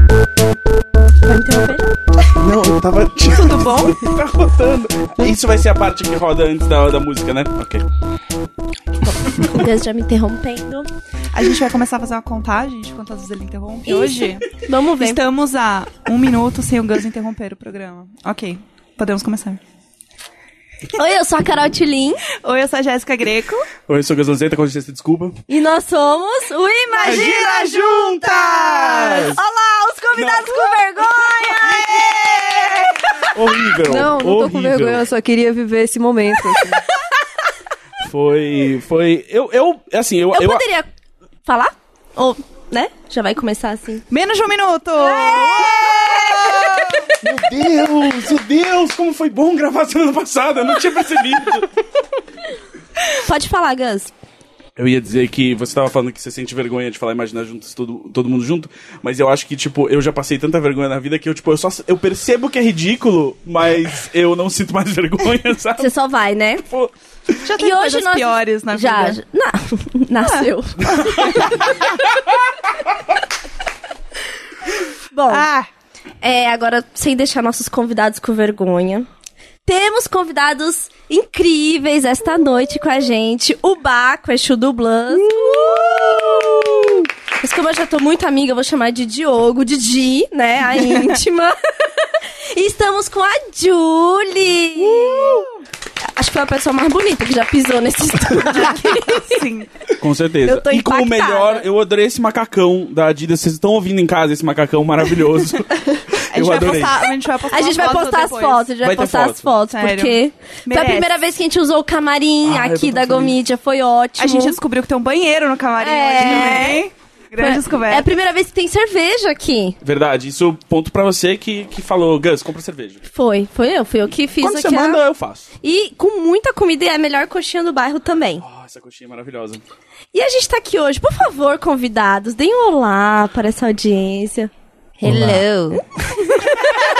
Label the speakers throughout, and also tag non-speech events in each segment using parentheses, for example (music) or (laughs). Speaker 1: Vai me interromper?
Speaker 2: Não, eu tava.
Speaker 1: Tudo bom?
Speaker 2: tá rodando. Isso vai ser a parte que roda antes da, da música, né? Ok.
Speaker 1: Meu Deus, já me interrompendo.
Speaker 3: A gente vai começar a fazer uma contagem de quantas vezes ele interrompe
Speaker 1: Isso.
Speaker 3: hoje.
Speaker 1: (laughs) Vamos ver.
Speaker 3: Estamos a um minuto sem o Gus interromper o programa. Ok, podemos começar.
Speaker 1: Oi, eu sou a Carol Tilin
Speaker 3: Oi, eu sou a Jéssica Greco.
Speaker 2: Oi, eu sou o Gazanzeta, com licença, desculpa.
Speaker 1: e nós somos o Imagina!
Speaker 2: É Gira juntas!
Speaker 1: Olá, os convidados com vergonha!
Speaker 2: Horrível.
Speaker 4: Não, não tô com
Speaker 2: horrível.
Speaker 4: vergonha, eu só queria viver esse momento. assim.
Speaker 2: (laughs) Foi. Foi. Eu, eu assim, eu.
Speaker 1: Eu
Speaker 2: eu-
Speaker 1: poderia falar? Ou, né? Já vai começar assim.
Speaker 3: Menos de um minuto!
Speaker 1: É.
Speaker 2: Meu Deus, meu Deus, como foi bom gravar semana passada, eu não tinha percebido.
Speaker 1: Pode falar, Gus.
Speaker 2: Eu ia dizer que você tava falando que você sente vergonha de falar imaginar juntos todo, todo mundo junto, mas eu acho que, tipo, eu já passei tanta vergonha na vida que eu, tipo, eu só eu percebo que é ridículo, mas eu não sinto mais (laughs) vergonha, sabe?
Speaker 1: Você só vai, né?
Speaker 2: Pô,
Speaker 3: Já teve coisas piores na
Speaker 1: já,
Speaker 3: vida.
Speaker 1: Já, na- (laughs)
Speaker 3: (laughs)
Speaker 1: nasceu. Bom,
Speaker 3: Ah,
Speaker 1: é, agora sem deixar nossos convidados com vergonha. Temos convidados incríveis esta noite com a gente. O Baco, Exu do Blanc.
Speaker 3: Uh!
Speaker 1: Mas como eu já tô muito amiga, eu vou chamar de Diogo, Didi, né?
Speaker 3: (laughs)
Speaker 1: A íntima. e estamos com a Julie.
Speaker 3: Uh!
Speaker 1: Acho que foi a pessoa mais bonita que já pisou
Speaker 3: (laughs)
Speaker 1: nesse estúdio aqui.
Speaker 3: sim.
Speaker 2: com certeza.
Speaker 1: Eu tô
Speaker 2: e como o
Speaker 1: impactada.
Speaker 2: melhor, eu adorei esse macacão da Adidas. Vocês estão ouvindo em casa esse macacão
Speaker 1: (laughs)
Speaker 2: maravilhoso.
Speaker 3: A
Speaker 2: (laughs)
Speaker 3: gente
Speaker 2: eu
Speaker 3: vai
Speaker 2: adorei.
Speaker 3: postar, a gente vai postar,
Speaker 1: A gente
Speaker 3: uma
Speaker 1: vai
Speaker 3: foto
Speaker 1: postar as
Speaker 3: depois.
Speaker 1: fotos, a gente vai,
Speaker 2: Vai ter
Speaker 1: postar
Speaker 2: foto.
Speaker 1: as fotos,
Speaker 3: Sério.
Speaker 1: porque foi a
Speaker 3: Merece.
Speaker 1: primeira vez que a gente usou o camarim
Speaker 2: Ah, eu
Speaker 1: aqui
Speaker 2: tô
Speaker 1: da
Speaker 2: feliz.
Speaker 1: Gomídia, foi ótimo.
Speaker 3: A gente descobriu que tem um banheiro no camarim
Speaker 1: tipo. É.
Speaker 3: hoje também. Grande
Speaker 1: É a
Speaker 3: descoberta.
Speaker 1: primeira vez que tem cerveja aqui.
Speaker 2: Verdade, isso ponto pra você que, que falou, Gus, compra cerveja.
Speaker 1: Foi, foi eu, fui eu que fiz
Speaker 2: Quando
Speaker 1: aqui.
Speaker 2: você
Speaker 1: a-
Speaker 2: manda, eu faço.
Speaker 1: E com muita comida e é a melhor coxinha do bairro também.
Speaker 2: Ah, essa coxinha é maravilhosa.
Speaker 1: E a gente tá aqui hoje, por favor, convidados, deem um olá para essa audiência. Hello. (laughs)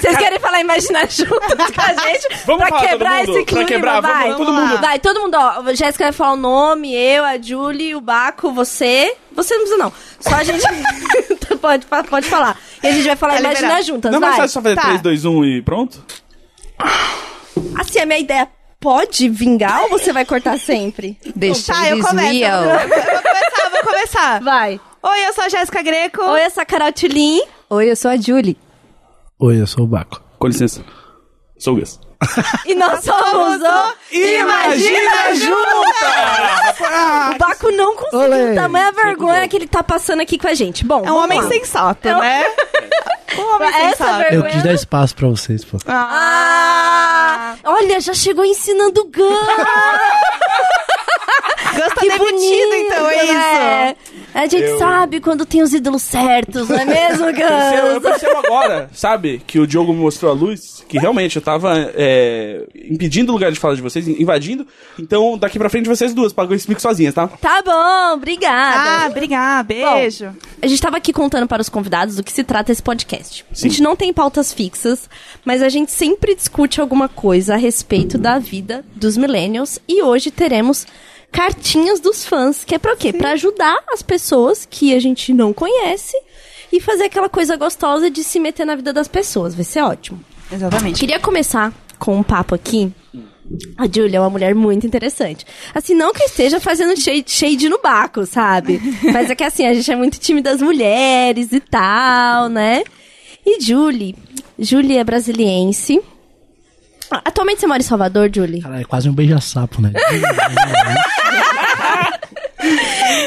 Speaker 1: Vocês querem falar imaginar juntos
Speaker 2: (laughs)
Speaker 1: com a gente?
Speaker 2: Vamos
Speaker 1: pra
Speaker 2: falar, todo
Speaker 1: quebrar
Speaker 2: mundo,
Speaker 1: esse
Speaker 2: pra
Speaker 1: clima,
Speaker 2: quebrar, vamos
Speaker 1: vai.
Speaker 2: lá, todo
Speaker 3: mundo.
Speaker 1: Vai, todo mundo, ó. Jéssica vai falar o nome, eu, a Julie, o Baco, você. Você não precisa, não. Só a gente. (laughs) pode, pode falar. E a gente vai falar
Speaker 3: Tá
Speaker 1: imaginar
Speaker 3: liberado.
Speaker 1: juntas,
Speaker 2: não, mas
Speaker 1: Então vai.
Speaker 2: faz só fazer
Speaker 3: Tá.
Speaker 2: 3, 2, 1 e pronto?
Speaker 1: Assim, a minha ideia pode vingar ou você vai cortar sempre?
Speaker 4: Deixa
Speaker 3: Tá, eu
Speaker 4: eles
Speaker 3: começo. Eu
Speaker 4: real.
Speaker 3: vou começar, eu vou começar.
Speaker 1: Vai.
Speaker 3: Oi, eu sou a Jéssica Greco.
Speaker 1: Oi, essa Carol Tulin.
Speaker 4: Oi, eu sou a Julie.
Speaker 5: Oi, eu sou o Baco.
Speaker 2: Com licença. Sou o Gus.
Speaker 1: E nós somos o
Speaker 2: Imagina
Speaker 1: O Baco não conseguiu
Speaker 5: Olê.
Speaker 1: tamanha vergonha que ele tá passando aqui com a gente. Bom,
Speaker 3: É um
Speaker 1: vamos
Speaker 3: homem
Speaker 1: lá. É (laughs)
Speaker 3: sensato, né? Um homem
Speaker 1: Essa é
Speaker 3: sensato.
Speaker 5: Eu
Speaker 1: vergonha...
Speaker 5: quis dar espaço pra vocês, pô.
Speaker 1: Ah! Olha, já chegou ensinando o Gus.
Speaker 3: Gus (laughs) tá
Speaker 1: Ah, que
Speaker 3: demitido,
Speaker 1: bonito,
Speaker 3: então, é isso.
Speaker 1: né? A gente
Speaker 2: Eu-
Speaker 1: sabe quando tem os ídolos certos, não é
Speaker 5: (laughs)
Speaker 1: mesmo,
Speaker 2: Percebo- eu
Speaker 1: Gus?
Speaker 2: percebo agora, sabe? Que o Diogo me mostrou a luz, que realmente eu tava é, impedindo o lugar de fala de vocês, invadindo. Então, daqui pra frente, vocês duas pagam esse mico sozinhas, tá?
Speaker 1: Tá bom, obrigada.
Speaker 3: Ah, obrigada, beijo.
Speaker 1: A gente tava aqui contando para os convidados do que se trata esse podcast.
Speaker 2: Sim.
Speaker 1: A gente não tem pautas fixas, mas a gente sempre discute alguma coisa a respeito da vida dos millennials e hoje teremos cartinhas dos fãs, que é pra quê? Pra ajudar as pessoas que a gente não conhece e fazer aquela coisa gostosa de se meter na vida das pessoas. Vai ser ótimo.
Speaker 3: Exatamente.
Speaker 1: Queria começar com um papo aqui. A Julia é uma mulher muito interessante. Assim, não que eu esteja fazendo shade, shade no baco, sabe? Mas é que assim, a gente é muito time das mulheres e tal, né? E Julie, Julie é brasiliense. Ah, Atualmente você mora em Salvador, Julie?
Speaker 5: Caralho, é quase um
Speaker 1: (laughs)
Speaker 5: beija-sapo, né?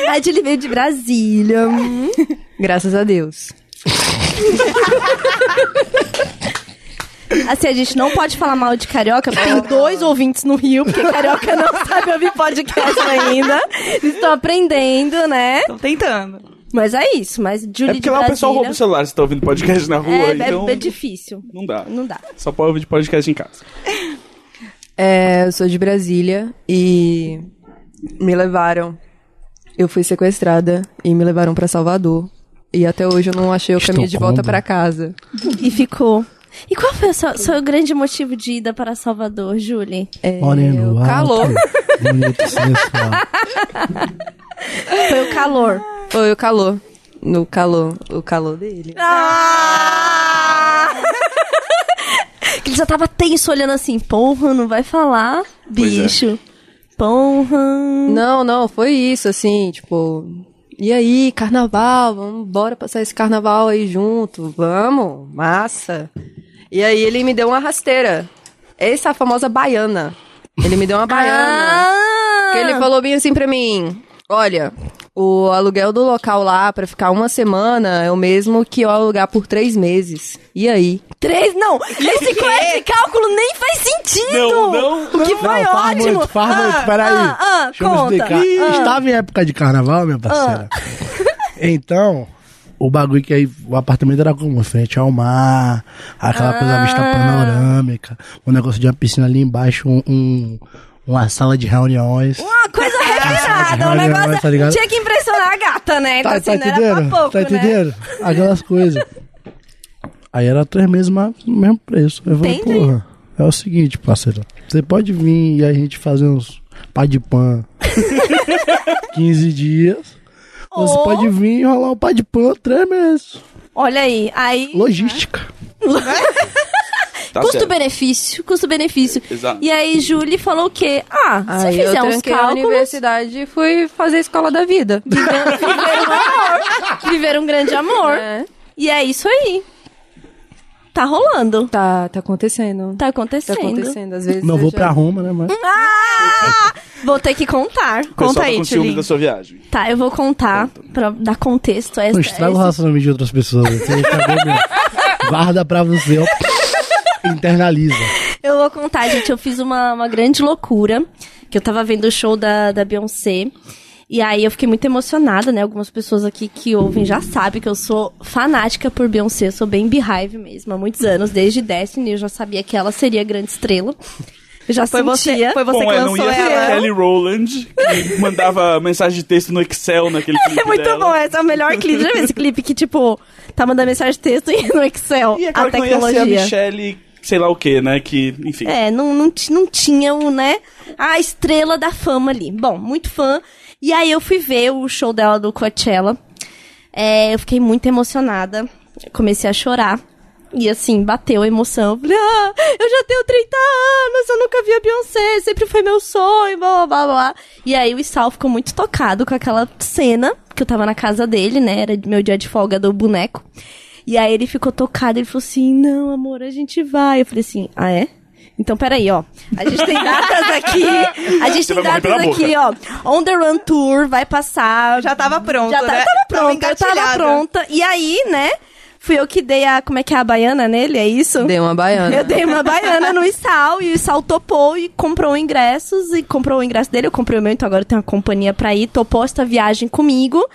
Speaker 1: A Julie veio de Brasília.
Speaker 4: Graças a Deus.
Speaker 1: Assim, a gente não pode falar mal de carioca, porque tem dois ouvintes no Rio, porque carioca não (laughs) sabe ouvir podcast ainda. Eles estão aprendendo, né?
Speaker 3: Estão tentando.
Speaker 1: Mas é isso, mas Julie
Speaker 2: É porque
Speaker 1: de
Speaker 2: lá o pessoal rouba
Speaker 1: Brasília...
Speaker 2: o celular se tá ouvindo podcast na
Speaker 1: É,
Speaker 2: rua,
Speaker 1: é-
Speaker 2: então.
Speaker 1: é difícil.
Speaker 2: Não dá.
Speaker 1: Não dá.
Speaker 2: Só pode ouvir de podcast em casa.
Speaker 4: É, eu sou de Brasília e me levaram. Eu fui sequestrada e me levaram pra Salvador. E até hoje eu não achei o caminho de
Speaker 5: Estocolmo.
Speaker 4: volta pra casa.
Speaker 1: E ficou. E qual foi o seu, seu grande motivo de ida para Salvador, Julie?
Speaker 4: É,
Speaker 5: Olhem no
Speaker 4: o
Speaker 5: alto.
Speaker 4: calor.
Speaker 5: Bonito, sensual.
Speaker 1: Foi o calor.
Speaker 4: Foi o calor. No calor. O calor dele.
Speaker 1: Ah! Ele já tava tenso olhando assim, porra, não vai falar,
Speaker 2: é.
Speaker 1: bicho. Porra.
Speaker 4: Não, não, foi isso, assim, tipo. E aí, carnaval, vamos bora passar esse carnaval aí junto, vamos, massa. E aí ele me deu uma rasteira. Essa é a famosa baiana. Ele me deu uma baiana.
Speaker 1: Ah!
Speaker 4: Que ele falou bem assim pra mim: Olha, o aluguel do local lá pra ficar uma semana é o mesmo que eu alugar por três meses. E aí?
Speaker 1: Três, não. Esse,
Speaker 4: é?
Speaker 1: co- esse cálculo nem faz sentido.
Speaker 2: Não, não,
Speaker 1: O (laughs) que foi
Speaker 5: não, faz
Speaker 1: ótimo.
Speaker 5: muito, faz muito, peraí.
Speaker 1: Ah, ah,
Speaker 5: Deixa eu
Speaker 1: conta.
Speaker 5: explicar. Estava em época de carnaval, minha
Speaker 1: (laughs)
Speaker 5: parceira. Então, o bagulho que aí, o apartamento era como? Frente ao mar, aquela coisa vista
Speaker 1: Ah.
Speaker 5: panorâmica, um negócio de uma piscina ali embaixo, um, um- uma sala de reuniões.
Speaker 1: Ah, Uma coisa revirada, um
Speaker 5: Olha,
Speaker 1: negócio.
Speaker 5: Ah, tá ligado?
Speaker 1: tinha que impressionar a gata, né? Então,
Speaker 5: Tá, tá
Speaker 1: assim, não era
Speaker 5: entendendo?
Speaker 1: pra pouco,
Speaker 5: tá
Speaker 1: né?
Speaker 5: entendendo? Aquelas coisas. Aí era três meses, mas no mesmo preço. Eu falei,
Speaker 1: Entendi.
Speaker 5: porra, é o seguinte, parceiro. Você pode vir e a gente fazer uns pá de pan (laughs) 15 dias. Ou você
Speaker 1: Ou-
Speaker 5: pode vir e rolar um pá de pan três meses.
Speaker 1: Olha aí, aí.
Speaker 5: Logística.
Speaker 2: Tá certo.
Speaker 1: Custo-benefício, custo-benefício.
Speaker 2: Exato.
Speaker 1: E aí, Julie falou o quê? Ah, se
Speaker 4: aí
Speaker 1: fizer
Speaker 4: eu
Speaker 1: uns
Speaker 4: tranquei a
Speaker 1: cálculos,
Speaker 4: universidade e fui fazer a escola da vida.
Speaker 1: viver um grande amor.
Speaker 4: É.
Speaker 1: E (laughs) é isso aí. Tá rolando.
Speaker 4: Tá, tá acontecendo.
Speaker 1: Tá acontecendo.
Speaker 4: Tá acontecendo, às vezes.
Speaker 5: Não
Speaker 4: eu
Speaker 5: vou
Speaker 4: já-
Speaker 5: pra Roma, né, mas...
Speaker 1: Hum, Ah! Vou ter que contar.
Speaker 2: O pessoal
Speaker 3: Conta
Speaker 2: tá
Speaker 3: aí,
Speaker 2: com ciúme
Speaker 3: Tilly.
Speaker 2: da sua viagem.
Speaker 1: Tá, eu vou contar pra dar contexto a essa.
Speaker 5: Não estraga o
Speaker 1: essa-
Speaker 5: relacionamento de outras pessoas. né? Você acabou mesmo. Guarda pra você.
Speaker 1: (laughs)
Speaker 5: ó. Internaliza.
Speaker 1: Eu vou contar, gente. Eu fiz uma, uma grande loucura. Que eu tava vendo o show da, da Beyoncé. E aí eu fiquei muito emocionada, né? Algumas pessoas aqui que ouvem já sabem que eu sou fanática por Beyoncé. Eu sou bem beehive mesmo, há muitos anos. Desde Destiny eu já sabia que ela seria a grande estrela. Eu já
Speaker 3: Foi
Speaker 1: sentia.
Speaker 3: você, foi você
Speaker 2: Bom,
Speaker 3: que
Speaker 2: é, não
Speaker 3: lançou
Speaker 2: ia ser a
Speaker 3: ela.
Speaker 2: Kelly Rowland, que (laughs) mandava mensagem de texto no Excel naquele
Speaker 1: (laughs)
Speaker 2: clipe
Speaker 1: É muito
Speaker 2: dela.
Speaker 1: bom, esse é o melhor clipe. (laughs) Já viu esse clipe que, tipo, tá mandando mensagem de texto (laughs) e no Excel?
Speaker 2: E é
Speaker 1: a
Speaker 2: claro que não ia ser
Speaker 1: tecnologia.
Speaker 2: a Michelle, sei lá o que, né? Que, enfim.
Speaker 1: É, não, não, ti- não tinha o, né, a estrela da fama ali. Bom, muito fã. E aí eu fui ver o show dela do Coachella. É, eu fiquei muito emocionada. Eu Comecei a chorar. E assim, bateu a emoção. Eu falei, ah, eu já tenho 30 anos, eu nunca vi a Beyoncé, sempre foi meu sonho, blá, blá, blá, blá. E aí o Sal ficou muito tocado com aquela cena, que eu tava na casa dele, né, era meu dia de folga do boneco. E aí ele ficou tocado, ele falou assim, não, amor, a gente vai. Eu falei assim, ah, é? Então, peraí, ó. A gente tem datas aqui.
Speaker 2: (laughs)
Speaker 1: A gente
Speaker 2: Você
Speaker 1: tem
Speaker 2: vai morrer
Speaker 1: datas
Speaker 2: pela
Speaker 1: aqui, ó. On the Run Tour vai passar.
Speaker 3: Já tava pronto,
Speaker 1: Já tá-
Speaker 3: né?
Speaker 1: tava pronta, eu tava
Speaker 3: engatilhada.
Speaker 1: pronta. E aí, né? Fui eu que dei a. Como é que é a baiana nele? É isso?
Speaker 4: Dei uma baiana.
Speaker 1: Eu dei uma baiana no Sal e o Sal topou e comprou ingressos. E comprou o ingresso dele, eu comprei o meu, então agora eu tenho uma companhia pra ir. Topou esta viagem comigo.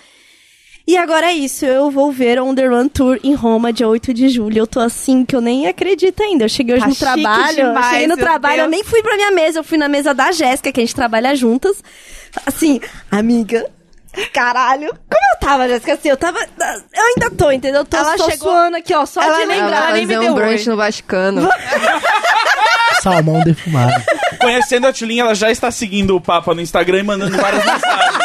Speaker 1: E agora é isso, eu vou ver a On The Run Tour em Roma, dia 8 de julho. Eu tô assim, que eu nem acredito ainda. Eu cheguei hoje
Speaker 3: Tá
Speaker 1: no
Speaker 3: chique
Speaker 1: trabalho,
Speaker 3: demais,
Speaker 1: eu cheguei no
Speaker 3: meu
Speaker 1: trabalho, eu
Speaker 3: Deus.
Speaker 1: nem fui pra minha mesa, eu fui na mesa da Jéssica, que a gente trabalha juntas. Assim, amiga, caralho, como eu tava, Jéssica? Assim, eu tava... Eu ainda tô, entendeu? Eu tô,
Speaker 3: Ela
Speaker 1: tô
Speaker 3: chegou-
Speaker 1: suando aqui, ó, só
Speaker 3: Ela
Speaker 1: de
Speaker 3: nem-
Speaker 4: Ela
Speaker 1: lembrar.
Speaker 4: vai
Speaker 3: ela nem me
Speaker 4: fazer
Speaker 3: deu
Speaker 4: um brunch
Speaker 3: oi.
Speaker 4: no Vaticano.
Speaker 5: Salmão defumado.
Speaker 2: Conhecendo a Tulin, ela já está seguindo o Papa no Instagram e mandando várias mensagens.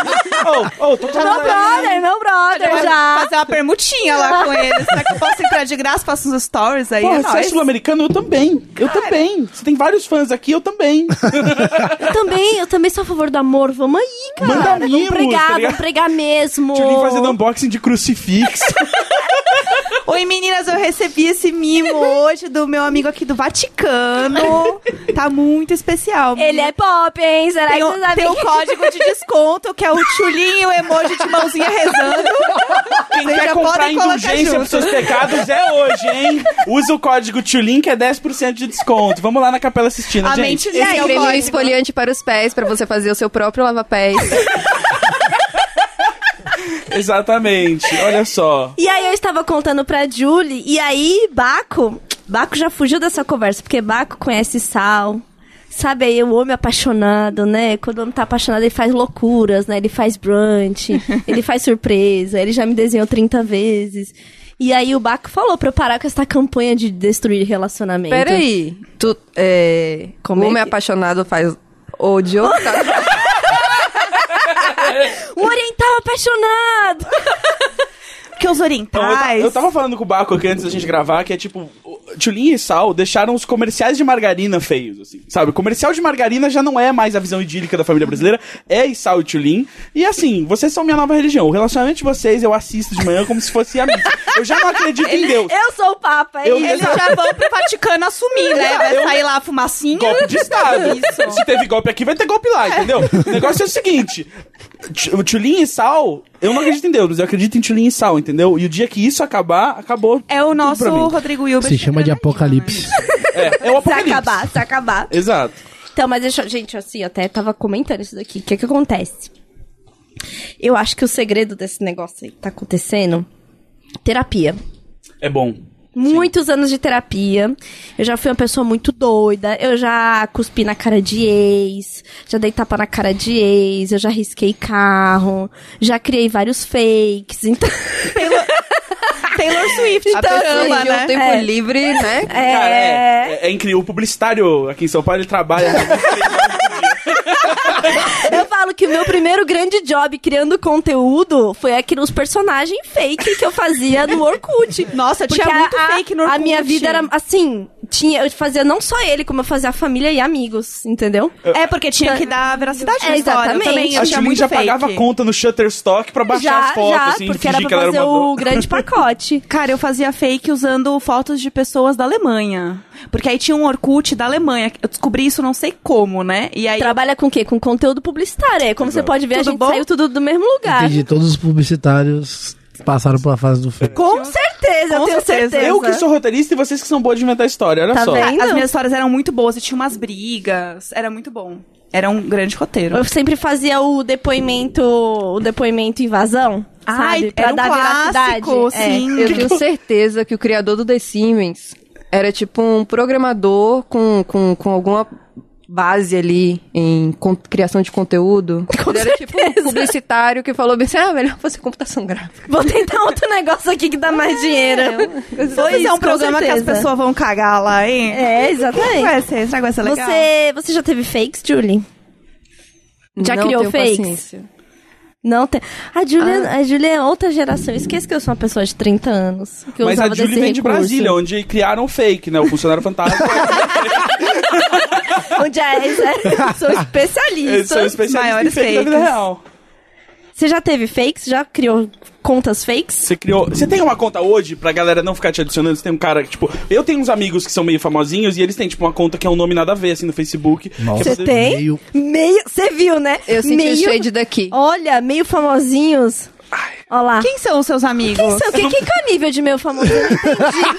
Speaker 2: Ô, ô, tô
Speaker 3: Tá
Speaker 1: Meu brother, meu brother,
Speaker 3: Vai
Speaker 1: já.
Speaker 3: Fazer uma permutinha lá com ele. Será que eu posso entrar de graça? Faço uns stories aí.
Speaker 2: Porra,
Speaker 3: é
Speaker 2: você é
Speaker 3: nóis.
Speaker 2: sul-americano? Eu também. Eu também. Você tem vários fãs aqui, eu também.
Speaker 1: Eu também, eu também sou a favor do amor. Vamos aí, cara.
Speaker 2: Manda
Speaker 1: vamos
Speaker 2: mimos,
Speaker 1: pregar,
Speaker 2: tá ligado?
Speaker 1: vamos pregar mesmo.
Speaker 3: Oh.
Speaker 2: Tulin fazendo um unboxing de
Speaker 3: (laughs)
Speaker 2: crucifixo.
Speaker 3: Oi, meninas, eu recebi esse mimo hoje do meu amigo aqui do Vaticano. Tá muito especial.
Speaker 1: Ele é pop, hein? Será
Speaker 3: tem
Speaker 2: um
Speaker 1: que
Speaker 3: o,
Speaker 1: você sabe?
Speaker 3: tem o código de desconto, que é o tchulinho e o emoji de mãozinha rezando.
Speaker 2: Quem
Speaker 3: Vocês
Speaker 2: quer
Speaker 3: já
Speaker 2: comprar
Speaker 3: podem colocar
Speaker 2: indulgência
Speaker 3: junto.
Speaker 2: pros seus pecados é hoje, hein? Usa o código TULIN que é 10% de desconto. Vamos lá na Capela Sistina,
Speaker 3: A
Speaker 2: gente.
Speaker 3: mente
Speaker 4: Esse
Speaker 3: é o
Speaker 4: creme
Speaker 3: código.
Speaker 4: esfoliante para os pés, pra você fazer o seu próprio
Speaker 1: (laughs)
Speaker 4: lava-pés.
Speaker 2: Exatamente. Olha só.
Speaker 1: E aí eu estava contando pra Julie, e aí Baco, Baco já fugiu dessa conversa, porque Baco conhece Sal. Sabe aí, o homem apaixonado, né? Quando o homem tá apaixonado, ele faz loucuras, né? Ele faz
Speaker 2: (laughs)
Speaker 1: brunch, ele faz surpresa, ele já me desenhou 30 vezes. E aí o Baco falou pra eu parar com essa campanha de destruir relacionamento.
Speaker 4: Peraí. Tu, é...
Speaker 1: Como
Speaker 4: Como
Speaker 1: é
Speaker 4: homem
Speaker 1: que-
Speaker 4: (laughs) apaixonado faz... Ou de outro cara.
Speaker 1: Um apaixonado!
Speaker 3: Porque os
Speaker 2: Então, eu, ta-
Speaker 3: orientais.
Speaker 2: eu tava falando com o Baco aqui antes da gente gravar que é tipo, o- Tchulin e Sal deixaram os comerciais de margarina feios, assim, sabe? O comercial de margarina já não é mais a visão idílica da família brasileira, é Sal e Tchulin. E assim, vocês são minha nova religião. O relacionamento de vocês eu assisto de manhã como se fosse a missa. Eu já não acredito em Deus.
Speaker 1: Eu sou o Papa, é
Speaker 2: Eu-
Speaker 1: isso.
Speaker 3: Eles já vão pro Vaticano assumir, né? Vai sair lá a fumacinha.
Speaker 2: Golpe de Estado.
Speaker 3: um Isso.
Speaker 2: Se teve golpe aqui, vai ter golpe lá, entendeu? O negócio é o seguinte: Tch- o Tchulin e Sal, eu não acredito em Deus, mas eu acredito em Tchulin e Sal, entendeu? E o dia que isso acabar, acabou.
Speaker 3: É o nosso
Speaker 2: pra
Speaker 3: (laughs)
Speaker 2: mim.
Speaker 3: Rodrigo Hilbert.
Speaker 5: Se chama de
Speaker 3: Né?
Speaker 5: apocalipse.
Speaker 2: É, é o
Speaker 1: Se
Speaker 2: apocalipse.
Speaker 1: acabar, se acabar.
Speaker 2: Exato.
Speaker 1: Então, mas deixa, eu- gente, assim, eu até tava comentando isso daqui. O que que acontece? Eu acho que o segredo desse negócio aí que tá acontecendo, terapia.
Speaker 2: É bom.
Speaker 1: Muitos anos de terapia. Eu já fui uma pessoa muito doida. Eu já cuspi na cara de ex. Já dei tapa na cara de ex. Eu já risquei carro. Já criei vários fakes. Então, (laughs)
Speaker 3: Taylor Swift.
Speaker 1: assim,
Speaker 4: A pessoa
Speaker 3: Caramba,
Speaker 4: que o
Speaker 3: né?
Speaker 4: tempo
Speaker 1: É.
Speaker 4: livre, (laughs) né?
Speaker 2: Cara,
Speaker 1: é...
Speaker 2: é, é, é incrível. O publicitário aqui em São Paulo,
Speaker 1: (laughs)
Speaker 2: ele trabalha.
Speaker 1: Eu falo que o meu primeiro grande job criando conteúdo foi aqui nos personagens fake que eu fazia no Orkut.
Speaker 3: né? Nossa,
Speaker 1: Porque
Speaker 3: tinha
Speaker 1: a-
Speaker 3: muito
Speaker 1: a,
Speaker 3: fake no
Speaker 1: A
Speaker 3: Orkut.
Speaker 1: minha vida era assim, tinha, eu fazia não só ele, como eu fazia a família e amigos, entendeu?
Speaker 3: É, porque tinha que dar veracidade
Speaker 1: É,
Speaker 3: na história. Eu
Speaker 1: exatamente.
Speaker 3: também
Speaker 2: a
Speaker 3: eu tinha
Speaker 2: Chulin
Speaker 3: muito
Speaker 2: já
Speaker 3: fake.
Speaker 2: pagava conta no Shutterstock pra baixar
Speaker 1: já,
Speaker 2: as fotos,
Speaker 1: já,
Speaker 2: assim,
Speaker 1: porque
Speaker 2: fingir
Speaker 1: era pra
Speaker 2: que ela
Speaker 1: fazer
Speaker 2: era uma.
Speaker 1: o grande
Speaker 2: (laughs)
Speaker 1: pacote.
Speaker 3: Cara, eu fazia fake usando fotos de pessoas da Alemanha. Porque aí tinha um Orkut da Alemanha. Eu descobri isso não sei como, né? E aí
Speaker 1: Trabalha com o quê? Com conteúdo publicitário. É, como você pode ver,
Speaker 3: Tudo
Speaker 1: a gente
Speaker 3: bom?
Speaker 1: saiu tudo do mesmo lugar.
Speaker 5: Entendi, todos os publicitários passaram pela fase do fake.
Speaker 1: Com certeza, eu
Speaker 3: Com
Speaker 1: tenho
Speaker 3: certeza.
Speaker 1: certeza.
Speaker 2: Eu que sou roteirista e vocês que são boas de inventar história, olha
Speaker 1: Tá
Speaker 2: só.
Speaker 1: vendo?
Speaker 3: as minhas histórias eram muito boas e tinha umas brigas. Era muito bom. Era um grande roteiro.
Speaker 1: Eu sempre fazia o depoimento, o depoimento invasão, sabe? Pra
Speaker 3: era um
Speaker 1: dar
Speaker 3: clássico,
Speaker 1: veracidade. É.
Speaker 3: sim.
Speaker 4: Eu tenho certeza que o criador do The Simmons era tipo um programador com, com, com alguma base ali em con- criação de
Speaker 1: (laughs)
Speaker 4: conteúdo. Ele era tipo um publicitário que falou bem assim, ah, melhor fazer computação gráfica.
Speaker 1: Vou tentar outro negócio aqui que dá mais dinheiro.
Speaker 3: Foi
Speaker 1: isso,
Speaker 3: é
Speaker 1: com
Speaker 3: um programa que as
Speaker 1: certeza.
Speaker 3: pessoas vão cagar lá, hein?
Speaker 1: É,
Speaker 3: Não
Speaker 1: exatamente.
Speaker 3: vai ser, esse negócio é legal.
Speaker 1: Você, você já teve fakes, Julie? Já
Speaker 4: Não
Speaker 1: criou
Speaker 4: tenho
Speaker 1: fakes?
Speaker 4: paciência.
Speaker 1: Não tem. A Julia, a Julia é outra geração. Esquece que eu sou uma pessoa de 30 anos. Que eu
Speaker 2: Mas
Speaker 1: usava
Speaker 2: a Julie
Speaker 1: desse
Speaker 2: vem de
Speaker 1: recurso.
Speaker 2: Brasília, onde criaram fake, né? O
Speaker 1: (laughs)
Speaker 2: funcionário fantasma.
Speaker 1: Onde é,
Speaker 2: (laughs)
Speaker 1: é, sou especialista.
Speaker 2: Eles são especialistas em
Speaker 3: maiores
Speaker 2: fake da vida
Speaker 3: fakes.
Speaker 2: real.
Speaker 1: Você já teve fakes? Já criou contas fakes?
Speaker 2: Você criou. Você tem uma conta hoje pra galera não ficar te adicionando? Você tem um cara que, tipo. Eu tenho uns amigos que são meio famosinhos e eles têm, tipo, uma conta que é um nome nada a ver, assim, no Facebook.
Speaker 5: Nossa.
Speaker 2: Que é
Speaker 1: Você
Speaker 2: pra
Speaker 1: tem?
Speaker 5: meio-
Speaker 1: Meio. Você viu, né?
Speaker 4: Eu senti
Speaker 1: meio... Oh,
Speaker 4: o shade daqui.
Speaker 1: Olha, meio famosinhos. Olha lá.
Speaker 3: Quem são os seus amigos?
Speaker 1: Quem são? Quem, quem que é o nível de meu famosinho?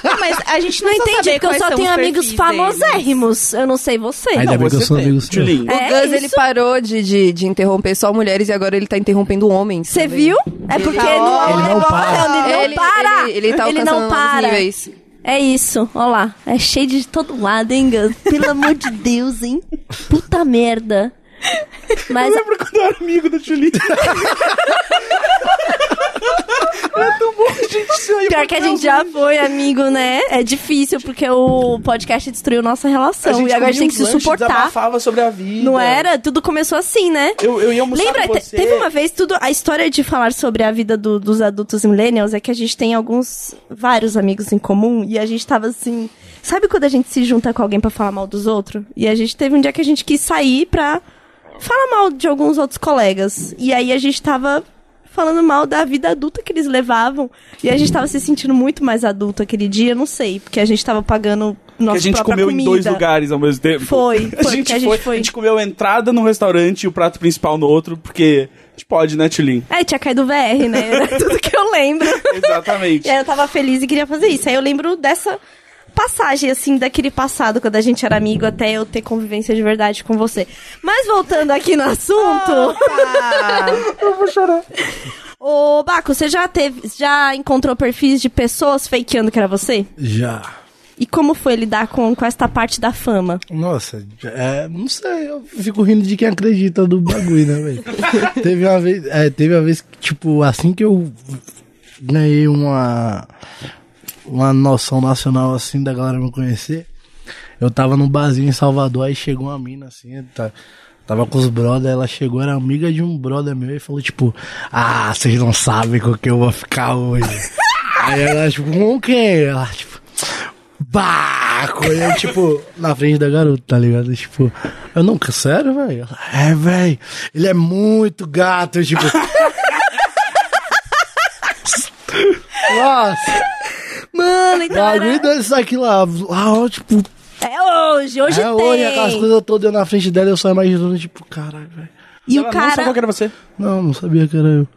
Speaker 3: Não, mas a gente
Speaker 1: Não
Speaker 3: não
Speaker 1: entendi, porque eu só tenho amigos famosérrimos. Eu não sei você.
Speaker 5: Ainda
Speaker 2: Não,
Speaker 5: bem que É eu
Speaker 2: você
Speaker 5: sou
Speaker 2: tem.
Speaker 5: amigo seu.
Speaker 2: Tchulin.
Speaker 1: (laughs) É
Speaker 4: o Gus,
Speaker 1: isso?
Speaker 4: ele parou de, de, de interromper só mulheres e agora ele tá interrompendo homens.
Speaker 1: Você
Speaker 4: também.
Speaker 1: viu? É porque
Speaker 3: tá
Speaker 1: no
Speaker 3: ótimo.
Speaker 5: Ele não
Speaker 1: negócio,
Speaker 5: para.
Speaker 1: Ele não
Speaker 4: Ele-
Speaker 1: para.
Speaker 4: ele- ele tá alcançando
Speaker 1: não
Speaker 4: novos
Speaker 1: para.
Speaker 4: níveis.
Speaker 1: É isso, ó lá. É cheio de todo lado, hein, Gus? Pelo amor de Deus, hein? Puta merda. Mas
Speaker 2: Eu lembro quando eu era amigo da Julie. é tão bom a gente se
Speaker 1: pior
Speaker 2: olha pra
Speaker 1: que a
Speaker 2: trás.
Speaker 1: gente já foi amigo, né? É difícil, porque o podcast destruiu nossa
Speaker 2: Então, A
Speaker 1: relação.
Speaker 2: gente
Speaker 1: E agora a gente tem
Speaker 2: comia
Speaker 1: que se
Speaker 2: uns lanches,
Speaker 1: suportar.
Speaker 2: desabafava sobre a vida.
Speaker 1: Não era? Tudo começou assim, né?
Speaker 2: Eu, eu ia almoçar
Speaker 1: Lembra,
Speaker 2: com
Speaker 1: te-
Speaker 2: você.
Speaker 1: teve uma vez tudo. A história de falar sobre a vida do- dos adultos millennials é que a gente tem alguns. vários amigos em comum e a gente tava assim. Sabe quando a gente se junta com alguém pra falar mal dos outros? E a gente teve um dia que a gente quis sair pra falar mal de alguns outros colegas. E aí a gente tava falando mal da vida adulta que eles levavam. E a gente tava se sentindo muito mais adulto aquele dia, não sei, porque a gente tava pagando
Speaker 2: Que
Speaker 1: nossa
Speaker 2: a gente
Speaker 1: própria
Speaker 2: comeu
Speaker 1: comida.
Speaker 2: em dois lugares ao mesmo tempo.
Speaker 1: Foi, foi,
Speaker 2: (laughs) a
Speaker 1: porque
Speaker 2: gente, foi,
Speaker 1: foi.
Speaker 2: A gente comeu a entrada num restaurante e o prato principal no outro, porque a gente pode, né, Tulin?
Speaker 1: É, tinha caído o VR, né? Era (laughs) tudo que eu lembro.
Speaker 2: (laughs) Exatamente. (laughs)
Speaker 1: E aí eu tava feliz e queria fazer isso. Aí eu lembro dessa passagem, assim, daquele passado, quando a gente era amigo, até eu ter convivência de verdade com você. Mas voltando aqui no assunto. (laughs) Ô, Baco, você já teve. Já encontrou perfis de pessoas fakeando que era você?
Speaker 5: Já.
Speaker 1: E como foi lidar com, com esta parte da fama?
Speaker 5: Nossa, é, não sei, eu fico rindo de quem acredita do bagulho, né, (laughs) velho? teve uma vez, é, teve uma vez que, tipo, assim que eu ganhei uma, uma noção nacional, assim, da galera me conhecer, eu tava num barzinho em Salvador, aí chegou uma mina, assim, tá, Tava com os brother, ela chegou, era amiga de um brother meu e falou, tipo, ah, vocês não sabem com que eu vou
Speaker 1: (laughs)
Speaker 5: ficar hoje. Aí ela, tipo, com quem? Ela, tipo, Baco! E eu, tipo, na frente da garota, tá ligado? Tipo, eu nunca, sério, velho? Ela, É, velho, ele é muito gato,
Speaker 1: (laughs)
Speaker 5: eu, tipo. Nossa,
Speaker 1: Mano, então era...
Speaker 5: bagulho desse aqui lá. Ah, ó, tipo,
Speaker 1: É hoje, hoje
Speaker 5: é,
Speaker 1: tem.
Speaker 5: hoje aquelas coisas todas eu na frente dela, eu só imaginando, tipo, caralho, velho.
Speaker 1: E o
Speaker 2: Ela não
Speaker 1: cara...
Speaker 2: sabia que era você.
Speaker 5: Não, não sabia que era eu.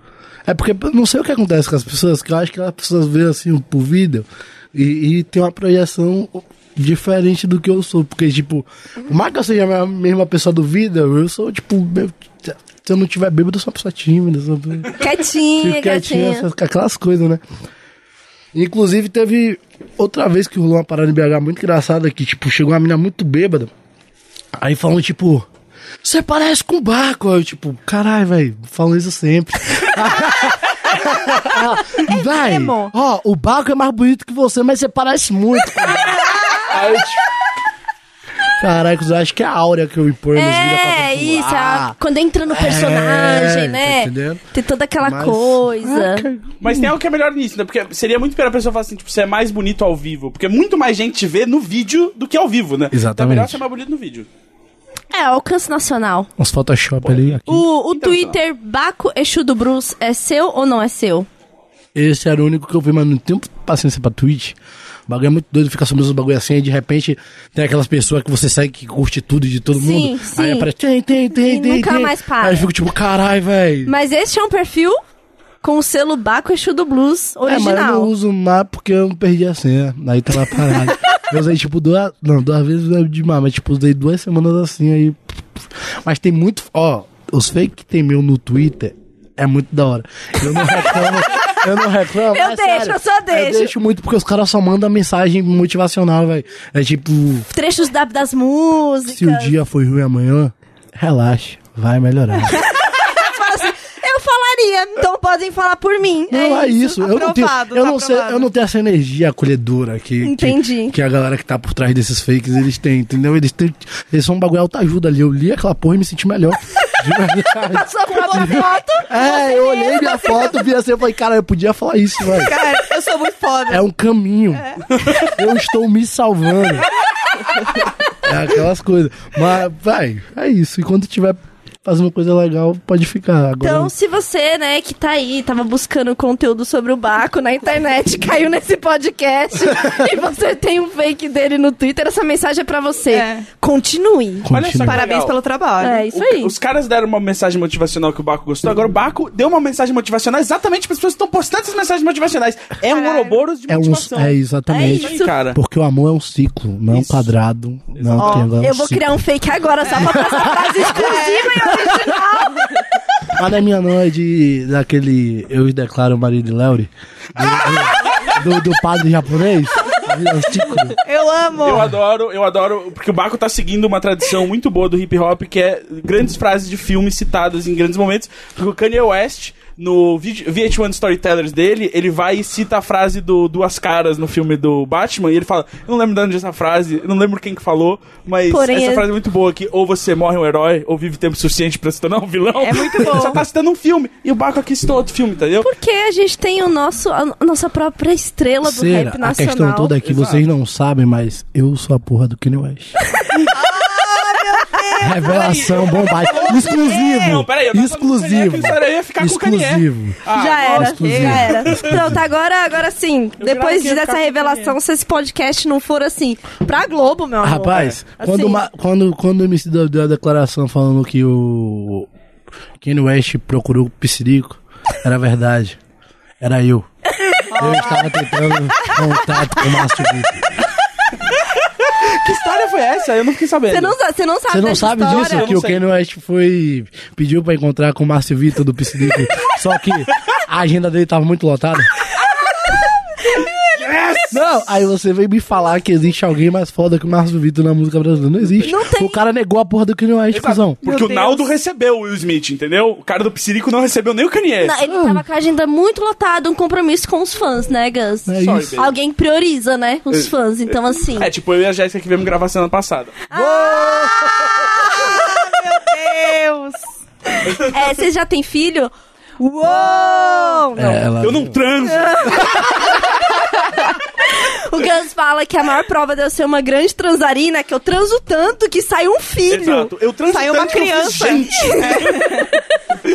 Speaker 5: É porque eu não sei o que acontece com as pessoas, que eu acho que as pessoas veem assim pro vídeo e, e tem uma projeção diferente do que eu sou. Porque, tipo, por mais que eu seja a mesma pessoa do vídeo, eu sou, tipo, meio- se eu não tiver bêbado, eu sou uma pessoa tímida. Sou...
Speaker 1: Quietinha,
Speaker 5: Fico quietinho,
Speaker 1: quietinha.
Speaker 5: essas, aquelas coisas, né? Inclusive, teve outra vez que rolou uma parada em BH muito engraçada que, tipo, chegou uma mina muito bêbada. Aí falando, tipo, você parece com o Baco. Aí eu, tipo, caralho, velho, falam
Speaker 1: (laughs)
Speaker 5: isso sempre.
Speaker 1: É
Speaker 5: Vai,
Speaker 3: mesmo?
Speaker 5: ó, o Baco é mais bonito que você, mas você parece muito. cara. Aí eu, tipo... Caralho, eu acho que é a áurea que eu imponho nos vídeos pra
Speaker 1: É,
Speaker 5: popular.
Speaker 1: isso. a- Quando entra no personagem,
Speaker 5: tá
Speaker 1: né?
Speaker 5: entendendo?
Speaker 1: tem toda aquela
Speaker 5: Mas-
Speaker 1: coisa.
Speaker 2: Mas tem algo que é melhor nisso, né? Porque seria muito pior a pessoa falar assim, tipo, você é mais bonito ao vivo. Porque muito mais gente te vê no vídeo do que ao vivo, né? Então é melhor
Speaker 5: Exatamente.
Speaker 2: ser mais bonito no vídeo.
Speaker 5: Ah,
Speaker 1: É, alcance nacional.
Speaker 5: Uns Photoshop ali. Aqui.
Speaker 1: O, o Twitter
Speaker 5: então.
Speaker 1: Baco Exu do Bruce é seu ou não é seu?
Speaker 5: Esse era o único que eu vi, mas não tenho paciência pra Twitch. O bagulho é muito doido ficar subindo os bagulho assim, e de repente tem aquelas pessoas que você segue que curte tudo de todo
Speaker 1: Sim,
Speaker 5: mundo.
Speaker 1: sim.
Speaker 5: Aí aparece, tem, tem, tem,
Speaker 1: E
Speaker 5: tem.
Speaker 1: nunca
Speaker 5: tem.
Speaker 1: mais para.
Speaker 5: Aí eu fico tipo, carai, velho.
Speaker 1: Mas este é um perfil com o selo Baco Exu do Blues
Speaker 5: É, mas eu
Speaker 1: original.
Speaker 5: não uso mais porque eu perdi a senha. Aí tá lá
Speaker 1: (laughs)
Speaker 5: parado. eu usei tipo duas. Não, duas vezes não é demais, mas tipo, usei duas semanas assim aí. Mas tem muito. Ó, os fake que tem meu no Twitter é muito da hora. Eu
Speaker 1: (laughs)
Speaker 5: não reclamo. Eu não reclamo.
Speaker 1: Eu
Speaker 5: é
Speaker 1: deixo,
Speaker 5: sério.
Speaker 1: eu só deixo.
Speaker 5: Eu deixo muito porque os caras só mandam mensagem motivacional, velho. É tipo,
Speaker 1: Trechos da- das
Speaker 5: se o
Speaker 1: músicas.
Speaker 5: dia foi ruim amanhã, relaxa, vai melhorar.
Speaker 1: Fala assim, eu falaria, então podem falar por mim.
Speaker 5: Não, é isso. Eu não tenho,
Speaker 3: Aprovado,
Speaker 5: eu
Speaker 3: tá
Speaker 5: não sei,
Speaker 3: aprovado.
Speaker 5: eu não tenho essa energia acolhedora que, que-
Speaker 1: Entendi.
Speaker 5: que a galera que tá por trás desses fakes eles têm, entendeu? Eles têm, eles são um bagulho autoajuda ali. Eu li aquela porra e me
Speaker 3: (laughs)
Speaker 5: senti melhor. De verdade.
Speaker 1: Sua própria foto.
Speaker 5: É, eu olhei minha foto, vi assim, eu falei, cara, eu podia falar isso, velho.
Speaker 3: Cara, eu sou muito foda.
Speaker 5: É um caminho. (laughs) Eu estou me salvando. É aquelas coisas. Mas, vai, é isso. E quando tiver fazendo uma coisa legal, pode ficar. Agora,
Speaker 1: Então, se você, né, que tá aí, tava buscando conteúdo sobre o Baco na internet, (laughs) caiu nesse podcast (laughs) e você tem um fake dele no Twitter, essa mensagem é pra você.
Speaker 3: É.
Speaker 1: Continue.
Speaker 5: continua.
Speaker 2: Olha só, cara.
Speaker 3: Parabéns
Speaker 2: Legal.
Speaker 3: pelo trabalho.
Speaker 1: É isso
Speaker 2: O-
Speaker 1: aí.
Speaker 2: os caras deram uma mensagem motivacional que o Baco gostou. Agora o Baco deu uma mensagem motivacional exatamente para as pessoas que estão postando essas mensagens motivacionais. É um Ouroboros de
Speaker 5: É, um,
Speaker 2: motivação.
Speaker 5: é
Speaker 1: É
Speaker 5: exatamente.
Speaker 1: isso.
Speaker 2: Aí, cara.
Speaker 5: Porque o amor é um ciclo, não é um
Speaker 2: Isso.
Speaker 5: quadrado, não é um
Speaker 1: Ó,
Speaker 5: triângulo. é um
Speaker 1: eu vou
Speaker 5: ciclo.
Speaker 1: criar um fake agora só pra passar frase exclusiva e original.
Speaker 5: Ah, não é minha não, é de, daquele Eu Declaro o Marido de Leuri. Do, do, do- do padre japonês. É um ciclo.
Speaker 3: Eu
Speaker 1: (laughs)
Speaker 3: amo.
Speaker 2: Eu adoro, eu adoro, porque o Baco tá seguindo uma tradição muito boa do hip hop, que é grandes frases de filmes citadas em grandes momentos. Porque o Kanye West, no vídeo- VH1 Storytellers dele, ele vai e cita a frase do Duas Caras no filme do Batman, e ele fala: Eu não lembro de onde é essa frase, eu não lembro quem que falou, mas
Speaker 1: Porém,
Speaker 2: essa
Speaker 1: é-
Speaker 2: frase é muito boa: que ou você morre um herói, ou vive tempo suficiente pra se tornar um vilão. (laughs)
Speaker 3: É muito bom.
Speaker 2: Só tá citando um filme. E o Baco aqui citou outro filme, entendeu?
Speaker 1: Porque a gente tem o nosso, a nossa própria estrela do
Speaker 5: Será?
Speaker 1: rap
Speaker 5: A
Speaker 1: nacional.
Speaker 5: questão toda é que
Speaker 2: Exato.
Speaker 5: vocês não sabem, mas eu sou a porra do Kanye
Speaker 1: (laughs) Ah,
Speaker 5: West. Revelação bombástica. Exclusivo.
Speaker 2: Não, peraí, eu tava
Speaker 5: exclusivo.
Speaker 2: falando com o Kanye, que o Kanye ia ficar com o Kanye.
Speaker 5: exclusivo.
Speaker 2: Ah,
Speaker 1: já era,
Speaker 5: exclusivo.
Speaker 1: já
Speaker 5: (laughs)
Speaker 1: era. Pronto, agora, agora sim, depois
Speaker 2: que ia
Speaker 1: dessa
Speaker 2: ficar com
Speaker 1: revelação, se esse podcast não for assim, pra Globo, meu amor.
Speaker 5: Rapaz,
Speaker 1: Assim,
Speaker 5: quando, uma- quando, quando o MC deu, deu a declaração falando que o Kanye West procurou o Psirico, era verdade. Era eu. Eu estava tentando contato com o Márcio Vitor.
Speaker 2: Que história foi essa? Eu não fiquei sabendo.
Speaker 1: Você não, sa- você não sabe
Speaker 5: Você não
Speaker 1: dessa
Speaker 5: sabe
Speaker 1: história?
Speaker 5: disso? Que
Speaker 2: não
Speaker 5: o
Speaker 2: sei.
Speaker 5: Kanye West foi. pediu pra encontrar com o Márcio Vitor do Psirico. Só que a agenda dele tava muito lotada. Não, aí você veio me falar que existe alguém mais foda que o Márcio Vitor na música brasileira. Não existe.
Speaker 1: Não tem.
Speaker 5: O cara negou a porra do Kanye West,
Speaker 2: Exato,
Speaker 5: cuzão.
Speaker 2: Porque
Speaker 3: Meu
Speaker 2: o
Speaker 3: Deus.
Speaker 2: Naldo recebeu o Will Smith, entendeu? O cara do Psirico não recebeu nem o Kanye.
Speaker 1: Não, ele tava com a agenda muito lotada, um compromisso com os fãs, né, Gus?
Speaker 5: É
Speaker 2: Só,
Speaker 5: isso.
Speaker 2: baby.
Speaker 1: Alguém prioriza, né, os
Speaker 2: É.
Speaker 1: fãs, então assim...
Speaker 2: É tipo eu e a Jéssica que viemos gravar semana passada.
Speaker 3: Ah, Meu Deus!
Speaker 1: É, vocês já têm filho?
Speaker 3: Uou!
Speaker 1: Não.
Speaker 5: É, ela-
Speaker 2: Eu não transo.
Speaker 1: O Gans fala que a maior prova de eu ser uma grande transarina é que eu transo tanto que sai um filho.
Speaker 2: Exato. Eu transo
Speaker 3: Saiu uma
Speaker 2: tanto que eu fiz
Speaker 3: criança.
Speaker 2: gente.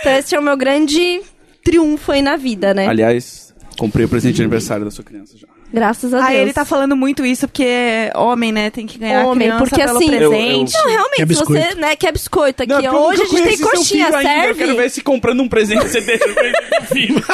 Speaker 1: Então esse é o meu grande triunfo aí na vida, né?
Speaker 2: Aliás, comprei o presente de aniversário da sua criança já.
Speaker 1: Graças a Deus.
Speaker 3: Ah, ele tá falando muito isso porque homem, né, tem que ganhar
Speaker 1: Homem,
Speaker 3: criança
Speaker 1: porque
Speaker 3: pelo
Speaker 1: assim- Eu-
Speaker 2: eu-
Speaker 3: presente.
Speaker 1: Não,
Speaker 5: Quer
Speaker 1: realmente, se
Speaker 5: biscoito.
Speaker 1: você, né, quer biscoito aqui,
Speaker 2: Não, é porque eu
Speaker 1: ó. Hoje a
Speaker 2: nunca
Speaker 1: gente tem
Speaker 2: conheci seu
Speaker 1: coxinha,
Speaker 2: filho ainda. Eu
Speaker 1: serve?
Speaker 2: quero ver se comprando um presente você deixa o presente pro (laughs) filho.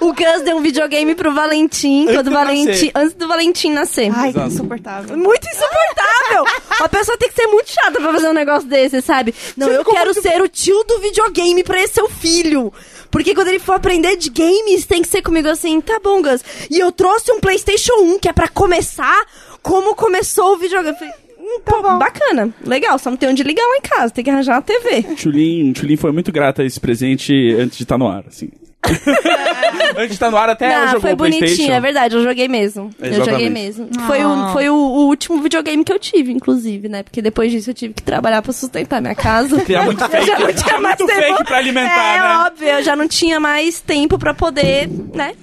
Speaker 1: O Gus deu um videogame pro Valentim,
Speaker 2: Antes
Speaker 1: quando
Speaker 2: (laughs) do
Speaker 1: o Valentim
Speaker 2: nascer.
Speaker 1: antes do Valentim nascer.
Speaker 3: Ai, que
Speaker 2: Exato.
Speaker 3: insuportável.
Speaker 1: Muito insuportável! Uma pessoa tem que ser muito chata pra fazer um negócio desse, sabe? Não, eu quero ser o tio do videogame pra esse seu filho. Porque quando ele for aprender de games, tem que ser comigo assim, tá bom, Gus. E eu trouxe um Playstation 1, que é pra começar como começou o videogame. Eu falei, hum, pô, bacana, legal, só não tem onde ligar lá em casa, tem que arranjar uma TV.
Speaker 2: Tchulin, Tchulin foi muito grata a esse presente antes de estar no ar, assim. (laughs) antes de estar no ar até É, ela
Speaker 1: ah,
Speaker 2: jogou
Speaker 1: foi
Speaker 2: o Playstation.
Speaker 1: bonitinho, é verdade, eu joguei mesmo. Eu
Speaker 2: Exatamente.
Speaker 1: joguei mesmo. Foi, o, foi o, o último videogame que eu tive, inclusive, né? Porque depois disso eu tive que trabalhar pra sustentar minha
Speaker 2: (laughs)
Speaker 1: casa.
Speaker 2: Criar é muito
Speaker 1: Eu
Speaker 2: fake.
Speaker 1: (laughs) já não tinha
Speaker 2: Criar
Speaker 1: mais
Speaker 2: muito
Speaker 1: tempo.
Speaker 2: fake pra alimentar,
Speaker 1: é,
Speaker 2: né?
Speaker 1: óbvio, eu já não tinha mais tempo pra poder, né?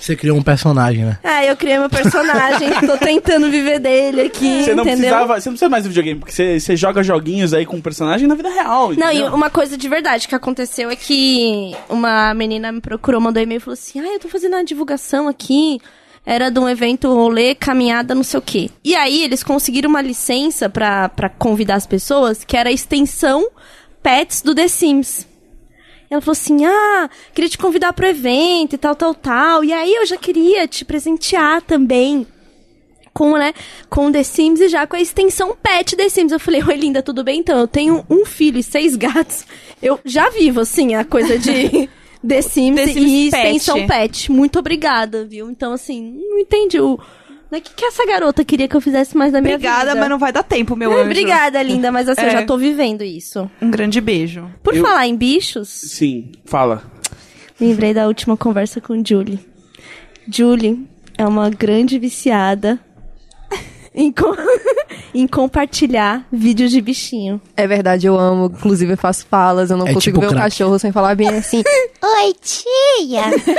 Speaker 5: Você criou um personagem, né?
Speaker 1: É, eu criei meu personagem, tô tentando viver dele aqui,
Speaker 2: Você não
Speaker 1: entendeu?
Speaker 2: precisava, você não precisa mais do videogame, porque você, você joga joguinhos aí com personagem na vida real.
Speaker 1: Não, e
Speaker 2: entendeu?
Speaker 1: uma coisa de verdade que aconteceu é que uma menina me procurou, mandou e-mail e falou assim: Ah, eu tô fazendo uma divulgação aqui. Era de um evento rolê, caminhada, não sei o quê. E aí eles conseguiram uma licença pra, pra convidar as pessoas, que era a extensão Pets do The Sims. Ela falou assim: Ah, queria te convidar pro evento e tal, tal, tal. E aí eu já queria te presentear também com, né, com The Sims e já com a extensão pet The Sims. Eu falei, oi linda, tudo bem? Então, eu tenho um filho e seis gatos. Eu já vivo, assim, a coisa
Speaker 3: (laughs)
Speaker 1: de The Sims,
Speaker 3: The Sims
Speaker 1: e
Speaker 3: pet.
Speaker 1: extensão pet. Muito obrigada, viu? Então, assim, não entendi o... O que, que essa garota queria que eu fizesse mais da minha
Speaker 3: Obrigada,
Speaker 1: vida?
Speaker 3: mas não vai dar tempo,
Speaker 1: (laughs)
Speaker 3: meu
Speaker 1: É,
Speaker 3: anjo.
Speaker 1: Obrigada, linda, mas assim,
Speaker 3: É.
Speaker 1: eu já tô vivendo isso.
Speaker 3: Um grande beijo.
Speaker 1: Por
Speaker 2: Eu-
Speaker 1: falar em bichos,
Speaker 2: Sim, fala.
Speaker 1: lembrei da última conversa com Julie. Julie é uma grande viciada (laughs) em, co- (laughs) em compartilhar vídeos de bichinho.
Speaker 4: É verdade, eu amo. Inclusive, eu faço falas. Eu não
Speaker 5: É
Speaker 4: consigo
Speaker 5: tipo
Speaker 4: ver o
Speaker 5: crack.
Speaker 4: cachorro sem falar bem
Speaker 1: (laughs)
Speaker 4: assim.
Speaker 6: (laughs) Oi, tia!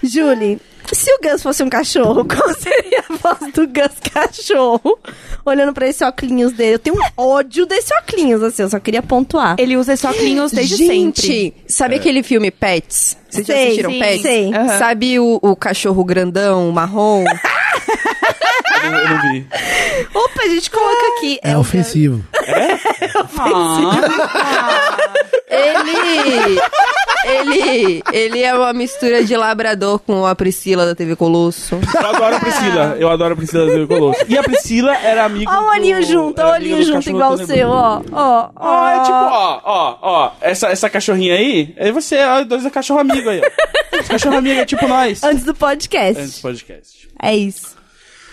Speaker 1: Julie, se o Gus fosse um cachorro, (laughs) qual seria a voz do Gus cachorro? Olhando pra esse óculos dele. Eu tenho um ódio desse óculos, assim, eu só queria pontuar.
Speaker 3: Ele usa só clinhos desde
Speaker 4: Gente,
Speaker 3: sempre.
Speaker 4: sabe
Speaker 5: É.
Speaker 4: aquele filme Pets? Vocês já
Speaker 1: Sei,
Speaker 4: assistiram
Speaker 1: sim,
Speaker 4: Pets?
Speaker 1: sei.
Speaker 3: Aham.
Speaker 4: Sabe o, o cachorro
Speaker 1: (laughs)
Speaker 4: grandão, marrom?
Speaker 2: Eu não, eu não vi.
Speaker 1: Opa, a gente coloca aqui.
Speaker 5: É ofensivo.
Speaker 1: Ah,
Speaker 4: ele. Ele. Ele é uma mistura de labrador com a Priscila da TV Colosso.
Speaker 2: Eu adoro a Priscila. Eu adoro a Priscila do Colosso. E a Priscila era amiga.
Speaker 1: Ó o olhinho
Speaker 2: do-
Speaker 1: junto, ó
Speaker 2: era
Speaker 1: o
Speaker 2: amiga
Speaker 1: olhinho
Speaker 2: do
Speaker 1: junto
Speaker 2: cachorro
Speaker 1: igual o
Speaker 2: que eu
Speaker 1: seu, Ah.
Speaker 2: lembrei.
Speaker 1: ó. Ó, ó.
Speaker 2: Ó, é tipo, ó, ó, ó. Essa, essa cachorrinha aí é você, ó, dois é cachorro amigo aí, ó. Esse cachorro amigo é tipo nós.
Speaker 1: Antes do podcast.
Speaker 2: Antes do podcast.
Speaker 1: É isso.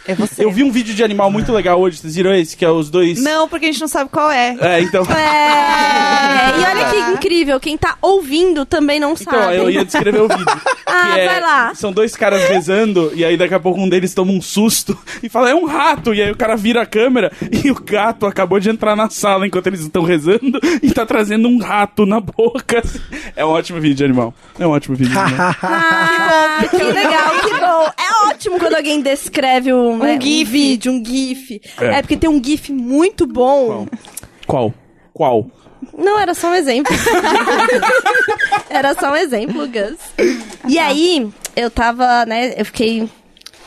Speaker 4: É você.
Speaker 2: Eu vi um vídeo de animal muito legal hoje, vocês viram esse? Que é os dois.
Speaker 3: Não, porque a gente não sabe qual é.
Speaker 2: É, então. (laughs)
Speaker 1: É, e olha que incrível, quem tá ouvindo também não
Speaker 2: Então,
Speaker 1: sabe.
Speaker 2: eu ia descrever
Speaker 1: (laughs)
Speaker 2: o vídeo.
Speaker 1: Tá, Ah,
Speaker 2: que é-
Speaker 1: vai lá.
Speaker 2: São dois caras rezando, e aí daqui a pouco um deles toma um susto (laughs) e fala, é um rato. E aí o cara vira a câmera e o gato acabou de entrar na sala enquanto eles estão rezando e tá trazendo um rato na boca. É um ótimo vídeo, animal. É um ótimo vídeo. animal.
Speaker 1: Ah, que legal, que bom.
Speaker 2: (laughs)
Speaker 1: É ótimo quando alguém descreve um, né, um
Speaker 3: gif.
Speaker 1: vídeo, um gif. É.
Speaker 2: É.
Speaker 1: porque tem um gif muito bom.
Speaker 2: (laughs) Qual? Qual?
Speaker 1: Não, era só um exemplo.
Speaker 2: (laughs)
Speaker 1: era só um exemplo, Gus. E
Speaker 2: Tá.
Speaker 1: aí, eu tava, né, eu fiquei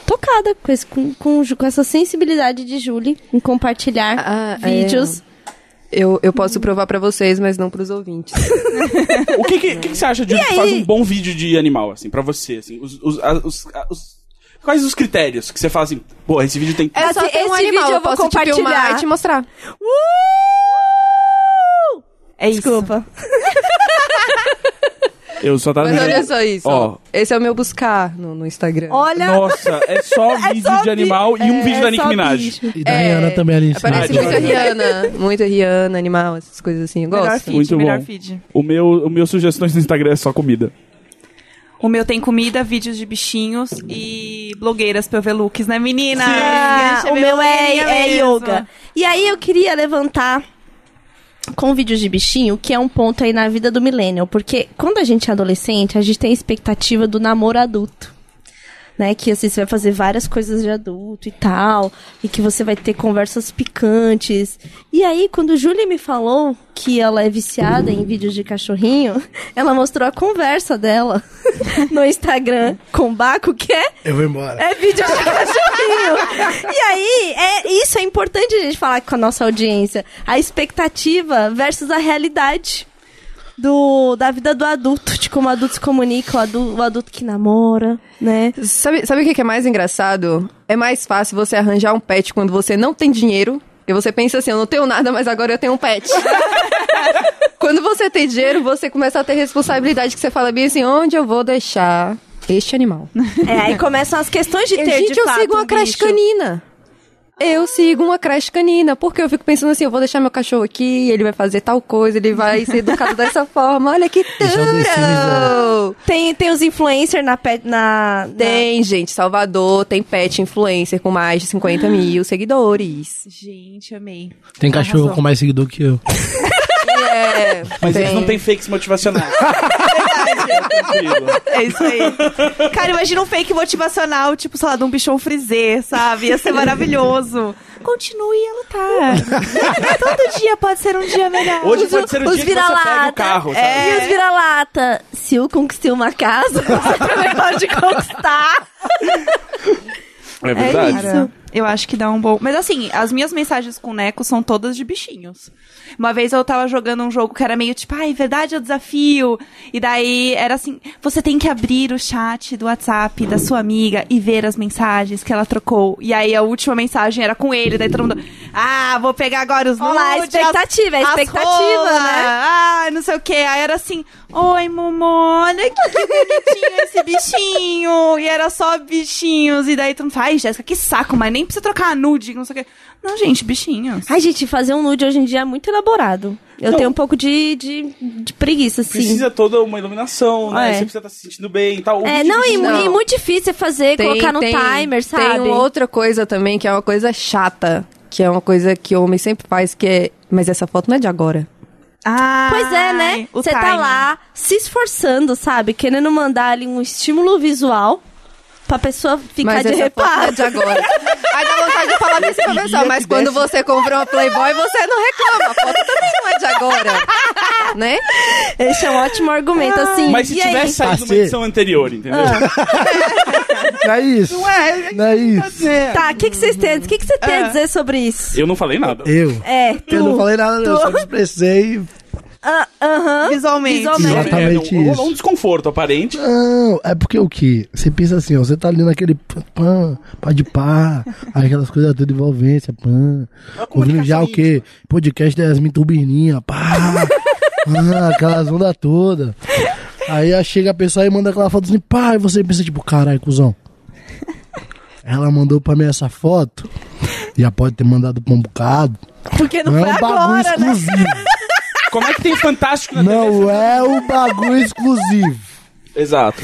Speaker 1: tocada com, esse- com, com, com essa sensibilidade de Julie em compartilhar
Speaker 4: Ah, é.
Speaker 1: vídeos.
Speaker 4: Eu, eu posso provar pra vocês, mas não pros ouvintes.
Speaker 2: O que, que, que que você acha de um que
Speaker 1: aí?
Speaker 2: faz um bom vídeo de animal, assim, pra você? Assim, os, os, a- os- a- os- quais os critérios que você fala assim, pô, esse vídeo tem...
Speaker 1: É só ter um animal, eu posso
Speaker 4: tipo,
Speaker 1: te filmar e te
Speaker 4: mostrar.
Speaker 3: É isso.
Speaker 1: Desculpa.
Speaker 2: Eu só tava...
Speaker 4: Mas olha
Speaker 2: lembrando-
Speaker 4: só isso.
Speaker 2: Ó.
Speaker 4: Esse é o meu buscar no, no Instagram.
Speaker 1: Olha,
Speaker 2: Nossa, (laughs) é só vídeo
Speaker 1: só
Speaker 2: de
Speaker 1: vi-
Speaker 2: animal e um
Speaker 1: é
Speaker 2: vídeo da Nick
Speaker 1: só
Speaker 2: Minaj.
Speaker 1: bicho.
Speaker 5: E da
Speaker 4: É,
Speaker 5: Rihanna também ali em cima.
Speaker 4: Aparece
Speaker 2: Ah,
Speaker 4: muito a
Speaker 2: adoro.
Speaker 4: Rihanna. Muito a Rihanna, animal, essas coisas assim. Eu
Speaker 3: Melhor
Speaker 4: gosto.
Speaker 3: feed,
Speaker 2: Muito
Speaker 3: melhor
Speaker 2: bom.
Speaker 3: feed.
Speaker 2: O meu, o meu sugestões no Instagram é só comida.
Speaker 3: O meu tem comida, vídeos de bichinhos e blogueiras pra eu ver looks, né, menina?
Speaker 1: Ah,
Speaker 3: Gente,
Speaker 1: o meu é,
Speaker 3: blogueirinha
Speaker 1: é
Speaker 3: mesmo.
Speaker 1: yoga. E aí eu queria levantar com vídeos de bichinho, que é um ponto aí na vida do millennial. Porque quando a gente é adolescente, a gente tem a expectativa do namoro adulto. Né, que assim, você vai fazer várias coisas de adulto e tal, e que você vai ter conversas picantes. E aí, quando Júlia me falou que ela é viciada em vídeos de cachorrinho, (laughs) ela mostrou a conversa dela (laughs) no Instagram com o Baco, que é
Speaker 5: Eu vou embora.
Speaker 1: é vídeo de cachorrinho. e aí, é, isso é importante a gente falar com a nossa audiência. A expectativa versus a realidade do, da vida do adulto, de como adultos comunicam, o adu- o adulto que namora, né?
Speaker 4: Sabe, sabe o que que é mais engraçado? É mais fácil você arranjar um pet quando você não tem dinheiro. E você pensa assim, eu não tenho nada, mas agora eu tenho um (laughs) pet. quando você tem dinheiro, você começa a ter responsabilidade que você fala bem assim, onde eu vou deixar este (laughs) animal?
Speaker 1: É, aí começam as questões de ter,
Speaker 4: Gente,
Speaker 1: de
Speaker 4: eu
Speaker 1: fato,
Speaker 4: sigo
Speaker 1: um
Speaker 4: uma creche
Speaker 1: bicho. Ah.
Speaker 4: canina. Eu sigo uma creche canina, porque eu fico pensando assim, eu vou deixar meu cachorro aqui, ele vai fazer tal coisa, ele vai ser educado dessa forma. Olha que
Speaker 5: é o The Sims,
Speaker 4: tão!
Speaker 1: Tem, tem os influencers na, pe- na, na-
Speaker 4: Tem, gente, Salvador tem pet influencer com mais de
Speaker 1: Ah.
Speaker 4: 50 mil seguidores.
Speaker 3: Gente, amei.
Speaker 5: Tem cachorro com mais seguidor que eu.
Speaker 4: É,
Speaker 2: Mas
Speaker 4: tem.
Speaker 2: eles não têm fakes (laughs) motivacionais. Tranquilo.
Speaker 3: É isso aí. (laughs) Cara, imagina um fake motivacional, tipo, sei lá, de um bichão frisê, sabe? Ia ser maravilhoso. Continue a lutar.
Speaker 1: (laughs)
Speaker 3: Todo dia pode ser um dia melhor.
Speaker 2: Hoje pode ser o
Speaker 1: os
Speaker 2: dia que você pega
Speaker 1: vira-lata.
Speaker 2: o carro, sabe?
Speaker 1: E
Speaker 4: É.
Speaker 1: os vira-lata, se eu conquistei uma casa, (laughs) você também pode conquistar.
Speaker 2: É
Speaker 3: Cara, eu acho que dá um bom. Mas assim, as minhas mensagens com o Neco são todas de bichinhos. Uma vez eu tava jogando um jogo que era meio tipo, ai, verdade é o desafio. E daí era assim: você tem que abrir o chat do WhatsApp da sua amiga e ver as mensagens que ela trocou. E aí a última mensagem era com ele, daí todo mundo, ah, vou pegar agora os
Speaker 1: Olha lá, a
Speaker 3: nudes,
Speaker 1: expectativa, é a
Speaker 3: as
Speaker 1: expectativa,
Speaker 3: rola,
Speaker 1: né?
Speaker 3: Ah, não sei o que. Aí era assim, oi, Momô, olha que, que bonitinho esse bichinho. E era só bichinhos. E daí tu não fala, ai, Jéssica, que saco, mas nem precisa trocar a nude, não sei o quê. Não, gente, bichinhos.
Speaker 1: Ai, gente, fazer um nude hoje em dia é muito elaborado. Eu tenho um pouco de, de, de preguiça, assim.
Speaker 2: Precisa toda uma iluminação, né?
Speaker 1: É.
Speaker 2: Você precisa estar se sentindo bem e tal. O
Speaker 1: É,
Speaker 2: vídeo
Speaker 1: não,
Speaker 2: de-
Speaker 1: e,
Speaker 4: Não.
Speaker 1: e muito difícil é fazer, colocar no timer, sabe?
Speaker 4: Tem um uma outra coisa também, que é uma coisa chata, que é uma coisa que homem sempre faz, que é... Mas essa foto não é de agora.
Speaker 3: Ah,
Speaker 1: Pois é, né? Você tá lá se esforçando, sabe? Querendo mandar ali um estímulo visual pra pessoa ficar
Speaker 4: mas
Speaker 1: de
Speaker 4: essa foto não é
Speaker 1: reparo.
Speaker 4: de agora. Aí dá vontade de falar
Speaker 2: (laughs)
Speaker 4: isso pra pessoa, mas quando você comprou uma Playboy, você não reclama. A foto também não é de
Speaker 1: (laughs)
Speaker 4: agora. Né?
Speaker 1: Esse é um ótimo argumento, assim.
Speaker 2: Ah. Mas se
Speaker 1: e aí?
Speaker 2: tivesse saído numa
Speaker 5: Parceiro.
Speaker 2: edição anterior, entendeu?
Speaker 5: Não é isso. Não é, isso.
Speaker 1: Tá, o que que vocês têm? O que que você
Speaker 2: É.
Speaker 1: tem a dizer sobre isso?
Speaker 2: Eu não falei nada.
Speaker 5: Eu.
Speaker 1: É, tu.
Speaker 5: Eu não falei nada, não. Eu só me expressei.
Speaker 1: Ah, Aham.
Speaker 3: Visualmente.
Speaker 1: Visualmente.
Speaker 2: É,
Speaker 5: Exatamente
Speaker 2: não,
Speaker 5: isso.
Speaker 2: rolou um desconforto aparente.
Speaker 5: Não, é porque o que? Você pensa assim, ó, você tá ali naquele pã, pã, pá
Speaker 1: (laughs)
Speaker 5: de pá, aí aquelas coisas tudo envolvência, pã. Ouvindo já o quê? Podcast da Yasmin Turbininha, pá,
Speaker 1: (laughs)
Speaker 5: pã, aquelas ondas todas. Aí ó, chega a pessoa e manda aquela foto assim, pá, e você pensa tipo, caralho, cuzão. Ela mandou pra mim essa foto, já pode ter mandado pra um bocado.
Speaker 1: Porque não,
Speaker 5: Não
Speaker 1: foi
Speaker 5: é um bagulho
Speaker 1: agora, né?
Speaker 5: exclusivo.
Speaker 2: Como é que tem fantástico na TV?
Speaker 5: Não é o bagulho exclusivo.
Speaker 2: Exato.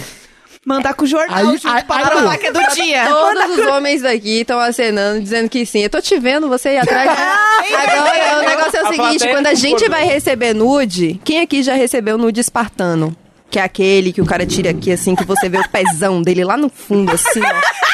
Speaker 3: Mandar com o jornal
Speaker 5: Aí-
Speaker 3: junto
Speaker 5: aí-
Speaker 3: pra
Speaker 5: aí-
Speaker 3: provar que é do dia.
Speaker 4: Todos os homens daqui estão acenando, dizendo que sim. Eu tô te vendo, você aí
Speaker 3: (laughs)
Speaker 4: atrás. Agora, o negócio é o
Speaker 2: A
Speaker 4: seguinte:
Speaker 2: plateia
Speaker 4: quando a gente
Speaker 2: concordou.
Speaker 4: vai receber nude, quem aqui já recebeu nude espartano? Que é aquele que o cara tira aqui, assim, que você vê o pezão dele lá no fundo, assim, ó.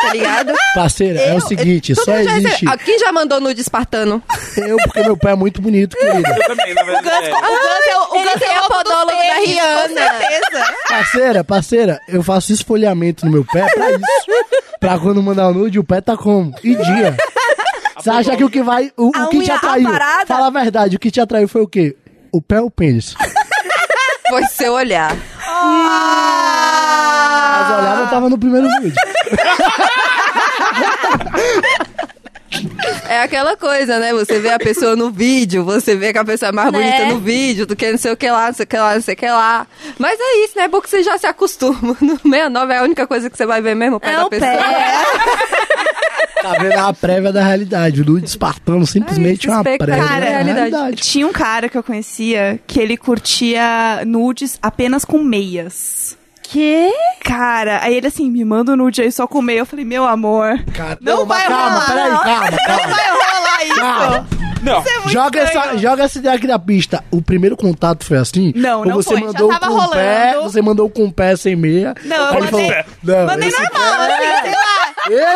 Speaker 4: Tá ligado?
Speaker 5: Parceira, é o seguinte,
Speaker 4: Todo
Speaker 5: só
Speaker 4: mundo já recebeu.
Speaker 5: existe.
Speaker 4: Ah, Quem já mandou nude espartano?
Speaker 5: Eu, porque meu pai é muito bonito, querido.
Speaker 2: Eu também, na verdade.
Speaker 3: O Gus é o- o
Speaker 4: Ele
Speaker 3: Gus
Speaker 4: tem
Speaker 3: é
Speaker 4: a
Speaker 3: o
Speaker 4: podóloga da Rihanna.
Speaker 3: certeza.
Speaker 5: Parceira, parceira, eu faço esfolhamento no meu pé pra isso. Pra quando mandar o nude, o pé tá como? E dia. Você acha que o que vai. O,
Speaker 1: A
Speaker 5: o que te
Speaker 1: unha
Speaker 5: atraiu?
Speaker 1: aparada?
Speaker 5: Fala a verdade, o que te atraiu foi o quê? O pé ou o pênis?
Speaker 4: Foi seu olhar.
Speaker 5: Mas olhava, eu tava no primeiro nude.
Speaker 4: É aquela coisa, né? Você vê a pessoa no vídeo, você vê que a pessoa é mais
Speaker 1: Né?
Speaker 4: bonita no vídeo do que não sei o que lá, não sei o que lá, não sei o que lá. Mas é isso, né? É bom que você já se acostuma. (laughs) No 69 é a única coisa que você vai ver mesmo, o pé
Speaker 1: É
Speaker 4: da
Speaker 1: o
Speaker 4: pessoa. (laughs)
Speaker 1: pé.
Speaker 5: Tá vendo a prévia da realidade. O nude espartano simplesmente é,
Speaker 4: É isso,
Speaker 5: uma prévia
Speaker 4: espectáculo,
Speaker 5: da
Speaker 4: é a
Speaker 5: realidade.
Speaker 4: realidade.
Speaker 3: Tinha um cara que eu conhecia que ele curtia nudes apenas com meias.
Speaker 1: quê?
Speaker 3: Cara, aí ele assim, me manda um nude aí só com o meio. Eu falei, meu amor,
Speaker 5: Cara,
Speaker 3: Não vai
Speaker 5: calma,
Speaker 3: rolar.
Speaker 5: peraí, calma,
Speaker 3: não
Speaker 5: calma.
Speaker 3: vai rolar isso.
Speaker 5: Calma.
Speaker 2: Não,
Speaker 3: Isso é muito
Speaker 5: Joga essa,
Speaker 3: estranho.
Speaker 5: joga essa ideia aqui da pista. O primeiro contato foi assim?
Speaker 3: Não,
Speaker 5: Ou
Speaker 3: não
Speaker 5: você
Speaker 3: foi. Já
Speaker 5: Mandou
Speaker 3: tava
Speaker 5: com o Pé,
Speaker 3: rolando.
Speaker 5: você mandou com o pé sem meia.
Speaker 3: Não,
Speaker 5: Aí
Speaker 3: eu
Speaker 5: ele
Speaker 3: mandei,
Speaker 5: falou, não,
Speaker 3: mandei
Speaker 5: esse é
Speaker 3: normal, assim, sei lá.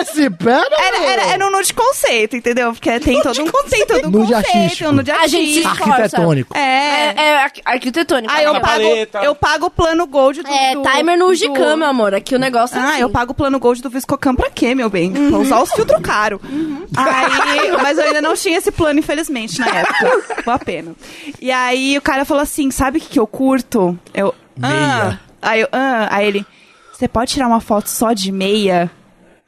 Speaker 5: Esse pé não. é
Speaker 3: Era, era, era um nude conceito, entendeu? Porque tem todo um conceito do
Speaker 5: Nude
Speaker 3: conceito,
Speaker 5: artístico.
Speaker 3: um nude
Speaker 1: A gente se
Speaker 3: artístico.
Speaker 5: Arquitetônico.
Speaker 3: É.
Speaker 1: É, é arqu- arquitetônico.
Speaker 4: Ah,
Speaker 3: Aí eu
Speaker 2: Na
Speaker 3: pago,
Speaker 2: paleta.
Speaker 3: eu pago o plano gold do...
Speaker 1: É,
Speaker 3: do-
Speaker 1: timer no Ugicam,
Speaker 3: do-
Speaker 1: meu amor. Aqui o negócio é
Speaker 3: Ah,
Speaker 1: assim. Uhum.
Speaker 3: eu pago o plano Gold do Viscocan pra quê, meu bem? Pra usar os filtros caros. Aí, mas eu ainda não tinha esse plano, infelizmente, na época. Vou a pena. E aí o cara falou assim: sabe o que, que eu curto? Eu. Ah. Aí eu, ah. Aí ele, você pode tirar uma foto só de meia?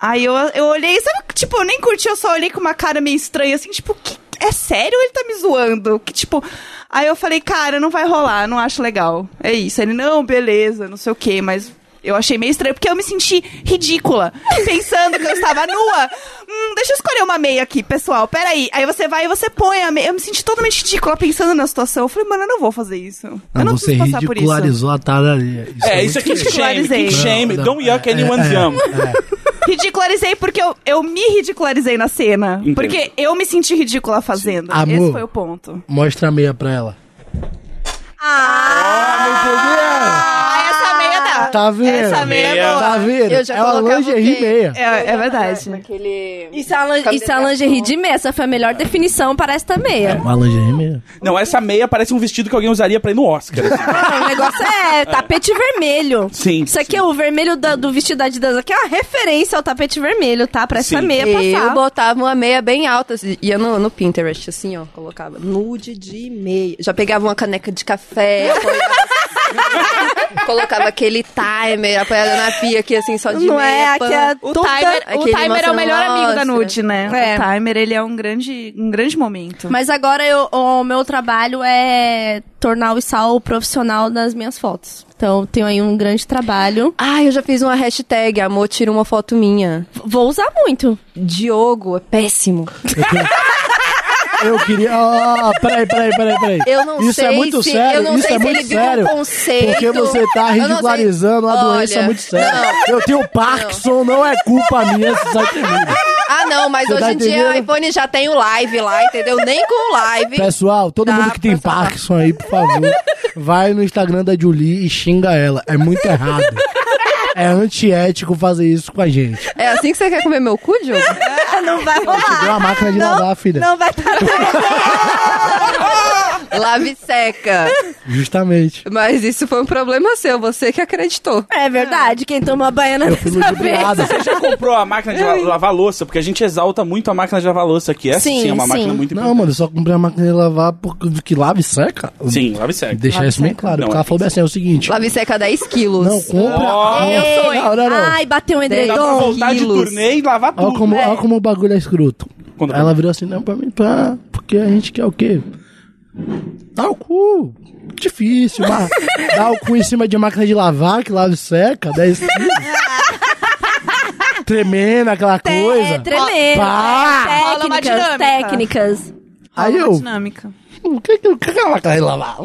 Speaker 3: Aí eu, eu olhei, sabe, tipo, eu nem curti, eu só olhei com uma cara meio estranha, assim, tipo, que, é sério ou ele tá me zoando? Que tipo. Aí eu falei, cara, não vai rolar, não acho legal. É isso. Ele, não, beleza, não sei o quê, mas eu achei meio estranho, porque eu me senti ridícula, pensando que eu estava nua. Hum, deixa eu escolher uma meia aqui, pessoal, peraí. Aí você vai e você põe a meia. Eu me senti totalmente ridícula pensando na situação. Eu falei, mano, eu não vou fazer isso. eu não
Speaker 5: Ah, você
Speaker 3: preciso passar por isso.
Speaker 5: ridicularizou a talaria. Isso
Speaker 2: É, isso
Speaker 5: muito
Speaker 2: aqui é shame,
Speaker 5: feio.
Speaker 3: Não,
Speaker 2: kink shame.
Speaker 5: não,
Speaker 2: Don't yuck
Speaker 5: é,
Speaker 2: anyone's
Speaker 5: é,
Speaker 2: yum.
Speaker 3: Ridicularizei porque eu, eu me ridicularizei na cena.
Speaker 2: Entendo.
Speaker 3: Porque eu me senti ridícula fazendo.
Speaker 5: Amor.
Speaker 3: Esse foi o ponto.
Speaker 5: Mostra a meia pra ela. Ah,
Speaker 3: Ah, essa meia dá.
Speaker 5: Tá vendo?
Speaker 3: Essa meia,
Speaker 2: Meia.
Speaker 3: dá.
Speaker 5: Tá vendo?
Speaker 4: Eu já
Speaker 5: é uma
Speaker 4: coloquei, eu
Speaker 5: lingerie
Speaker 4: coloquei.
Speaker 5: meia.
Speaker 3: É, é verdade.
Speaker 4: Naquele...
Speaker 1: Isso é a lan- isso é a lingerie de meia. Essa foi a melhor definição para esta
Speaker 5: (laughs)
Speaker 1: meia.
Speaker 5: É Uma lingerie meia.
Speaker 2: Não, essa meia parece um vestido que alguém usaria pra ir no Oscar. assim.
Speaker 1: o negócio é tapete vermelho.
Speaker 2: Sim,
Speaker 1: Isso aqui
Speaker 2: sim.
Speaker 1: é o vermelho da- do vestido da Adidas. Aqui é uma referência ao tapete vermelho, tá? Pra essa
Speaker 2: Sim.
Speaker 1: meia
Speaker 4: Eu
Speaker 1: passar.
Speaker 4: botava uma meia bem alta, assim, ia no, no Pinterest, assim, ó, colocava nude de meia. Já pegava uma caneca de café, (laughs) apoiava assim, colocava aquele timer apoiada na pia aqui, assim, só de
Speaker 1: Não
Speaker 4: meia.
Speaker 1: é,
Speaker 4: pã.
Speaker 1: aqui é
Speaker 3: O
Speaker 1: toda-
Speaker 3: timer, o
Speaker 4: aquele
Speaker 3: timer é o
Speaker 4: mostrando
Speaker 3: melhor amigo da
Speaker 4: amostra.
Speaker 3: nude, né?
Speaker 1: É.
Speaker 3: O timer, ele é um grande, um grande momento.
Speaker 1: Mas agora eu- o meu trabalho é tornar o sal profissional nas minhas fotos. Então eu tenho aí um grande trabalho.
Speaker 4: Ah, eu já fiz uma hashtag, amor, tira uma foto minha.
Speaker 1: Vou usar muito.
Speaker 4: Diogo, é péssimo.
Speaker 5: Eu queria. Ah, peraí, peraí, peraí, peraí.
Speaker 4: Eu não
Speaker 5: isso
Speaker 4: sei
Speaker 5: é muito
Speaker 4: se,
Speaker 5: sério,
Speaker 4: eu não
Speaker 5: isso
Speaker 4: sei
Speaker 5: é
Speaker 4: se
Speaker 5: muito
Speaker 4: ele viu o
Speaker 5: sério.
Speaker 4: conceito.
Speaker 5: Porque você tá
Speaker 4: Eu não sei.
Speaker 5: ridicularizando uma doença é
Speaker 4: Olha,
Speaker 5: muito séria.
Speaker 4: não.
Speaker 5: Eu tenho Parkinson, não é culpa minha se sai
Speaker 4: (laughs)
Speaker 5: comigo.
Speaker 4: Ah, não, mas
Speaker 5: Você
Speaker 4: hoje
Speaker 5: tá
Speaker 4: em dia o
Speaker 5: entendendo?
Speaker 4: iPhone já tem o live lá, entendeu? Nem com o live.
Speaker 5: Pessoal, todo
Speaker 4: Dá
Speaker 5: mundo que tem
Speaker 4: pra salvar.
Speaker 5: Parkinson aí, por favor, vai no Instagram da Julie e xinga ela. É muito errado. É antiético fazer isso com a gente.
Speaker 4: É assim que você quer comer meu cu, Diogo?
Speaker 1: Não vai rolar.
Speaker 4: Ah,
Speaker 5: Deu uma máquina de lavar, filha.
Speaker 1: Não vai estar
Speaker 4: Lave seca.
Speaker 5: Justamente.
Speaker 4: Mas isso foi um problema seu, você que acreditou.
Speaker 1: É verdade, quem toma baiana
Speaker 5: Eu fui
Speaker 1: dessa vez.
Speaker 5: ludibriado.
Speaker 2: Já
Speaker 1: um
Speaker 2: comprou a máquina de la- lavar louça? Porque a gente exalta muito a máquina de lavar louça aqui. Essa sim,
Speaker 1: É. Sim,
Speaker 2: é uma
Speaker 1: sim.
Speaker 2: máquina muito
Speaker 5: Não,
Speaker 2: importante.
Speaker 5: mano, eu só comprei a máquina de lavar porque que lava e seca.
Speaker 2: Sim, lave segue.
Speaker 5: Deixar isso bem claro.
Speaker 2: Não,
Speaker 5: porque ela
Speaker 2: é
Speaker 5: falou bem assim, é o seguinte.
Speaker 4: Lave seca 10 quilos.
Speaker 5: Não, compra.
Speaker 2: Oh, meu
Speaker 5: Não, Não, não, não.
Speaker 1: É. Ai, bateu um
Speaker 2: Dá pra
Speaker 1: edredom.
Speaker 2: voltar de
Speaker 4: quilos.
Speaker 2: turnê e lavar tudo.
Speaker 5: Olha como, olha como o bagulho é escroto.
Speaker 2: Conta pra
Speaker 5: Ela virou assim, não, pra mim, pá, porque a gente quer o quê? Dá o cu. Difícil, mas dá o cu em cima de máquina de lavar, que lava e seca, 10 quilos. Tremendo aquela
Speaker 1: É,
Speaker 5: coisa.
Speaker 1: tremendo. É
Speaker 5: Pá!
Speaker 3: Rola uma
Speaker 1: Técnicas,
Speaker 3: dinâmica.
Speaker 1: técnicas.
Speaker 5: Aí
Speaker 3: Uma
Speaker 5: eu,
Speaker 3: dinâmica.
Speaker 5: o que que o que que é uma máquina de lavar?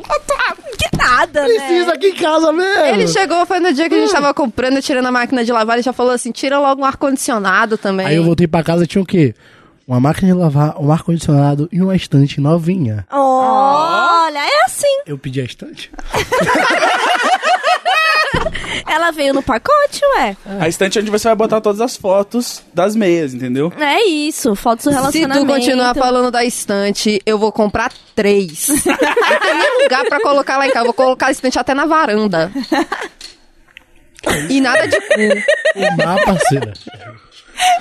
Speaker 1: Que Ah, nada, né?
Speaker 5: Precisa aqui em casa mesmo.
Speaker 4: Ele chegou, foi no dia que a
Speaker 5: Hum.
Speaker 4: gente tava comprando e tirando a máquina de lavar, ele já falou assim, tira logo um ar-condicionado também.
Speaker 5: Aí eu voltei pra casa, tinha o quê? Uma máquina de lavar, um ar-condicionado e uma estante novinha.
Speaker 1: Olha, é assim.
Speaker 5: Eu pedi a estante?
Speaker 1: Ela veio no pacote, ué.
Speaker 2: A estante é onde você vai botar todas as fotos das meias, entendeu?
Speaker 1: É isso, foto do
Speaker 4: Se
Speaker 1: relacionamento.
Speaker 4: tu continuar falando da estante, eu vou comprar três. Não tem nem lugar pra colocar lá em casa. Eu Vou colocar a estante até na varanda. E nada de cu.
Speaker 5: Uma parceira.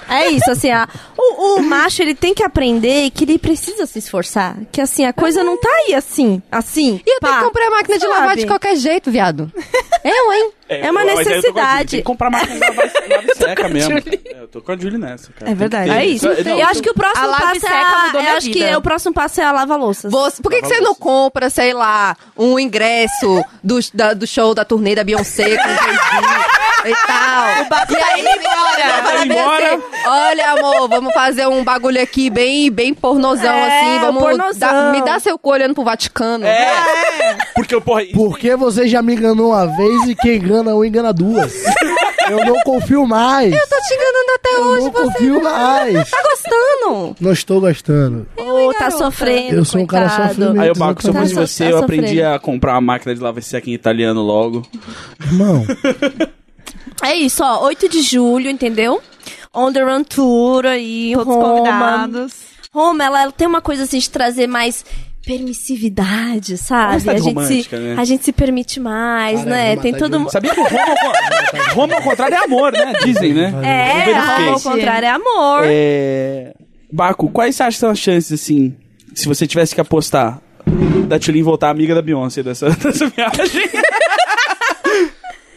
Speaker 1: É isso, assim, a, o, o macho, ele tem que aprender que ele precisa se esforçar. Que, assim, a coisa não tá aí assim, assim.
Speaker 4: E eu tenho
Speaker 1: pá.
Speaker 4: que comprar a máquina de
Speaker 1: Sabe?
Speaker 4: lavar de qualquer jeito, viado. Eu, hein?
Speaker 1: É uma
Speaker 2: mas aí eu tô com a
Speaker 1: necessidade.
Speaker 2: Julie, Tem que comprar máquina de lavar e lava e
Speaker 1: (laughs)
Speaker 2: seca mesmo. É, eu tô com a Julie nessa, cara.
Speaker 3: É verdade.
Speaker 1: É isso.
Speaker 2: Não, então,
Speaker 1: eu acho que o
Speaker 3: A
Speaker 1: próximo
Speaker 3: lave
Speaker 1: passo é
Speaker 3: seca
Speaker 1: a,
Speaker 3: mudou
Speaker 1: eu
Speaker 3: minha
Speaker 1: acho
Speaker 3: vida.
Speaker 1: que o próximo passo é a lava-louças.
Speaker 4: Você- por que, que você não compra, sei lá, um ingresso do, da- do show da turnê da Beyoncé com o Jay-Z? um e tal. e aí ele olha,
Speaker 2: Vai embora.
Speaker 4: assim, olha, amor, vamos fazer um bagulho aqui bem, bem pornozão,
Speaker 1: É,
Speaker 4: assim. Vamos
Speaker 1: pornozão.
Speaker 4: dar- me dá seu cu olhando pro Vaticano.
Speaker 2: É. Porque, porra, isso-
Speaker 5: Porque você já me enganou uma vez e quem engana um engana duas. Eu não confio mais. Eu
Speaker 1: Tô te enganando até
Speaker 5: não
Speaker 1: hoje, você
Speaker 5: confio
Speaker 1: (laughs)
Speaker 5: mais.
Speaker 1: tá gostando.
Speaker 5: Não estou gostando.
Speaker 1: Ou tá sofrendo,
Speaker 5: Eu sou um cara
Speaker 1: coitado.
Speaker 5: sofrido.
Speaker 2: Aí, o Baco, se eu
Speaker 5: Tá
Speaker 2: fosse
Speaker 1: so-
Speaker 2: você,
Speaker 1: tá
Speaker 2: eu aprendi
Speaker 1: sofrendo.
Speaker 2: a comprar uma máquina de lavar seca em italiano logo.
Speaker 5: Irmão,
Speaker 1: É isso, ó. 8 de julho, entendeu? On the Run Tour aí,
Speaker 3: Todos
Speaker 1: Roma.
Speaker 3: convidados.
Speaker 1: Roma, ela, ela tem uma coisa assim de trazer mais permissividade, sabe?
Speaker 2: cidade
Speaker 1: a, gente se,
Speaker 2: romântica, né?
Speaker 1: a gente se permite mais,
Speaker 5: Caramba,
Speaker 1: né? Tem
Speaker 5: tá
Speaker 1: todo
Speaker 5: demais.
Speaker 1: mundo.
Speaker 2: Sabia que Roma, ao con- (laughs) Roma ao contrário é amor, né? Dizem, né? Vamos
Speaker 1: É,
Speaker 2: ver se
Speaker 1: amor ao
Speaker 2: fez.
Speaker 1: contrário é amor.
Speaker 2: É... Baco, quais você acha que são as chances, assim, se você tivesse que apostar da Tulin voltar amiga da Beyoncé dessa, (laughs) dessa viagem?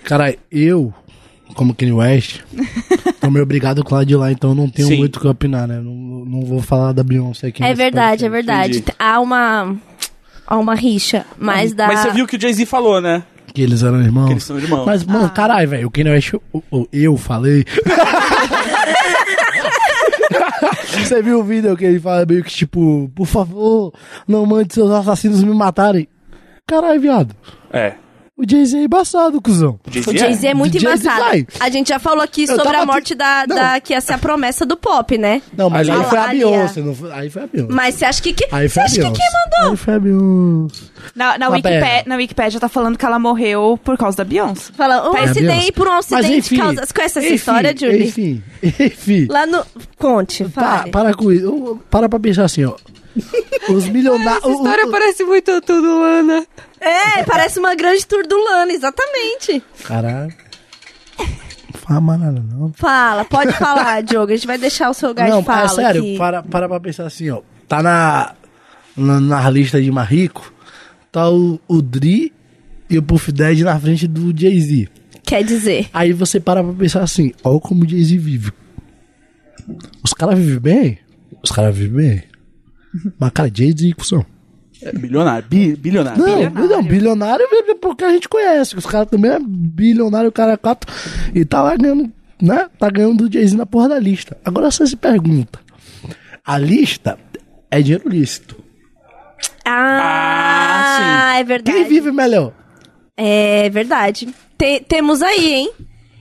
Speaker 5: caralho, eu, como Kanye West, tô meio obrigado com lá de lá, então não tenho
Speaker 2: Sim.
Speaker 5: muito o que opinar, né? Não, não vou falar da Beyoncé aqui.
Speaker 1: É
Speaker 5: nesse
Speaker 1: verdade, é
Speaker 5: podcast.
Speaker 1: verdade.
Speaker 2: Entendi.
Speaker 1: Há uma. Há uma rixa, mas da.
Speaker 2: Mas você viu o que o Jay-Z falou, né?
Speaker 5: Que eles eram irmãos.
Speaker 2: Que eles são irmãos.
Speaker 5: Mas, mano, caralho, velho, o Kanye West, o- o- eu (laughs) falei. Você viu o vídeo que ele fala meio que tipo, por favor, não mande seus assassinos me matarem. Caralho, viado.
Speaker 2: É.
Speaker 5: O Jay-Z é embaçado, cuzão.
Speaker 1: O Jay-Z é muito
Speaker 5: DJ
Speaker 1: embaçado.
Speaker 5: vai.
Speaker 1: A gente já falou aqui
Speaker 5: Eu
Speaker 1: sobre
Speaker 5: tava
Speaker 1: a morte
Speaker 5: te-
Speaker 1: da,
Speaker 5: Não.
Speaker 1: da. que ia ser a promessa do pop, né?
Speaker 5: Não, mas
Speaker 1: Ali-
Speaker 5: aí foi a
Speaker 1: Ali-
Speaker 5: Beyoncé. Não foi, aí foi a Beyoncé.
Speaker 1: Mas você acha que. que
Speaker 5: Aí
Speaker 1: você
Speaker 5: foi a
Speaker 1: acha que
Speaker 5: Beyoncé.
Speaker 1: quem mandou?
Speaker 5: Aí foi a Beyoncé.
Speaker 3: Na, na,
Speaker 5: Uma
Speaker 3: Wikipédia,
Speaker 5: pena.
Speaker 3: na Wikipédia tá falando que ela morreu por causa da Beyoncé.
Speaker 1: Fala, um
Speaker 5: É a
Speaker 1: acidente
Speaker 5: Beyoncé.
Speaker 1: por um acidente
Speaker 5: Mas, enfim,
Speaker 1: causa. Você conhece essa
Speaker 5: enfim,
Speaker 1: história, Julie?
Speaker 5: Enfim, enfim.
Speaker 1: Lá no. Conte,
Speaker 5: Para,
Speaker 1: fale.
Speaker 5: para com isso. Eu- Para pra pensar assim, ó. Os milionários...
Speaker 4: Essa história parece muito tudo, Ana.
Speaker 1: É, parece uma grande tour do Lana, exatamente.
Speaker 5: Caralho. Não fala mais nada, não.
Speaker 1: Fala, pode
Speaker 5: (laughs)
Speaker 1: falar, Diogo. A gente vai deixar o seu lugar
Speaker 5: não,
Speaker 1: de fala.
Speaker 5: é sério,
Speaker 1: aqui.
Speaker 5: para, para pra pensar assim, ó. Tá na, na, na lista de Marrico, tá o, o Dri e o Puff Daddy na frente do Jay-Z.
Speaker 1: Quer dizer.
Speaker 5: Aí você para pra pensar assim, olha como o Jay-Z vive. Os caras vivem bem? Os caras vivem bem. Mas, cara, Jay-Z, cuzão.
Speaker 2: é Bilionário. bi-
Speaker 1: Tá
Speaker 2: bilionário.
Speaker 5: Não, não, bilionário é porque a gente conhece. Os caras também é bilionário, o cara é quatro. E tá lá ganhando, né? Tá ganhando do Jay-Z na porra da lista. Agora você se pergunta: a lista é dinheiro lícito.
Speaker 1: Ah,
Speaker 2: Ah,
Speaker 1: é verdade.
Speaker 5: Quem vive melhor?
Speaker 1: É verdade. Te- temos aí, hein?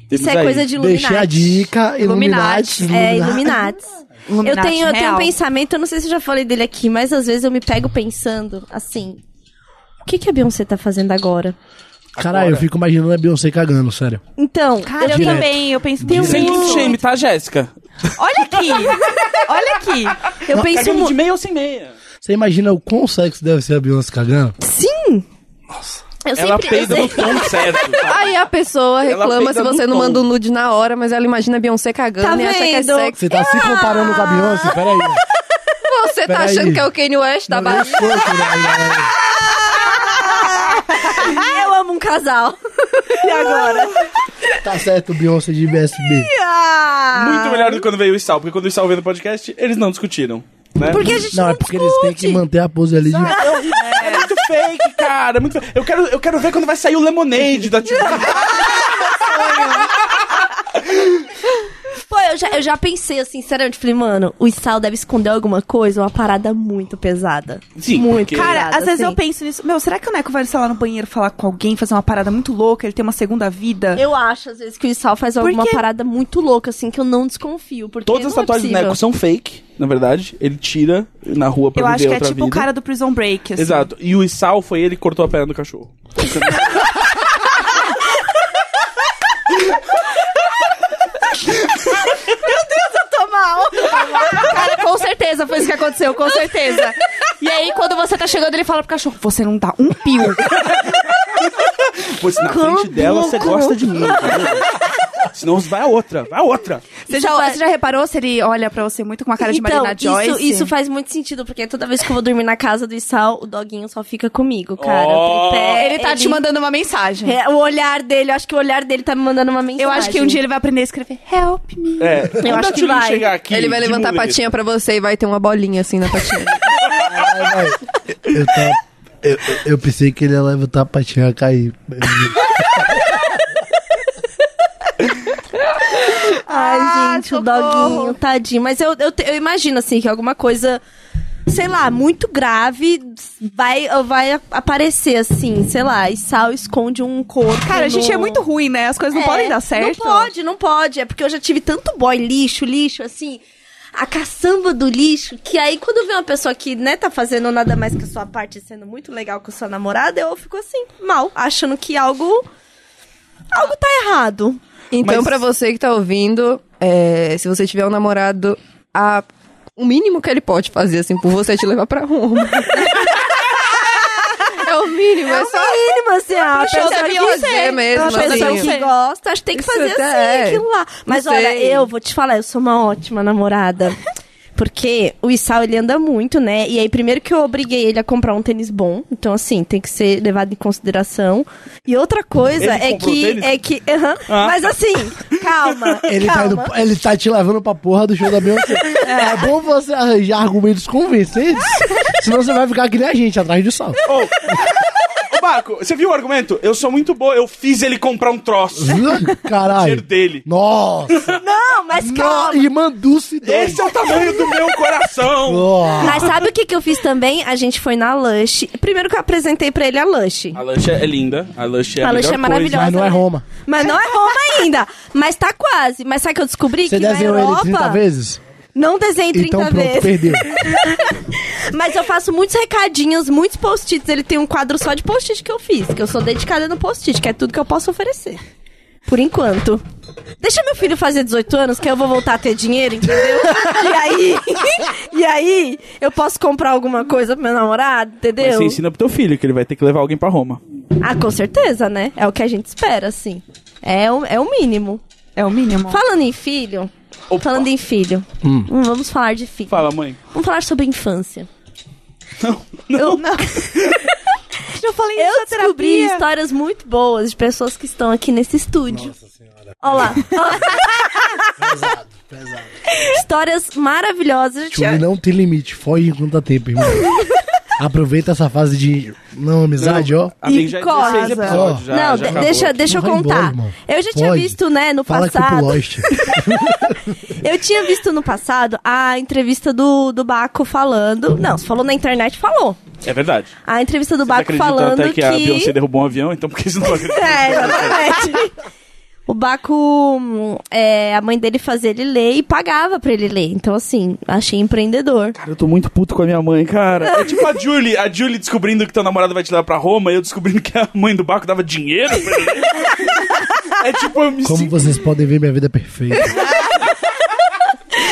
Speaker 2: Temos
Speaker 1: Isso é
Speaker 2: aí.
Speaker 1: coisa de Illuminati.
Speaker 5: Deixei a dica: Illuminati.
Speaker 3: Illuminati.
Speaker 1: É, Illuminati. Eu
Speaker 3: Illuminati
Speaker 1: tenho, eu tenho um
Speaker 3: real.
Speaker 1: pensamento, eu não sei se eu já falei dele aqui, mas às vezes eu me pego pensando, assim... O que, que a Beyoncé tá fazendo agora?
Speaker 5: Caralho, eu fico imaginando a Beyoncé cagando, sério.
Speaker 1: Então,
Speaker 3: Cara, eu
Speaker 5: Direto.
Speaker 3: também, eu penso
Speaker 1: Tem um-
Speaker 3: muito.
Speaker 2: Sem kink shame, tá, Jéssica?
Speaker 3: Olha aqui! Olha aqui!
Speaker 1: eu, eu penso
Speaker 2: Cagando de
Speaker 1: muito...
Speaker 2: meia ou sem meia?
Speaker 5: Você imagina o quão sexy deve ser a Beyoncé cagando?
Speaker 1: Sim! Eu
Speaker 2: Ela
Speaker 1: sempre... eu
Speaker 2: peida
Speaker 1: sei- (laughs)
Speaker 2: no tom certo. tá? sabe?
Speaker 4: Aí a pessoa reclama
Speaker 2: peida
Speaker 4: se você
Speaker 2: no
Speaker 4: não
Speaker 2: tom.
Speaker 4: manda o nude na hora, mas ela imagina a Beyoncé cagando
Speaker 1: Tá
Speaker 4: e acha que é
Speaker 1: vendo?
Speaker 4: sexy.
Speaker 5: Você tá
Speaker 1: Ah!
Speaker 5: se comparando com a
Speaker 1: (laughs)
Speaker 5: Beyoncé? Peraí.
Speaker 4: Você tá
Speaker 5: Peraí.
Speaker 4: achando que é o Kanye West da
Speaker 5: Não, eu
Speaker 4: Bahia?
Speaker 5: sou, caralho.
Speaker 1: Eu amo um casal. E agora?
Speaker 5: Tá certo, Beyoncé de BSB.
Speaker 1: ah.
Speaker 2: Muito melhor do que quando veio o Sal, porque quando o Sal veio no podcast, eles não discutiram. Né?
Speaker 1: Porque a gente não,
Speaker 5: Não, é porque
Speaker 1: discute.
Speaker 5: eles têm que manter a pose ali de.
Speaker 2: É. muito fake, cara. é muito fake. Eu, quero, eu quero ver quando vai sair o Lemonade da Titi.
Speaker 3: é
Speaker 1: Pô, eu já, eu já pensei, assim, sinceramente, falei, mano, o Sal deve esconder alguma coisa, uma parada muito pesada.
Speaker 2: Sim,
Speaker 1: muito
Speaker 2: porque-
Speaker 1: pesada,
Speaker 3: Cara, às vezes
Speaker 1: assim.
Speaker 3: eu penso nisso. Meu, será que o Neco vai, sei lá, no banheiro falar com alguém, fazer uma parada muito louca, ele tem uma segunda vida?
Speaker 1: Eu acho, às vezes, que o Sal faz
Speaker 3: Por
Speaker 1: alguma
Speaker 3: quê?
Speaker 1: parada muito louca, assim, que eu não desconfio. Porque
Speaker 2: Todas
Speaker 1: não
Speaker 2: as tatuagens né,
Speaker 1: é
Speaker 2: do Neco
Speaker 1: possível.
Speaker 2: são fake, na verdade. Ele tira na rua pra
Speaker 3: Eu
Speaker 2: viver
Speaker 3: acho que é
Speaker 2: outra
Speaker 3: tipo o
Speaker 2: vida.
Speaker 3: cara do Prison Break. assim.
Speaker 2: Exato. E o Isal foi ele que cortou a perna do cachorro.
Speaker 4: Cara, com certeza foi isso que aconteceu, com certeza. E aí, quando você tá chegando, ele fala pro cachorro: Você não dá um pio.
Speaker 2: Pois na frente dela, você gosta de mim. entendeu? Senão vai a outra, vai a outra.
Speaker 3: (laughs) Você já, você já reparou se ele olha pra você muito com uma cara de
Speaker 1: Então,
Speaker 3: Marina
Speaker 1: isso,
Speaker 3: Joyce?
Speaker 1: isso faz muito sentido, porque toda vez que eu vou dormir na casa do Sal, o doguinho só fica comigo, cara. é,
Speaker 2: Oh.
Speaker 3: É,
Speaker 1: Tem pé,
Speaker 4: Ele tá te mandando uma mensagem.
Speaker 1: É, o olhar dele, eu acho que o olhar dele tá me mandando uma mensagem.
Speaker 3: Eu acho que um dia ele vai aprender a escrever Help me.
Speaker 2: É, quando
Speaker 1: acho
Speaker 2: a
Speaker 1: que
Speaker 2: Tulin
Speaker 1: vai.
Speaker 2: chegar aqui
Speaker 4: Ele vai
Speaker 2: de
Speaker 4: levantar a
Speaker 2: muleta,
Speaker 4: patinha pra você e vai ter uma bolinha assim na patinha.
Speaker 5: Eu, tava- eu, eu pensei que ele ia levantar a patinha a cair.
Speaker 1: Ai,
Speaker 3: Ah,
Speaker 1: gente, o
Speaker 3: socorro.
Speaker 1: doguinho, tadinho. Mas eu, eu, te- eu imagino, assim, que alguma coisa, sei lá, muito grave vai, vai aparecer, assim, sei lá, e Sal esconde um corpo.
Speaker 3: Cara, a gente
Speaker 1: no-
Speaker 3: é muito ruim, né? As coisas não
Speaker 1: É,
Speaker 3: podem dar certo.
Speaker 1: Não pode, não pode. É porque eu já tive tanto boy lixo, lixo, assim. A caçamba do lixo, que aí quando vê uma pessoa que, né, tá fazendo nada mais que a sua parte e sendo muito legal com sua namorada, eu fico assim, mal, achando que algo. Algo tá errado.
Speaker 4: Então,
Speaker 2: Mas-
Speaker 4: pra você que tá ouvindo, é, se você tiver um namorado, a- o mínimo que ele pode fazer, assim, por você é te levar pra (laughs) Roma. é o mínimo, é, só
Speaker 1: mínimo, assim, a
Speaker 4: puxa,
Speaker 1: pessoa
Speaker 4: sabe
Speaker 1: que,
Speaker 4: fazer
Speaker 1: sei,
Speaker 4: é mesmo,
Speaker 1: a pessoa
Speaker 4: assim.
Speaker 1: que gosta, acho que tem que
Speaker 4: Isso
Speaker 1: fazer assim,
Speaker 4: até é.
Speaker 1: aquilo lá. Mas
Speaker 4: Não
Speaker 1: olha,
Speaker 4: sei.
Speaker 1: eu vou te falar, eu sou uma ótima namorada. Porque o Isal, ele anda muito, né? E aí, primeiro que eu obriguei ele a comprar um tênis bom. Então, assim, tem que ser levado em consideração. E outra coisa
Speaker 2: Ele
Speaker 1: é
Speaker 2: comprou
Speaker 1: que,
Speaker 2: tênis?
Speaker 1: é que... aham.
Speaker 2: Ah.
Speaker 1: Mas assim, calma,
Speaker 5: Ele tá,
Speaker 1: calma.
Speaker 5: indo- ele tá te levando pra porra do show da Beyoncé. É bom você arranjar argumentos convincentes, senão você vai ficar que nem a gente, atrás do sol.
Speaker 2: Ô, ô, Baco, você viu o argumento? Eu sou muito boa, eu fiz ele comprar um troço. Dinheiro
Speaker 5: Caralho.
Speaker 2: dele.
Speaker 5: Nossa.
Speaker 1: Não, mas
Speaker 5: Nossa.
Speaker 1: calma.
Speaker 5: Irmã Dulce dois.
Speaker 2: Esse é o tamanho do meu coração.
Speaker 5: Nossa.
Speaker 1: Mas sabe o que, que eu fiz também? A gente foi na Lush. Primeiro que eu apresentei pra ele a Lush.
Speaker 2: A lancha é linda, a lancha é
Speaker 1: A
Speaker 2: a
Speaker 1: Lush
Speaker 2: melhor
Speaker 1: é maravilhosa.
Speaker 5: Mas não é
Speaker 1: né?
Speaker 5: Roma.
Speaker 1: Mas não é Roma ainda. Mas tá quase. Mas sabe que eu descobri
Speaker 5: Você
Speaker 1: que na
Speaker 5: desenhou
Speaker 1: Europa...
Speaker 5: ele 30 vezes?
Speaker 1: Não desenhei 30
Speaker 5: Então pronto,
Speaker 1: vezes. (laughs)
Speaker 5: perdeu.
Speaker 1: Mas eu faço muitos recadinhos, muitos post-its. Ele tem um quadro só de post-it que eu fiz. Que eu sou dedicada no post-it, que é tudo que eu posso oferecer. Por enquanto. Deixa meu filho fazer 18 anos, que eu vou voltar a ter dinheiro, entendeu?
Speaker 5: (laughs)
Speaker 1: e aí... e aí, eu posso comprar alguma coisa pro meu namorado,
Speaker 2: Mas
Speaker 1: entendeu?
Speaker 2: você ensina pro teu filho que ele vai ter que levar alguém pra Roma.
Speaker 1: Ah, com certeza, né? É o que a gente espera, assim. É o, é o mínimo.
Speaker 3: É o mínimo.
Speaker 1: Falando em filho...
Speaker 2: Opa.
Speaker 1: Falando em filho. Hum, Vamos falar de filho.
Speaker 2: Fala, mãe.
Speaker 1: Vamos falar sobre infância.
Speaker 2: Não,
Speaker 1: Eu,
Speaker 3: Eu falei isso
Speaker 1: eu
Speaker 3: na terapia.
Speaker 1: descobri histórias muito boas de pessoas que estão aqui nesse estúdio. Nossa senhora. Olha lá.
Speaker 5: pesado, pesado.
Speaker 1: histórias maravilhosas. Eu
Speaker 5: Tchule
Speaker 1: tinha-
Speaker 5: não tem limite. Foge enquanto dá
Speaker 1: (laughs)
Speaker 5: tempo, irmão. Aproveita essa fase de não amizade, ó.
Speaker 2: A minha já é
Speaker 1: Cosa.
Speaker 2: 16 episódios. Já,
Speaker 1: não,
Speaker 2: já
Speaker 1: de-
Speaker 2: acabou.
Speaker 1: deixa, deixa eu
Speaker 5: Vai embora,
Speaker 1: contar.
Speaker 5: irmão.
Speaker 1: eu já tinha
Speaker 5: Foge.
Speaker 1: visto, né, no
Speaker 5: Fala que foi pro
Speaker 1: passado.
Speaker 5: Lost.
Speaker 1: Eu tinha visto no passado a entrevista do, do Baco falando. Não, se falou na internet, falou.
Speaker 2: É verdade.
Speaker 1: A entrevista do
Speaker 2: Vocês
Speaker 1: Baco
Speaker 2: acreditam
Speaker 1: falando
Speaker 2: até que,
Speaker 1: que.
Speaker 2: a Beyoncé derrubou um avião, então por que vocês
Speaker 1: (laughs)
Speaker 2: não acreditam?
Speaker 1: É, exatamente. O Baco, hum, é, a mãe dele fazia ele ler e pagava pra ele ler. Então, assim, achei empreendedor.
Speaker 2: Cara, eu tô muito puto com a minha mãe, cara. É tipo a Julie, a Julie descobrindo que teu namorado vai te levar pra Roma e eu descobrindo que a mãe do Baco dava dinheiro pra ele. É tipo, eu me
Speaker 5: Como
Speaker 2: sinto.
Speaker 5: vocês podem ver, minha vida é perfeita.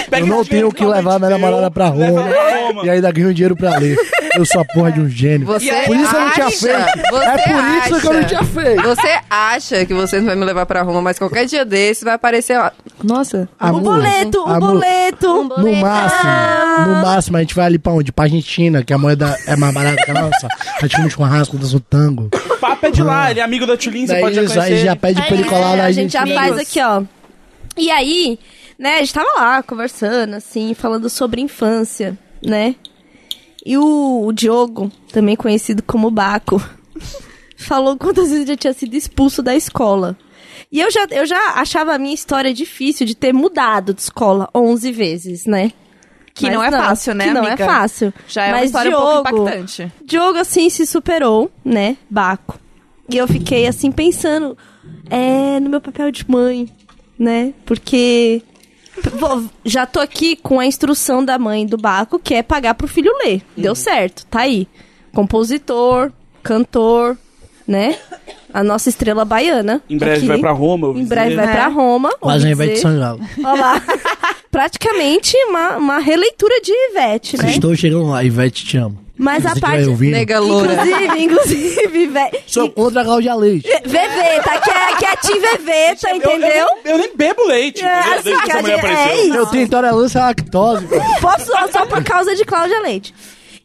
Speaker 2: pega
Speaker 5: Eu
Speaker 2: o
Speaker 5: não
Speaker 2: dinheiro
Speaker 5: tenho o que
Speaker 2: a mãe
Speaker 5: levar
Speaker 2: te
Speaker 5: minha
Speaker 2: deu,
Speaker 5: namorada pra
Speaker 2: leva
Speaker 5: Roma.
Speaker 2: pra Roma.
Speaker 5: E ainda ganho dinheiro pra ler. Eu sou a porra de um gênio.
Speaker 4: Você
Speaker 5: por isso eu não tinha
Speaker 4: acha,
Speaker 5: feito.
Speaker 4: você
Speaker 5: É por isso que eu não
Speaker 4: acha.
Speaker 5: tinha feito.
Speaker 4: Você acha que você não vai me levar pra Roma, mas qualquer dia desse vai aparecer. Ó... Nossa.
Speaker 1: O Um boleto, o boleto. Ah.
Speaker 5: No máximo, no máximo, a gente vai ali pra onde? Pra Argentina, que a moeda é mais barata que a nossa. A gente come um churrasco, dança um tango.
Speaker 2: O papo é de lá, ele é amigo da Tulin, você
Speaker 5: Daí
Speaker 2: pode já
Speaker 5: eles- aí
Speaker 2: conhecer.
Speaker 5: já pede pra ele colar na
Speaker 1: É, a gente já
Speaker 5: Argentina.
Speaker 1: faz aqui, ó. E aí, né, a gente tava lá conversando, assim, falando sobre infância, né? E o, o Diogo, também conhecido como Baco, (laughs) falou quantas vezes ele já tinha sido expulso da escola. E eu já, eu já achava a minha história difícil de ter mudado de escola 11 vezes, né?
Speaker 3: Que
Speaker 1: Mas
Speaker 3: não é fácil, né,
Speaker 1: Que não
Speaker 3: amiga?
Speaker 1: é fácil.
Speaker 3: Já é uma
Speaker 1: Mas
Speaker 3: história um pouco
Speaker 1: Diogo-
Speaker 3: impactante.
Speaker 1: Diogo, assim, se superou, né? Baco. E eu fiquei, assim, pensando é, no meu papel de mãe, né? Porque vou- já tô aqui com a instrução da mãe do Baco, que é pagar pro filho ler. Deu certo, tá aí. Compositor, cantor, né? A nossa estrela baiana.
Speaker 2: Em breve
Speaker 1: aqui.
Speaker 2: vai pra Roma, eu ouvi
Speaker 1: Em breve
Speaker 2: dizer.
Speaker 1: vai pra Roma.
Speaker 5: Mas ao
Speaker 1: ouvi
Speaker 5: invés de
Speaker 1: dizer.
Speaker 5: sangalo.
Speaker 1: Olha lá. (laughs) Praticamente uma, uma releitura de Ivete, né?
Speaker 5: Estou chegando lá, Ivete, te amo.
Speaker 1: Mas
Speaker 5: Se
Speaker 1: a
Speaker 5: você
Speaker 1: parte-
Speaker 5: estiver ouvindo,
Speaker 4: Nega loura.
Speaker 1: Inclusive, inclusive, velho.
Speaker 5: Sou contra a Cláudia Leite.
Speaker 1: Veveta, aqui é, aqui é a Tim Veveta,
Speaker 2: Eu- eu nem-
Speaker 1: entendeu?
Speaker 2: Eu, nem bebo leite.
Speaker 1: É,
Speaker 2: entendeu? Desde
Speaker 1: assim,
Speaker 2: que essa
Speaker 1: a
Speaker 2: mulher
Speaker 1: gente-
Speaker 2: apareceu.
Speaker 1: é isso.
Speaker 5: Eu tenho intolerância à lactose. pô.
Speaker 1: Posso só, só por causa de Cláudia Leite.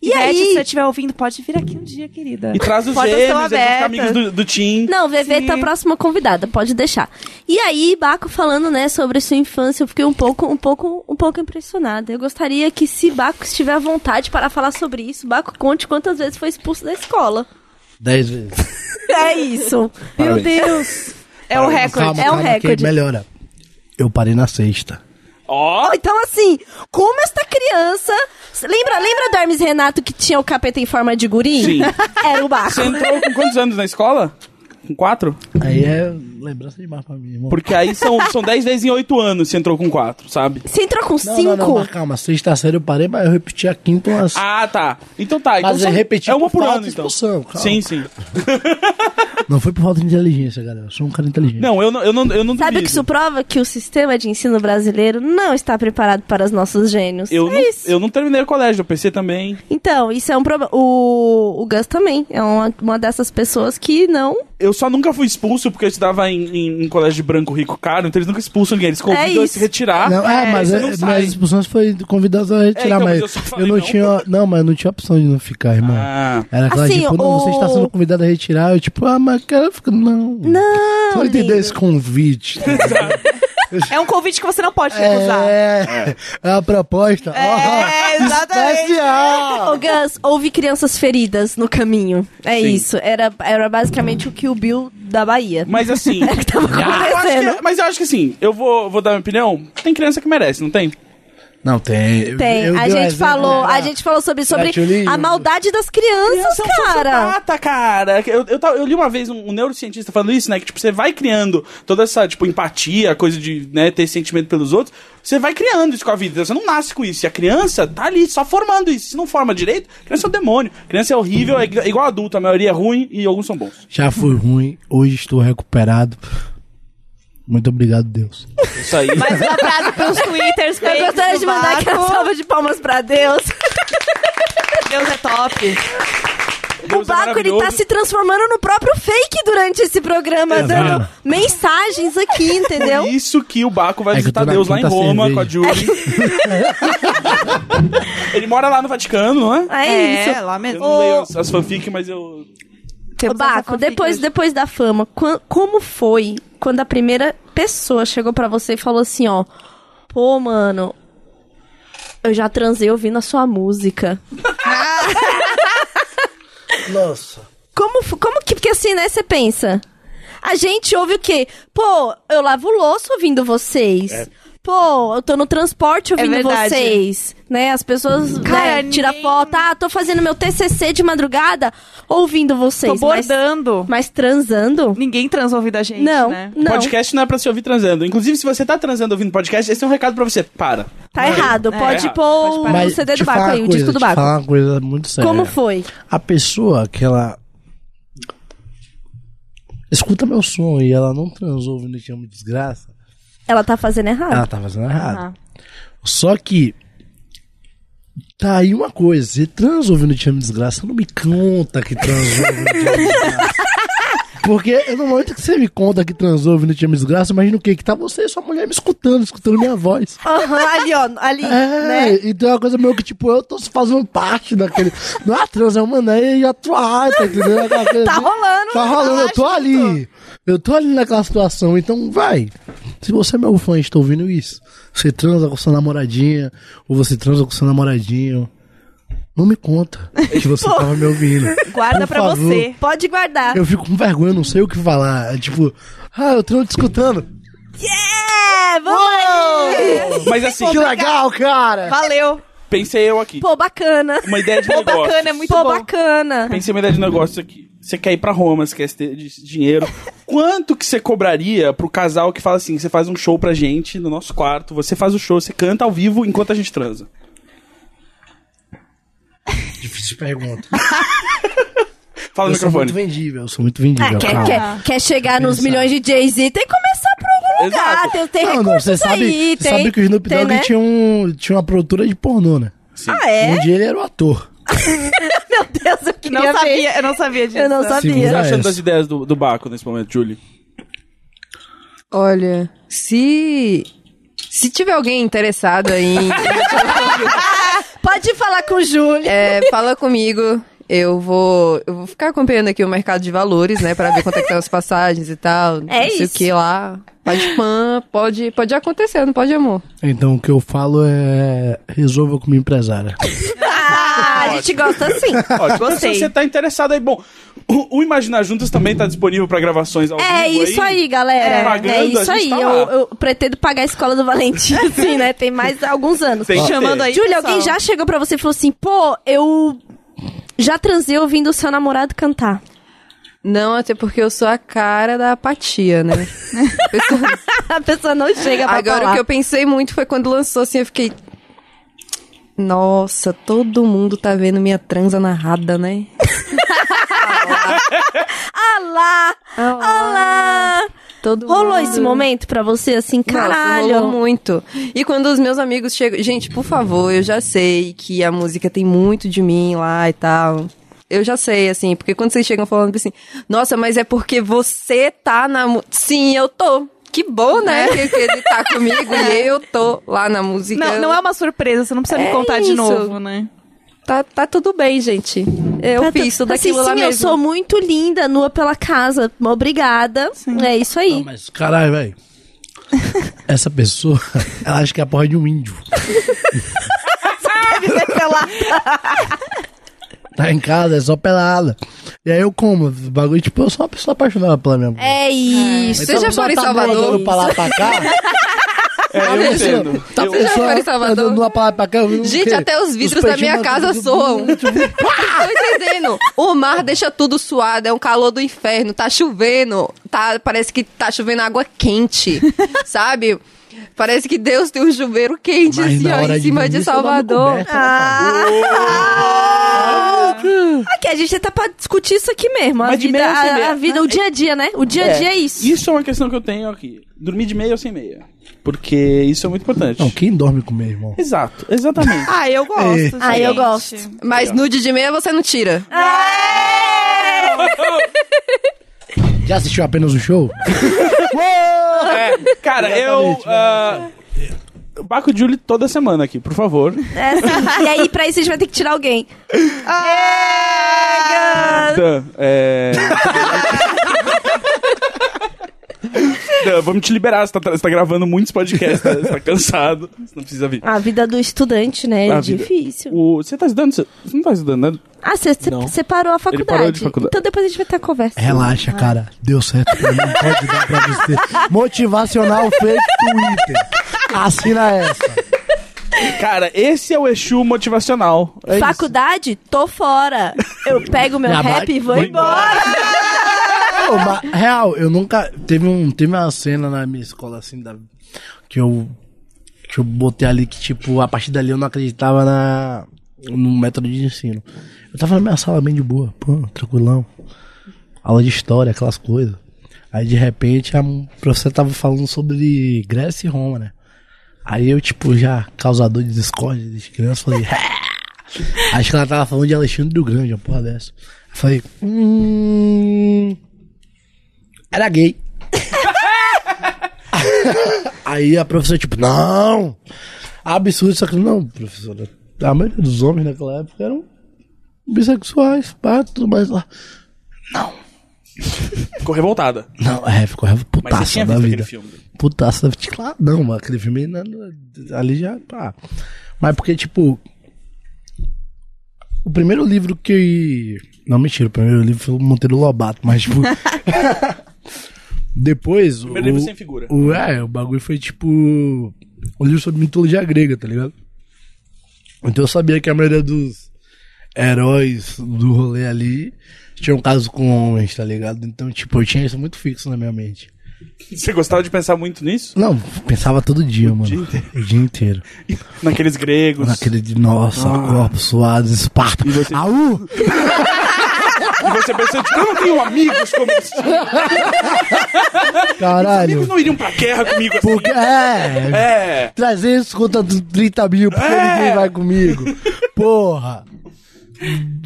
Speaker 1: E
Speaker 3: Ivete, se você
Speaker 1: aí...
Speaker 3: estiver ouvindo, pode vir aqui um dia, querida.
Speaker 2: E traz os
Speaker 3: Portas
Speaker 2: gêmeos,
Speaker 3: estão
Speaker 2: a gente fica
Speaker 3: abertas.
Speaker 2: amigos do, do Tim.
Speaker 1: Não, Veveta é a próxima convidada, pode deixar. E aí, Baco falando, né, sobre sua infância, eu fiquei um pouco, um pouco, um pouco impressionada. Eu gostaria que, se Baco estiver à vontade para falar sobre isso, Baco conte quantas vezes foi expulso da escola.
Speaker 5: Dez vezes.
Speaker 1: É isso.
Speaker 5: Parabéns.
Speaker 1: Deus.
Speaker 3: É o
Speaker 5: Calma,
Speaker 3: recorde.
Speaker 1: É um
Speaker 5: calma, que
Speaker 1: recorde.
Speaker 5: Melhora. Eu parei na sexta.
Speaker 2: Ó!
Speaker 1: Então, assim, como esta criança. Lembra, lembra do Hermes Renato que tinha o capeta em forma de guri?
Speaker 2: Sim.
Speaker 1: Era o Baco.
Speaker 2: Você entrou com quantos anos na escola? Com quatro?
Speaker 5: Aí é lembrança demais pra mim, irmão.
Speaker 2: Porque aí são, são dez vezes em oito anos você entrou com quatro, sabe?
Speaker 1: Você entrou com
Speaker 5: Não,
Speaker 1: cinco?
Speaker 5: não, não, mas calma. Sexta série eu parei, mas eu repeti a quinta umas...
Speaker 2: Ah, tá. Então tá. Então
Speaker 5: Mas é
Speaker 2: são-
Speaker 5: repetir
Speaker 2: É uma
Speaker 5: por
Speaker 2: por
Speaker 5: falta
Speaker 2: ano,
Speaker 5: de
Speaker 2: então.
Speaker 5: expulsão, calma.
Speaker 2: Sim, sim.
Speaker 5: Não foi por falta de inteligência, galera. Eu sou um cara inteligente.
Speaker 2: Não, eu não, eu não, eu não
Speaker 1: Sabe o
Speaker 2: duvido.
Speaker 1: que isso prova? Que o sistema de ensino brasileiro não está preparado para os nossos gênios.
Speaker 2: Eu,
Speaker 1: é
Speaker 2: não,
Speaker 1: isso.
Speaker 2: eu não terminei o colégio, eu pensei também.
Speaker 1: Então, isso é um problema. O, o Gus também é uma, uma dessas pessoas que não.
Speaker 2: Eu só nunca fui expulso porque eu estudava em, em, em colégio de branco, rico, caro, então eles nunca expulsam ninguém. Eles convidam a
Speaker 1: É isso.
Speaker 2: se retirar.
Speaker 5: Não, é, mas
Speaker 2: ah, você
Speaker 5: é,
Speaker 2: não sai.
Speaker 5: minhas expulsões foi convidadas a retirar,
Speaker 2: então, mas
Speaker 5: mas,
Speaker 2: eu só
Speaker 5: eu,
Speaker 2: falei
Speaker 5: não,
Speaker 2: não.
Speaker 5: tinha. Não, mas eu não tinha opção de não ficar, irmão.
Speaker 2: Ah.
Speaker 5: Era aquela
Speaker 1: Assim,
Speaker 5: tipo, não, você está
Speaker 1: o-
Speaker 5: sendo convidado a retirar. Eu, tipo, ah, mas cara, eu fico, não.
Speaker 1: Não!
Speaker 5: Você não entendeu
Speaker 1: lindo.
Speaker 5: esse convite. tá ligado?
Speaker 3: É um convite que você não pode recusar.
Speaker 5: é, é a proposta.
Speaker 3: É,
Speaker 5: ó,
Speaker 3: exatamente.
Speaker 5: Especial.
Speaker 1: Ô, Gus, houve crianças feridas no caminho. É
Speaker 2: Sim.
Speaker 1: isso. Era, era basicamente o Kill Bill da Bahia.
Speaker 2: Mas assim.
Speaker 1: É o (laughs) que tava
Speaker 2: Ah, eu acho que-
Speaker 1: acontecendo.
Speaker 2: mas eu acho que assim, eu vou, vou dar minha opinião. Tem criança que merece, não tem?
Speaker 5: Não, tem. eu-
Speaker 1: Tem.
Speaker 5: eu
Speaker 1: a
Speaker 5: dei um
Speaker 1: gente
Speaker 5: exemplo,
Speaker 1: falou,
Speaker 5: né?
Speaker 1: a gente falou sobre, sobre
Speaker 5: Gratulino.
Speaker 1: a maldade das crianças,
Speaker 2: Criança é um
Speaker 1: cara.
Speaker 2: sociopata, cara. Eu, eu, tava- eu li uma vez um, um neurocientista falando isso, né? Que tipo, você vai criando toda essa, tipo, empatia, coisa de, né, ter sentimento pelos outros. Você vai criando isso com a vida. Você não nasce com isso. E a criança tá ali, só formando isso. Se não forma direito, criança é um demônio. Criança é horrível, é ig- igual adulto. A maioria é ruim e alguns são bons.
Speaker 5: Já fui ruim, hoje estou recuperado. Muito obrigado, Deus.
Speaker 2: Isso aí.
Speaker 3: Mais uma
Speaker 1: (laughs)
Speaker 3: frase pros twitters.
Speaker 1: Eu gostaria de mandar aquela salva de palmas pra Deus.
Speaker 3: Deus é top.
Speaker 2: é
Speaker 1: O Baco, ele tá se transformando no próprio fake durante esse programa,
Speaker 5: É
Speaker 1: dando mensagens aqui, entendeu?
Speaker 2: Por
Speaker 5: (laughs)
Speaker 2: isso que o Baco vai
Speaker 5: É que eu
Speaker 2: visitar
Speaker 5: tô na
Speaker 2: Deus lá em
Speaker 5: quinta
Speaker 2: Roma
Speaker 5: cerveja.
Speaker 2: com a
Speaker 5: (laughs)
Speaker 2: Julie. Ele mora lá no Vaticano, não é?
Speaker 1: É, isso.
Speaker 3: lá
Speaker 2: Eu
Speaker 3: mesmo.
Speaker 2: não leio as, as fanfic, mas eu.
Speaker 1: Ô, Baco, um depois, depois da fama, quan- como foi quando a primeira pessoa chegou pra você e falou assim, ó... Pô, mano... Eu já transei ouvindo a sua música.
Speaker 5: Nossa.
Speaker 1: Como, f- como que... Porque assim, né? Você pensa... A gente ouve o quê? Pô, eu lavo louça ouvindo vocês. Pô, eu tô no transporte ouvindo
Speaker 3: É verdade.
Speaker 1: vocês. Né? As pessoas
Speaker 3: Cara,
Speaker 1: né, tiram
Speaker 3: nem-
Speaker 1: foto. Ah, tô fazendo meu TCC de madrugada ouvindo vocês.
Speaker 3: Tô
Speaker 1: mas-
Speaker 3: bordando.
Speaker 1: mas transando...
Speaker 3: Ninguém transa ouvindo a gente,
Speaker 1: Não,
Speaker 3: né?
Speaker 1: não.
Speaker 2: Podcast não é pra se ouvir transando. Inclusive, se você tá transando ouvindo podcast, esse é um recado pra você. Para.
Speaker 1: Tá errado.
Speaker 2: É,
Speaker 1: Pode
Speaker 2: errado.
Speaker 1: pôr o
Speaker 5: Mas
Speaker 1: CD
Speaker 5: te
Speaker 1: do Baco
Speaker 5: falar
Speaker 1: aí,
Speaker 5: uma
Speaker 1: o
Speaker 5: coisa,
Speaker 1: disco do
Speaker 5: te
Speaker 1: Baco.
Speaker 5: falar uma coisa muito séria.
Speaker 1: Como foi?
Speaker 5: A pessoa que ela escuta meu som e ela não transou ouvindo que chama desgraça,
Speaker 1: Ela tá fazendo
Speaker 5: ela
Speaker 1: errado.
Speaker 5: tá fazendo errado. Só que tá aí uma coisa, você trans ouvindo te chama desgraça, não me conta que transou ouvindo te chama
Speaker 1: (laughs)
Speaker 5: desgraça. Porque é no momento que você me conta que transou ouvindo te chama desgraça, imagina o quê? Que tá você e sua mulher me escutando, escutando minha voz.
Speaker 1: Aham, ali, ó. Ali,
Speaker 5: É,
Speaker 1: Ah, né?
Speaker 5: então é uma coisa meio que, tipo, eu tô fazendo parte daquele. Não é a trans, é uma né, e a tua tá entendeu? Aquela
Speaker 1: (laughs)
Speaker 5: coisa
Speaker 1: Tá
Speaker 5: assim.
Speaker 1: rolando,
Speaker 5: Tá rolando, eu tô ali. Eu tô ali naquela situação, então vai. Se você é meu fã e está ouvindo isso, você transa com sua namoradinha, ou você transa com seu namoradinho, não me conta
Speaker 1: (laughs)
Speaker 5: que você tava me ouvindo.
Speaker 3: Guarda
Speaker 5: Por
Speaker 3: pra
Speaker 5: favor.
Speaker 3: você.
Speaker 1: Pode guardar.
Speaker 5: Eu fico com vergonha, não sei o que falar. É tipo, ah, eu tô te escutando.
Speaker 1: É, vamos aí.
Speaker 2: Mas assim,
Speaker 5: Que legal, cara!
Speaker 3: Valeu.
Speaker 2: pensei eu aqui.
Speaker 1: Pô, bacana.
Speaker 2: Uma ideia de
Speaker 3: Pô,
Speaker 2: negócio.
Speaker 3: bacana, é muito
Speaker 1: Pô,
Speaker 3: bom.
Speaker 1: bacana.
Speaker 2: Pensei uma ideia de negócio aqui. Você quer ir pra Roma, você quer ter de- dinheiro. Quanto que você cobraria pro casal que fala assim: você faz um show pra gente no nosso quarto, você faz o show, você canta ao vivo enquanto a gente transa?
Speaker 5: Difícil pergunta.
Speaker 2: Fala no
Speaker 5: Eu sou
Speaker 2: microfone.
Speaker 5: muito vendível, eu sou muito vendível.
Speaker 1: Ah, quer,
Speaker 5: calma.
Speaker 1: quer, quer chegar nos milhões de Jay-Z, tem que começar por algum lugar.
Speaker 2: Exato.
Speaker 1: Tem, tem
Speaker 5: Não, não,
Speaker 1: recursos
Speaker 5: você sabe,
Speaker 1: aí.
Speaker 5: você
Speaker 1: tem,
Speaker 5: sabe que o Snoop
Speaker 1: tem,
Speaker 5: Dogg
Speaker 1: né?
Speaker 5: tinha, um, tinha uma produtora de pornô, né?
Speaker 1: Ah, é?
Speaker 5: Um dia ele era o ator.
Speaker 1: (laughs) Meu Deus, eu queria
Speaker 3: Não
Speaker 1: ver.
Speaker 3: sabia, eu não sabia disso.
Speaker 1: Eu não
Speaker 5: Segunda
Speaker 2: Tá
Speaker 1: sabia.
Speaker 5: é
Speaker 2: achando
Speaker 5: essa.
Speaker 2: das ideias do, do Baco nesse momento, Julie?
Speaker 4: Olha, se. Se tiver alguém interessado aí, (laughs)
Speaker 1: Pode falar com o Júlio.
Speaker 4: é, fala comigo. Eu vou, eu vou ficar acompanhando aqui o mercado de valores, né? Pra ver quanto é que tá as passagens e tal. não sei
Speaker 1: isso.
Speaker 4: o que lá. Pode pan, pode, pode acontecer, não pode, amor.
Speaker 5: Então o que eu falo é. Resolva
Speaker 4: (coughs)
Speaker 5: como empresária.
Speaker 1: Ah, a gente gosta assim.
Speaker 2: Ótimo.
Speaker 3: Gostei.
Speaker 2: Se você tá interessado aí, bom, O, o Imaginar Juntas também tá disponível pra gravações ao
Speaker 1: É
Speaker 2: vivo
Speaker 1: isso aí, galera.
Speaker 2: Propaganda,
Speaker 1: É, isso
Speaker 2: a gente
Speaker 1: aí.
Speaker 2: tá
Speaker 1: eu,
Speaker 2: lá.
Speaker 1: eu pretendo pagar a escola do Valentim, assim, né? Tem mais alguns anos.
Speaker 2: Tem que
Speaker 3: Chamando
Speaker 2: ter.
Speaker 3: aí.
Speaker 1: Júlia,
Speaker 3: pessoal.
Speaker 1: alguém já chegou pra você e falou assim, pô, eu já transei ouvindo o seu namorado cantar. (laughs)
Speaker 4: Não, até porque eu sou a cara da apatia, (laughs) né? Pessoa-
Speaker 1: a pessoa não chega pra
Speaker 4: Agora, o
Speaker 1: falar.
Speaker 4: que eu pensei muito foi quando lançou, assim, eu fiquei... Nossa, todo mundo tá vendo minha transa narrada, né?
Speaker 1: Ah lá!
Speaker 4: Ah
Speaker 1: Ah lá!
Speaker 4: Todo
Speaker 1: Rolou
Speaker 4: mundo-
Speaker 1: esse momento pra você, assim,
Speaker 4: Nossa,
Speaker 1: caralho?
Speaker 4: rolou muito. E quando os meus amigos chegam... Gente, por favor, eu já sei que a música tem muito de mim lá e tal... Eu já sei, assim, porque quando vocês chegam falando assim, nossa, mas é porque você tá na. mu-" Sim, eu tô. Que bom, né?
Speaker 1: É.
Speaker 4: Que, que
Speaker 1: (laughs)
Speaker 4: ele tá comigo e eu tô lá na música.
Speaker 3: Não,
Speaker 4: Eu-
Speaker 3: não é uma surpresa, você não precisa
Speaker 4: É
Speaker 3: me contar de
Speaker 4: isso.
Speaker 3: novo, né?
Speaker 4: Tá, tá tudo bem, gente. Eu
Speaker 1: Tá
Speaker 4: fiz
Speaker 1: tu-
Speaker 4: tudo
Speaker 1: assim,
Speaker 4: aquilo lá
Speaker 1: sim,
Speaker 4: mesmo.
Speaker 1: eu sou muito linda, nua pela casa. Obrigada. É isso aí.
Speaker 5: Não, mas caralho, velho. Essa pessoa, (laughs) ela acha que é a porra de um índio. Tá em casa, é só pelada. E aí eu como, o bagulho, tipo, eu sou uma pessoa apaixonada pela minha mulher.
Speaker 1: É isso.
Speaker 4: Você já
Speaker 5: só
Speaker 4: foi em
Speaker 5: tá
Speaker 4: Salvador?
Speaker 5: andando pra lá pra cá.
Speaker 4: (laughs)
Speaker 2: É, eu entendo.
Speaker 5: Tá
Speaker 2: Eu-
Speaker 4: pensando- Já foi em Salvador?
Speaker 5: andando lá pra lá pra cá. eu vi o
Speaker 4: Gente,
Speaker 5: quê?
Speaker 4: até os vidros da minha
Speaker 5: peitinhos
Speaker 4: casa
Speaker 5: do- do-
Speaker 4: soam. Vocês (laughs) estão entendendo? O mar deixa tudo suado, é um calor do inferno, tá chovendo, tá, parece que tá chovendo água
Speaker 5: (laughs)
Speaker 4: quente, sabe? Parece que Deus tem um chuveiro quente
Speaker 5: Mas
Speaker 4: assim,
Speaker 5: na
Speaker 4: ó,
Speaker 5: hora
Speaker 4: em cima de,
Speaker 5: dormir, você dorme
Speaker 4: Salvador.
Speaker 5: coberta,
Speaker 4: Ah.
Speaker 5: rapaz.
Speaker 1: Aqui, a gente tá pra discutir isso aqui mesmo. A
Speaker 2: Mas de
Speaker 1: vida,
Speaker 2: meia
Speaker 1: a-
Speaker 2: sem meia.
Speaker 1: a vida, o dia a dia, né? O dia a dia é isso.
Speaker 2: Isso é uma questão que eu tenho aqui. Dormir de meia ou sem meia. Porque isso é muito importante.
Speaker 5: Não, quem dorme com meu irmão?
Speaker 2: Exato,
Speaker 3: (laughs)
Speaker 2: exatamente.
Speaker 3: Ah, eu gosto.
Speaker 5: É.
Speaker 3: gente.
Speaker 1: Ah, eu gosto.
Speaker 4: Mas nude de meia você
Speaker 5: (laughs)
Speaker 4: não tira.
Speaker 5: Já assistiu apenas o show?
Speaker 2: É, cara, eu. ah, Baco e Julie toda semana aqui, por favor.
Speaker 1: É assim. e aí, pra isso, a gente vai ter que tirar alguém.
Speaker 2: Dan, é. Dan, vamos te liberar. Você tá, você tá gravando muitos podcasts, tá, você tá cansado. Você não precisa vir.
Speaker 1: A vida do estudante, né?
Speaker 2: A
Speaker 1: É
Speaker 2: vida.
Speaker 1: difícil.
Speaker 2: O- você tá estudando? Você você não tá estudando, né?
Speaker 1: Ah, você
Speaker 2: Não.
Speaker 1: parou a
Speaker 2: parou de
Speaker 1: faculdade.
Speaker 2: faculdade.
Speaker 1: Então depois a gente vai ter a conversa.
Speaker 5: Relaxa, cara. Deu certo pra mim. Pode dar pra (laughs) você. Motivacional fake Twitter. Assina essa.
Speaker 2: Cara, esse é o Exu motivacional. É isso.
Speaker 1: faculdade? Tô fora. Eu pego meu
Speaker 5: Já
Speaker 1: rap
Speaker 5: vai-
Speaker 1: e vou
Speaker 5: vou
Speaker 1: embora.
Speaker 5: Ô, mas, real, eu nunca. Teve, um, teve uma cena na minha escola assim da, que eu. Que eu botei ali que, tipo, a partir dali eu não acreditava na, no método de ensino. Eu tava na minha sala bem de boa, pô, tranquilão. Aula de história, aquelas coisas. Aí de repente a m- professora tava falando sobre Grécia e Roma, né? Aí eu, tipo, já causador de discórdia de criança, falei. (laughs) Acho que ela tava falando de Alexandre do Grande, uma porra dessa. Eu falei, hum. Era gay. (laughs) Aí a professora, tipo, não! Absurdo, só que não, professora. A maioria dos homens naquela época eram bissexuais, pá, tudo mais lá.
Speaker 2: Ficou revoltada.
Speaker 5: Não, é, ficou raiva
Speaker 2: Mas você
Speaker 5: putaça
Speaker 2: tinha
Speaker 5: da
Speaker 2: visto
Speaker 5: vida.
Speaker 2: aquele filme.
Speaker 5: Putaça da vida. Claro, não, mano, aquele filme né, ali já. Pá. Mas porque, tipo. O primeiro livro que. Não, mentira, o primeiro livro foi o Monteiro Lobato, mas,
Speaker 2: (laughs)
Speaker 5: tipo. depois. O
Speaker 2: Primeiro livro sem figura.
Speaker 5: O, é, o bagulho foi, tipo. Um livro sobre mitologia grega, tá ligado? Então eu sabia que a maioria dos heróis do rolê ali tinham caso com homens, tá ligado? Então, tipo, eu tinha isso muito fixo na minha mente.
Speaker 2: Você gostava de pensar muito nisso?
Speaker 5: Não, pensava todo dia, mano.
Speaker 2: dia
Speaker 5: o dia inteiro.
Speaker 2: Naqueles gregos.
Speaker 5: Naquele de, nossa, corpos suados, esparta.
Speaker 2: você-
Speaker 5: Aú!
Speaker 2: E você pensando, tipo, eu não tenho amigos como
Speaker 5: (laughs)
Speaker 2: esses. Amigos
Speaker 5: Caralho.
Speaker 2: não iriam pra guerra comigo assim.
Speaker 5: Porque, é,
Speaker 2: É.
Speaker 5: 300 contra 30 mil, porque
Speaker 2: É.
Speaker 5: ninguém vai comigo. Porra.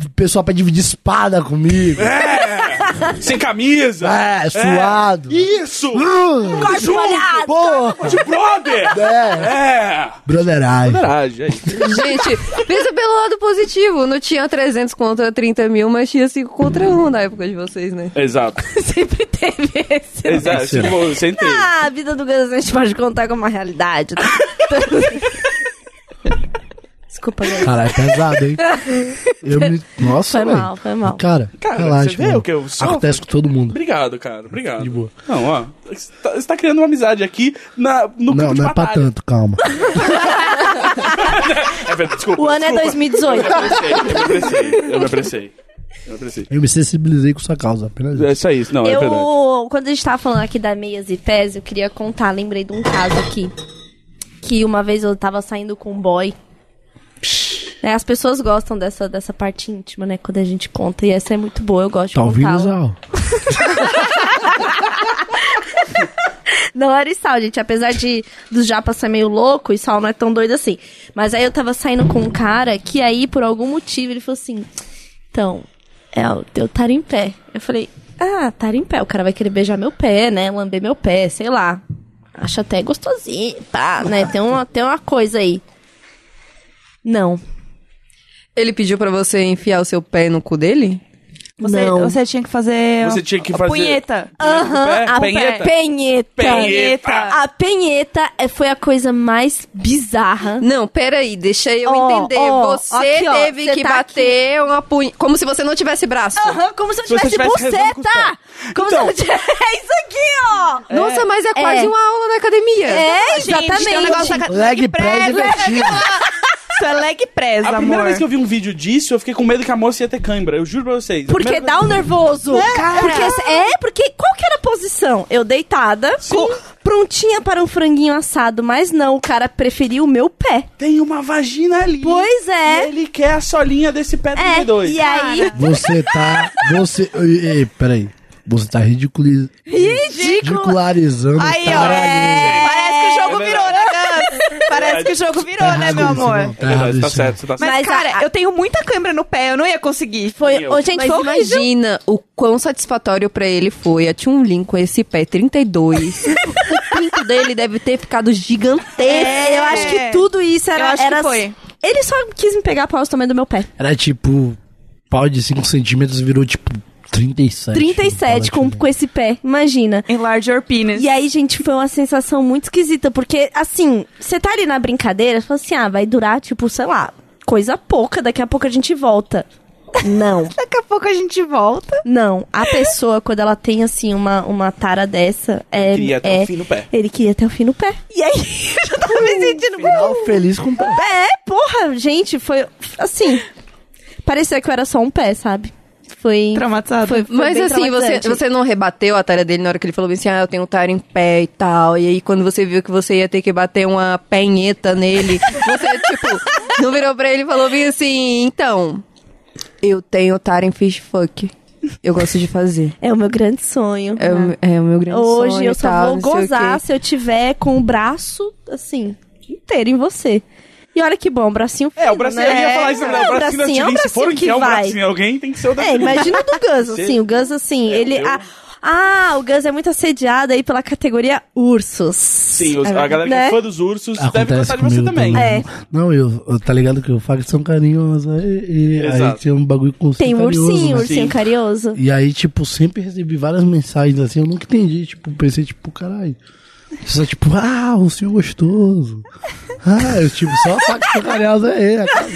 Speaker 5: O pessoal pra dividir espada comigo. É,
Speaker 2: Sem camisa.
Speaker 5: suado.
Speaker 2: Isso!
Speaker 5: Uh,
Speaker 2: Junto,
Speaker 5: Porra.
Speaker 2: de brother! É!
Speaker 5: Brotheragem.
Speaker 2: Verdade, é isso.
Speaker 4: Gente, pensa pelo lado positivo. Não tinha 300 contra 30 mil, mas tinha 5 contra 1 na época de vocês, né?
Speaker 2: Exato.
Speaker 1: (laughs) Sempre teve esse.
Speaker 2: Exato.
Speaker 5: Sim.
Speaker 2: Tipo, Você entende.
Speaker 1: Ah, a tá?
Speaker 2: (laughs)
Speaker 1: vida do Gus a gente pode contar como uma realidade. né? Desculpa, gente.
Speaker 5: Caralho, é pesado, hein? Eu me... Nossa,
Speaker 1: Foi
Speaker 5: velho.
Speaker 1: mal, foi mal.
Speaker 5: Cara,
Speaker 2: Cara,
Speaker 5: relaxa,
Speaker 2: você vê
Speaker 5: mano.
Speaker 2: o que eu sou?
Speaker 5: Acontece com todo mundo.
Speaker 2: Obrigado, cara. Obrigado.
Speaker 5: De boa.
Speaker 2: Não, ó. Você tá, você tá criando uma amizade aqui na, no campo
Speaker 5: Não,
Speaker 2: de
Speaker 5: não é pra
Speaker 2: batalha.
Speaker 5: tanto, calma.
Speaker 2: É verdade, desculpa.
Speaker 1: O ano é
Speaker 2: desculpa.
Speaker 1: 2018.
Speaker 2: Eu me apressei, eu me apressei. Eu me apressei.
Speaker 5: Eu me sensibilizei com sua causa, apenas
Speaker 2: É
Speaker 5: isso.
Speaker 2: isso aí, isso não, é verdade.
Speaker 1: Eu, quando a gente tava falando aqui da meias e pés, eu queria contar, lembrei de um caso aqui. Que uma vez eu tava saindo com um boy. Né, as pessoas gostam dessa, dessa parte íntima, né? Quando a gente conta. E essa é muito boa, eu gosto
Speaker 5: Tá
Speaker 1: de
Speaker 5: ouvindo,
Speaker 1: contá-la.
Speaker 5: Zal?
Speaker 1: Não era Isal, gente. Apesar de do Japa ser meio louco, Isal não é tão doido assim. Mas aí eu tava saindo com um cara que aí, por algum motivo, ele falou assim: Então, é o teu tarimpé. Eu falei: Ah, tarimpé. O cara vai querer beijar meu pé, né? Lamber meu pé, sei lá. Acho até gostosinho, pá, né? Tem uma, tem uma coisa aí. Não.
Speaker 4: Ele pediu pra você enfiar o seu pé no cu dele?
Speaker 3: Você,
Speaker 1: Não.
Speaker 3: você tinha que fazer.
Speaker 2: Você tinha que fazer-
Speaker 3: Punheta.
Speaker 1: Aham, a
Speaker 2: Penheta?
Speaker 1: penheta.
Speaker 2: Penheta.
Speaker 1: A penheta é- foi a coisa mais bizarra.
Speaker 4: Não, peraí, deixa eu
Speaker 1: Ó,
Speaker 4: entender.
Speaker 1: ó,
Speaker 4: você
Speaker 1: aqui, ó,
Speaker 4: teve
Speaker 1: você
Speaker 4: que
Speaker 1: tá
Speaker 4: bater uma punha. Como se você não tivesse braço.
Speaker 1: Aham, como se eu
Speaker 2: Se você
Speaker 1: tivesse,
Speaker 2: tivesse rezando com os
Speaker 1: buceta! Como
Speaker 2: Então-
Speaker 1: se eu tivesse. (laughs) É isso aqui, ó!
Speaker 4: Nossa, mas é quase
Speaker 1: É.
Speaker 4: uma aula na academia.
Speaker 1: É,
Speaker 2: tá
Speaker 3: Gente, tem um negócio da
Speaker 1: exatamente.
Speaker 3: ca-
Speaker 5: Leg press né?
Speaker 3: press,
Speaker 1: né?
Speaker 5: invertido.
Speaker 3: Isso é leg press,
Speaker 2: A primeira
Speaker 3: amor.
Speaker 2: vez que eu vi um vídeo disso, eu fiquei com medo que a moça ia ter cãibra. Eu juro pra vocês. A
Speaker 1: Porque
Speaker 2: primeira
Speaker 1: dá um nervoso.
Speaker 3: cara.
Speaker 1: Porque, é, porque qual que era a posição? Eu deitada, com- prontinha para um franguinho assado, mas não, o cara preferiu o meu pé.
Speaker 2: vez- Tem uma vagina ali.
Speaker 1: Pois é.
Speaker 2: E ele quer a solinha desse pé
Speaker 1: É,
Speaker 2: 32.
Speaker 1: e aí...
Speaker 5: Você tá. Você. Ei, ei, peraí. Você tá ridiculiz... ridicularizando.
Speaker 3: Aí, ó.
Speaker 5: caralho.
Speaker 3: Parece que o jogo
Speaker 2: tá É
Speaker 3: virou, né, Gus? Parece que o jogo virou,
Speaker 5: Tá
Speaker 3: né,
Speaker 5: errado
Speaker 3: meu
Speaker 5: isso,
Speaker 3: amor?
Speaker 5: não.
Speaker 2: É verdade,
Speaker 5: errado
Speaker 2: tá
Speaker 5: isso.
Speaker 2: certo, você tá certo.
Speaker 1: Mas
Speaker 3: Mas, cara,
Speaker 1: a-
Speaker 3: eu tenho muita câimbra no pé, eu não ia conseguir.
Speaker 1: Foi,
Speaker 2: Eu.
Speaker 1: oh, gente,
Speaker 4: Mas
Speaker 1: foi horrível.
Speaker 4: imagina o quão satisfatório pra ele foi um a Chun-Lin com esse
Speaker 1: (laughs)
Speaker 4: pé 32. o pinto dele deve ter ficado gigantesco.
Speaker 1: É, eu acho que tudo isso
Speaker 3: Eu
Speaker 1: era...
Speaker 3: acho que
Speaker 1: era-
Speaker 3: foi.
Speaker 1: Ele só quis me pegar pau também do meu pé.
Speaker 5: Era tipo. Pau de 5 centímetros virou tipo 37.
Speaker 1: 37 com,
Speaker 5: tipo,
Speaker 1: com esse pé, imagina.
Speaker 3: Enlarge your penis.
Speaker 1: E aí, gente, foi uma sensação muito esquisita, porque, assim, você tá ali na brincadeira, você fala assim, ah, vai durar, tipo, sei lá, coisa pouca, daqui a pouco a gente volta. Não,
Speaker 3: Daqui a pouco a gente volta.
Speaker 1: não. A pessoa, quando ela tem, assim, uma, uma tara dessa, é...
Speaker 2: Queria até
Speaker 1: é-
Speaker 2: o fim no pé.
Speaker 1: Ele queria até o fim no pé. E aí, (laughs) eu já tava me sentindo...
Speaker 5: Final feliz com o pé.
Speaker 1: É, porra, gente, foi, assim, parecia que eu era só um pé, sabe? Foi...
Speaker 3: Traumatizado.
Speaker 1: foi- foi
Speaker 4: Mas
Speaker 1: bem
Speaker 4: assim, você,
Speaker 1: traumatizante.
Speaker 4: você não rebateu a tarefa dele na hora que ele falou assim, ah, eu tenho um tara em pé e tal. E aí, quando você viu que você ia ter que bater uma
Speaker 1: (laughs)
Speaker 4: penheta nele, você, tipo, não virou pra ele e falou bem assim, então, eu tenho tara em fish fuck. Eu gosto de fazer.
Speaker 1: É o meu grande sonho. Né?
Speaker 4: É, o- é o meu grande sonho
Speaker 1: Hoje eu
Speaker 4: e
Speaker 1: só vou
Speaker 4: tal, não sei o quê."
Speaker 1: gozar se eu tiver com o braço, assim, inteiro em você. E olha que bom, o bracinho
Speaker 2: É,
Speaker 1: fino,
Speaker 2: o bracinho,
Speaker 1: né?
Speaker 2: eu ia falar isso,
Speaker 1: É,
Speaker 2: né? O bracinho da
Speaker 1: é o
Speaker 2: Tilin, se for
Speaker 1: bracinho que
Speaker 2: enfiar um
Speaker 1: vai.
Speaker 2: bracinho em alguém, tem que ser o da
Speaker 1: É,
Speaker 2: Tilin.
Speaker 1: imagina do Gus, assim, o Gus, assim,
Speaker 2: É,
Speaker 1: ele...
Speaker 2: eu-
Speaker 1: Ah, ah, o Gus é muito assediado aí pela categoria ursos.
Speaker 2: Sim, os-
Speaker 1: É
Speaker 2: a galera que é
Speaker 1: verdade, né?
Speaker 2: fã dos ursos deve
Speaker 5: Acontece
Speaker 2: gostar de você
Speaker 5: comigo
Speaker 2: também.
Speaker 1: É.
Speaker 5: Não, eu, eu- tá ligado que eu falo que são carinhosos. E, e aí
Speaker 2: Exato.
Speaker 5: tinha um bagulho com ursinho
Speaker 1: Tem um
Speaker 5: carinhoso,
Speaker 1: ursinho,
Speaker 5: né?
Speaker 1: ursinho
Speaker 2: Sim.
Speaker 1: carinhoso.
Speaker 5: E aí, tipo, sempre recebi várias mensagens assim, eu nunca entendi. Tipo, pensei, tipo, caralho. Só tipo, ah, um senhor gostoso. Ah, eu tipo, só a parte que o carinhosa é ele. acabou.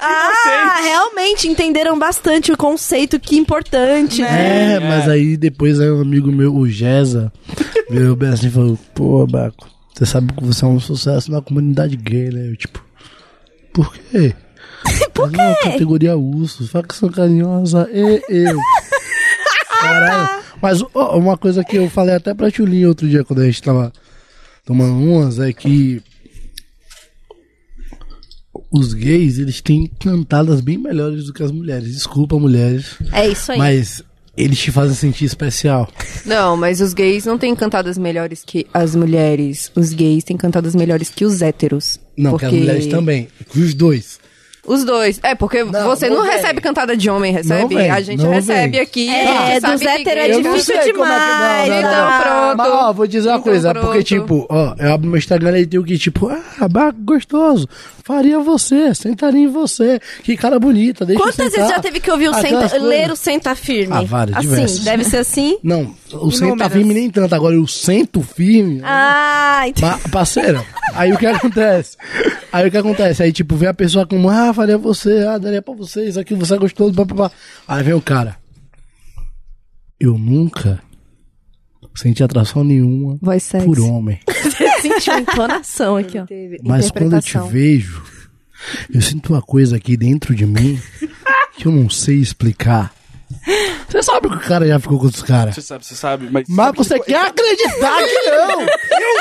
Speaker 1: Ah, realmente entenderam bastante o conceito, que importante, né?
Speaker 5: É, mas aí depois aí um amigo meu, o Gesa, veio bem assim e falou, pô, Baco, você sabe que você é um sucesso na comunidade gay, né? Eu tipo, por (laughs) quê? Por quê? Não, categoria urso, facção carinhosa, e (laughs) eu. Caralho. Mas ó, uma coisa que eu falei até pra Tchulinha outro dia, quando a gente tava tomando umas, é que os gays, eles têm cantadas bem melhores do que as mulheres. Desculpa, mulheres.
Speaker 1: É, isso aí.
Speaker 5: Mas eles te fazem sentir especial.
Speaker 4: Não, mas os gays não têm cantadas melhores que as mulheres. Os gays têm cantadas melhores que os héteros.
Speaker 5: Não, porque as mulheres também. Os dois.
Speaker 4: Os dois. É, porque
Speaker 5: Não,
Speaker 4: você não
Speaker 5: não vem.
Speaker 4: recebe cantada de homem,
Speaker 5: Não
Speaker 4: recebe?
Speaker 5: vem,
Speaker 4: a gente
Speaker 5: não
Speaker 4: recebe
Speaker 5: vem.
Speaker 4: aqui. a
Speaker 1: É,
Speaker 4: gente sabe
Speaker 1: dos
Speaker 4: que
Speaker 1: héteros é
Speaker 4: gay-
Speaker 5: Eu não
Speaker 1: difícil
Speaker 5: sei como é que-
Speaker 1: demais.
Speaker 5: não, não, não.
Speaker 1: tá?
Speaker 4: Então pronto.
Speaker 5: Mas, ó, vou dizer uma
Speaker 4: Então
Speaker 5: coisa, porque,
Speaker 4: pronto.
Speaker 5: tipo, ó, eu abro meu Instagram e tem o que, tipo, ah, Baco gostoso, faria você, sentaria em você, que cara bonita, deixa eu
Speaker 1: Quantas vezes
Speaker 5: sentar.
Speaker 1: já teve que ouvir o
Speaker 5: Aquelas
Speaker 1: senta,
Speaker 5: ah, coisas.
Speaker 1: ler o senta firme?
Speaker 5: Ah, várias,
Speaker 1: assim,
Speaker 5: diversas.
Speaker 1: deve ser
Speaker 5: (laughs)
Speaker 1: assim?
Speaker 5: Não, o senta
Speaker 3: Inúmeras.
Speaker 5: firme nem tanto, agora eu sento firme.
Speaker 1: Ah, entendi.
Speaker 5: Pa- parceira, Aí o que acontece? Aí o que acontece? Aí, tipo, vem a pessoa como, ah, faria você, ah, daria pra você, isso aqui, você é gostoso, papapá. Aí vem o cara. Eu nunca senti atração nenhuma
Speaker 4: Voz sexy.
Speaker 5: por um- homem.
Speaker 1: Senti uma entonação aqui, ó.
Speaker 4: Teve
Speaker 5: Mas quando eu te
Speaker 4: interpretação.
Speaker 5: vejo, eu sinto uma coisa aqui dentro de mim que eu não sei explicar. Você sabe que o cara já ficou com os caras.
Speaker 2: Você sabe, você sabe, tipo, mas.
Speaker 5: Mas você quer
Speaker 2: (laughs)
Speaker 5: acreditar que
Speaker 2: um
Speaker 5: não!
Speaker 2: homem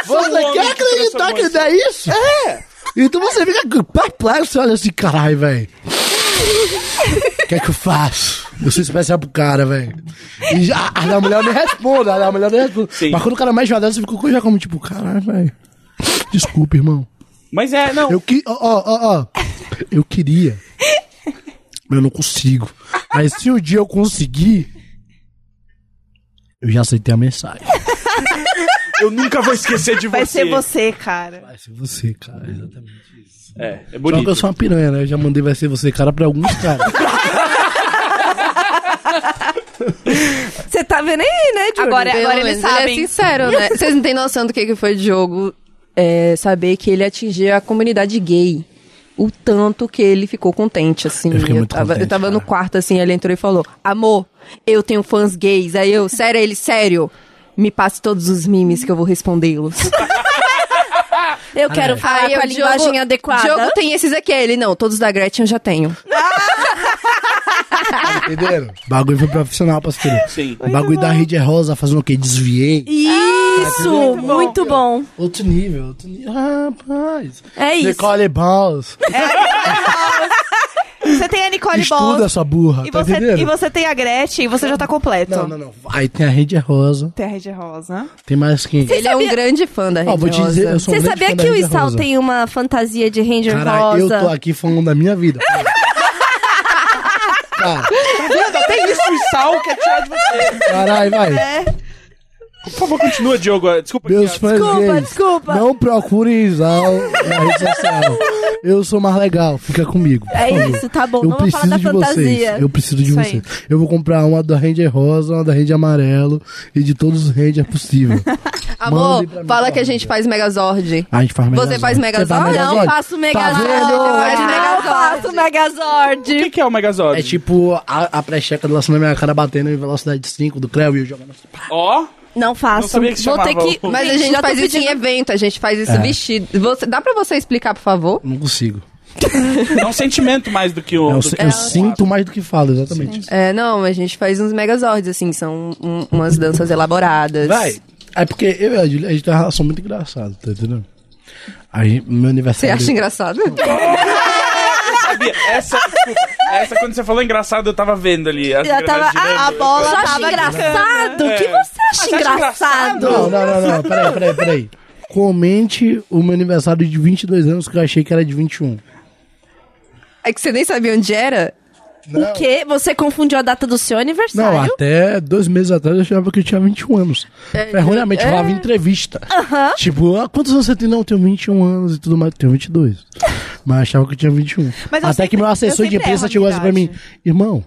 Speaker 5: Você quer
Speaker 2: que
Speaker 5: acreditar
Speaker 2: transformou
Speaker 5: que
Speaker 2: isso.
Speaker 5: não é isso? É! Então você fica perplexo, você olha assim, caralho,
Speaker 2: (laughs)
Speaker 5: velho. O que é que eu faço? Eu sou especial pro cara, velho. E já- a da mulher nem responde, a da mulher nem responde.
Speaker 2: Sim.
Speaker 5: Mas quando o cara mais jovem, você ficou já como tipo, caralho, velho. Desculpa, irmão.
Speaker 2: Mas é, não.
Speaker 5: Eu que. Ó, ó, ó, ó. Eu queria. Mas eu não consigo. Mas se um dia eu conseguir. Eu já aceitei a mensagem.
Speaker 2: Eu nunca vou esquecer de você.
Speaker 3: Vai ser você, cara.
Speaker 5: Vai ser você, cara. Exatamente isso.
Speaker 2: É, é
Speaker 5: Só que eu
Speaker 2: bonito.
Speaker 5: sou uma piranha, né? Eu já mandei vai ser você, cara, pra alguns caras.
Speaker 1: Você tá vendo aí, né, Júlio?
Speaker 3: Agora-
Speaker 4: Pelo
Speaker 3: eles
Speaker 4: menos Ele
Speaker 3: sabem.
Speaker 4: é sincero, né? Vocês não têm noção do que, que foi de jogo é, saber que ele atingia a comunidade gay. O tanto que ele ficou contente, assim.
Speaker 5: Eu fiquei muito
Speaker 4: tava,
Speaker 5: contente,
Speaker 4: eu tava no
Speaker 5: cara.
Speaker 4: quarto, assim, ele entrou e falou: Amor, eu tenho fãs gays. Aí eu, sério, é ele, sério. Me passe todos os memes que eu vou respondê-los.
Speaker 1: eu
Speaker 5: Ah, é.
Speaker 1: quero falar
Speaker 4: Aí
Speaker 1: com a
Speaker 4: eu,
Speaker 1: linguagem
Speaker 4: Diogo-
Speaker 1: adequada.
Speaker 4: Diogo tem esses aqui. É Ele, não, todos da Gretchen eu já tenho.
Speaker 5: Entenderam? O bagulho foi profissional, pastor.
Speaker 2: Sim.
Speaker 5: O bagulho da rede é rosa fazendo o quê? Desviei. Ah,
Speaker 1: Isso, muito bom.
Speaker 5: Outro nível, outro nível. Rapaz.
Speaker 1: É isso.
Speaker 5: Nicole Balls.
Speaker 3: Você tem a Nicole
Speaker 5: Estuda
Speaker 3: Balls.
Speaker 5: essa burra.
Speaker 3: E
Speaker 5: tá
Speaker 3: você,
Speaker 5: entendendo?
Speaker 3: e você tem a Gretchen e você já tá completo.
Speaker 5: Não, não, não. Aí tem a rede é rosa.
Speaker 3: Terra de Rosa.
Speaker 5: Tem mais quem?
Speaker 4: Ele é um grande fã da Rede
Speaker 5: Ó, vou te dizer,
Speaker 4: Rosa.
Speaker 5: eu sou um
Speaker 1: Você
Speaker 5: grande
Speaker 1: sabia
Speaker 5: fã da
Speaker 1: que o
Speaker 5: Rede
Speaker 1: Isal
Speaker 5: Rosa.
Speaker 1: tem uma fantasia de Ranger
Speaker 5: Caralho, eu
Speaker 1: Rosa?
Speaker 5: tô aqui falando da minha vida. Cara,
Speaker 2: Até isso, o Sal quer tirar de você.
Speaker 5: caralho, vai.
Speaker 2: É. Por favor, continua, Diogo. Desculpa.
Speaker 5: Meus
Speaker 2: Thiago.
Speaker 5: fãs
Speaker 1: Desculpa,
Speaker 5: gays,
Speaker 1: desculpa.
Speaker 5: não procurem Isal na rede social. Eu sou mais legal, fica comigo. por
Speaker 1: É
Speaker 5: favor.
Speaker 1: isso, tá bom,
Speaker 5: Eu
Speaker 1: não vou falar
Speaker 5: preciso
Speaker 1: da
Speaker 5: de vocês.
Speaker 1: fantasia.
Speaker 5: Eu preciso de
Speaker 3: Isso aí.
Speaker 5: vocês. Eu vou comprar uma da Ranger Rosa, uma da Ranger Amarelo e de todos os Rangers possível.
Speaker 4: Amor,
Speaker 5: Mandem pra mim,
Speaker 4: fala que a
Speaker 5: por
Speaker 4: gente
Speaker 5: favor.
Speaker 4: faz Megazord.
Speaker 5: A gente faz Megazord.
Speaker 4: Você faz Megazord?
Speaker 5: Você faz Tá
Speaker 4: Não,
Speaker 1: Não, faço Megazord.
Speaker 5: vendo?
Speaker 1: mas
Speaker 4: É.
Speaker 1: Não faço Megazord.
Speaker 2: O que, que é o Megazord?
Speaker 5: É tipo a, a pré-checa do laço na minha cara batendo em velocidade 5 do Creu e eu jogando assim.
Speaker 2: Ó. é
Speaker 1: Não faço.
Speaker 2: Não sabia que se
Speaker 1: Vou ter
Speaker 2: chamava
Speaker 1: que...
Speaker 2: o-
Speaker 4: Mas
Speaker 1: Gente,
Speaker 4: a
Speaker 1: já
Speaker 4: gente
Speaker 1: tô
Speaker 4: faz isso em
Speaker 1: pedindo-
Speaker 4: evento, a gente faz isso
Speaker 5: É. Hum.
Speaker 4: vestido. Você, dá pra você explicar, por favor?
Speaker 5: Não consigo.
Speaker 2: É um sentimento mais do que o.
Speaker 5: Eu,
Speaker 2: do
Speaker 5: eu
Speaker 2: que o-
Speaker 5: sinto mais do que falo, exatamente.
Speaker 4: É, não, a gente faz uns megazords, assim, são um- umas danças elaboradas.
Speaker 5: Vai. É porque eu e a Julia, a gente tem uma relação muito engraçada, tá entendendo? A gente, meu
Speaker 4: Você
Speaker 5: aniversário.
Speaker 4: acha engraçado?
Speaker 5: Hum.
Speaker 2: Sabia? Essa, desculpa, essa quando você falou engraçado, eu tava vendo ali. as
Speaker 1: Eu tava... Ah,
Speaker 2: girando.
Speaker 1: A, a bola
Speaker 3: Eu
Speaker 1: acha
Speaker 3: tava
Speaker 1: engraçado? O que você
Speaker 2: É.
Speaker 1: acha
Speaker 2: Você acha
Speaker 1: engraçado?
Speaker 5: Não, não, não, não. Peraí, peraí, peraí. Comente o meu aniversário de 22 anos que eu achei que era de 21.
Speaker 4: É que você nem sabia onde era?
Speaker 1: O quê? Você confundiu a data do seu
Speaker 5: Não,
Speaker 1: aniversário?
Speaker 5: até dois meses atrás eu achava que eu tinha 21 anos. Erroneamente, falava em entrevista. Tipo, ah, quantos anos você tem? Não, eu tenho 21 anos e tudo mais. Eu tenho 22. Mas achava que eu tinha 21.
Speaker 3: Mas eu
Speaker 5: até
Speaker 3: sempre-
Speaker 5: que meu assessor
Speaker 3: eu
Speaker 5: de
Speaker 3: sempre
Speaker 5: imprensa
Speaker 3: erro
Speaker 5: chegou
Speaker 3: a
Speaker 5: assim pra mim:
Speaker 3: idade.
Speaker 5: Irmão,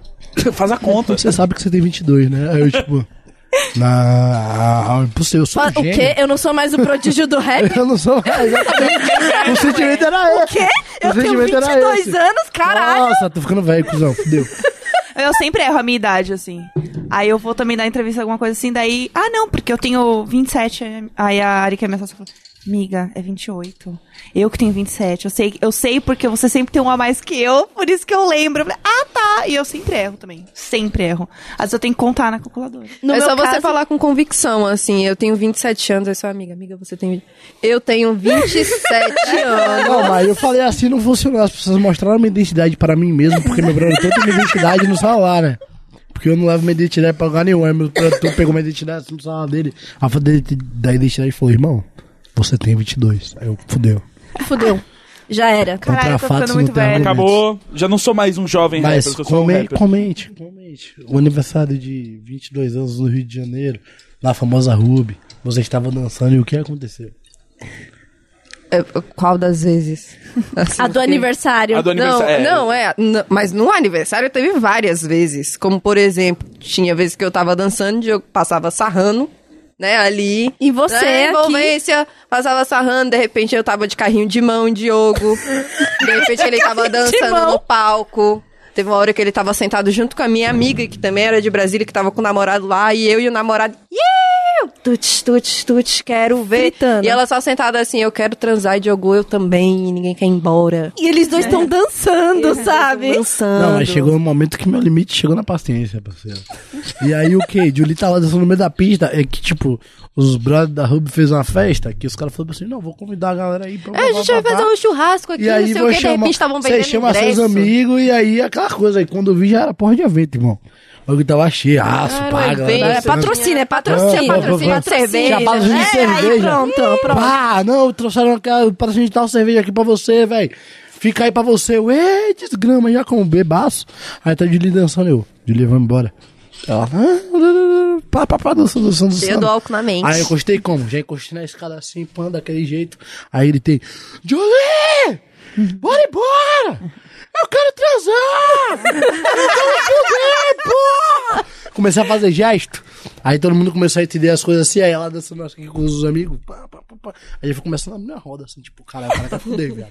Speaker 2: Faz a conta.
Speaker 5: você sabe que você tem 22, né? Aí eu, tipo, (laughs) não, impossível, eu sou um
Speaker 1: Fa- O
Speaker 5: gênio.
Speaker 1: quê? Eu não sou mais o prodígio do rap?
Speaker 5: (laughs) Eu não sou mais, exatamente. o sentimento era esse. O
Speaker 1: quê? Eu tenho 22 anos? Caralho!
Speaker 5: Nossa, tô ficando velho, cuzão. Fudeu.
Speaker 3: Eu sempre erro a minha idade, assim. Aí eu vou também dar entrevista, alguma coisa assim, daí... Ah, não, porque eu tenho 27. Aí a Ari, que é minha sócia, falou... Miga, é 28. Eu que tenho 27. Eu sei, eu sei porque você sempre tem um a mais que eu, por isso que eu lembro. Eu falei, ah, tá. E eu sempre erro também. Sempre erro. Às vezes eu tenho que contar na calculadora.
Speaker 1: No
Speaker 4: é
Speaker 1: meu
Speaker 4: só você
Speaker 1: caso-
Speaker 4: falar com convicção, assim. Eu tenho 27 anos, aí sua amiga, amiga, você tem. Eu tenho
Speaker 1: (laughs)
Speaker 4: 27 anos.
Speaker 5: Não, mas eu falei assim, não funcionou. As pessoas mostraram minha identidade para mim mesmo, porque meu produtor tem minha identidade no celular, né? Porque eu não levo minha identidade pra lugar nenhum. Aí meu produtor pegou minha identidade assim, no celular dele. A foto dele- da identidade e falou, irmão, você tem 22. Aí eu, fudeu. Então,
Speaker 1: Fudeu. (laughs) Já era.
Speaker 3: Caralho, eu tô ficando muito
Speaker 5: tem
Speaker 3: velho.
Speaker 5: argumento.
Speaker 2: Acabou. Já não sou mais um jovem
Speaker 5: Mas
Speaker 2: rapper, eu sou um
Speaker 5: comente,
Speaker 2: rapper.
Speaker 5: comente, comente. O aniversário de 22 anos no Rio de Janeiro, na famosa Ruby. Você estava dançando e o que aconteceu?
Speaker 4: É, Qual das vezes? Assim,
Speaker 1: A do
Speaker 4: porque-
Speaker 1: aniversário.
Speaker 2: A do
Speaker 4: Não,
Speaker 2: aniversário. é.
Speaker 4: não, é. n- mas no aniversário teve várias vezes. Como, por exemplo, tinha vezes que eu tava dançando e eu passava sarrando. né, ali.
Speaker 1: E você
Speaker 4: né,
Speaker 1: aqui.
Speaker 4: envolvência, passava sarrando, de repente eu tava de carrinho de mão, Diogo. De repente
Speaker 1: (laughs)
Speaker 4: ele tava dançando no palco. Teve uma hora que ele tava sentado junto com a minha amiga, que também era de Brasília, que tava com o namorado lá, e eu e o namorado. Yeah! Tuts, tuts, tuts, quero ver.
Speaker 1: Gritando.
Speaker 4: E ela só sentada assim, eu quero transar, e Diogo, eu também, e ninguém quer ir
Speaker 1: (laughs)
Speaker 4: embora.
Speaker 1: E eles dois estão dançando, sabe?
Speaker 4: Dançando.
Speaker 5: Não, mas chegou um momento que meu limite chegou na paciência, parceiro. E aí o que? Julie tava dançando no meio da pista, é que tipo, os brothers da Ruby fez uma festa, que os caras falaram assim, não, vou convidar a galera aí pra
Speaker 4: É, a gente vai fazer um churrasco aqui,
Speaker 5: E
Speaker 4: não
Speaker 5: aí
Speaker 4: sei o
Speaker 5: vou
Speaker 4: que, de
Speaker 5: chamar,
Speaker 4: repente estavam
Speaker 5: cê
Speaker 4: vendendo
Speaker 5: chama seus
Speaker 4: ingresso.
Speaker 5: amigos e aí aquela coisa, aí quando eu vi já era porra de evento, irmão. O bagulho tava cheio, aço,
Speaker 4: Era um
Speaker 5: paga.
Speaker 4: evento,
Speaker 5: galera
Speaker 1: É
Speaker 5: dançando.
Speaker 1: patrocínio, é
Speaker 5: Ah,
Speaker 1: patrocínio.
Speaker 5: vou, né? vou, né? vou.
Speaker 1: Patrocínio de cerveja.
Speaker 5: Tinha balde de
Speaker 1: É, Aí
Speaker 5: cerveja.
Speaker 1: pronto, pronto.
Speaker 5: Ah, não, trouxeram aquela patrocínio de tal cerveja aqui pra você, velho. Fica aí pra você. Ué, desgrama, já com um bebaço. Aí tá de Julie dançando eu. Julie, vamos embora. Ela, ah, pá, pá, pá, dançando, dançando, dançando.
Speaker 4: Cheio do álcool na mente.
Speaker 5: Aí eu encostei como? Já encostei na escada assim, pã, daquele jeito. Aí ele tem, Julie, bora embora! Eu quero transar! Eu quero fuder, porra! Comecei a fazer gesto. Aí todo mundo começou a entender as coisas assim, aí ela dançando assim com os amigos. Pá, pá, pá, pá. Aí eu fui começando a minha roda assim, tipo, caralho, o cara quer fuder, viado.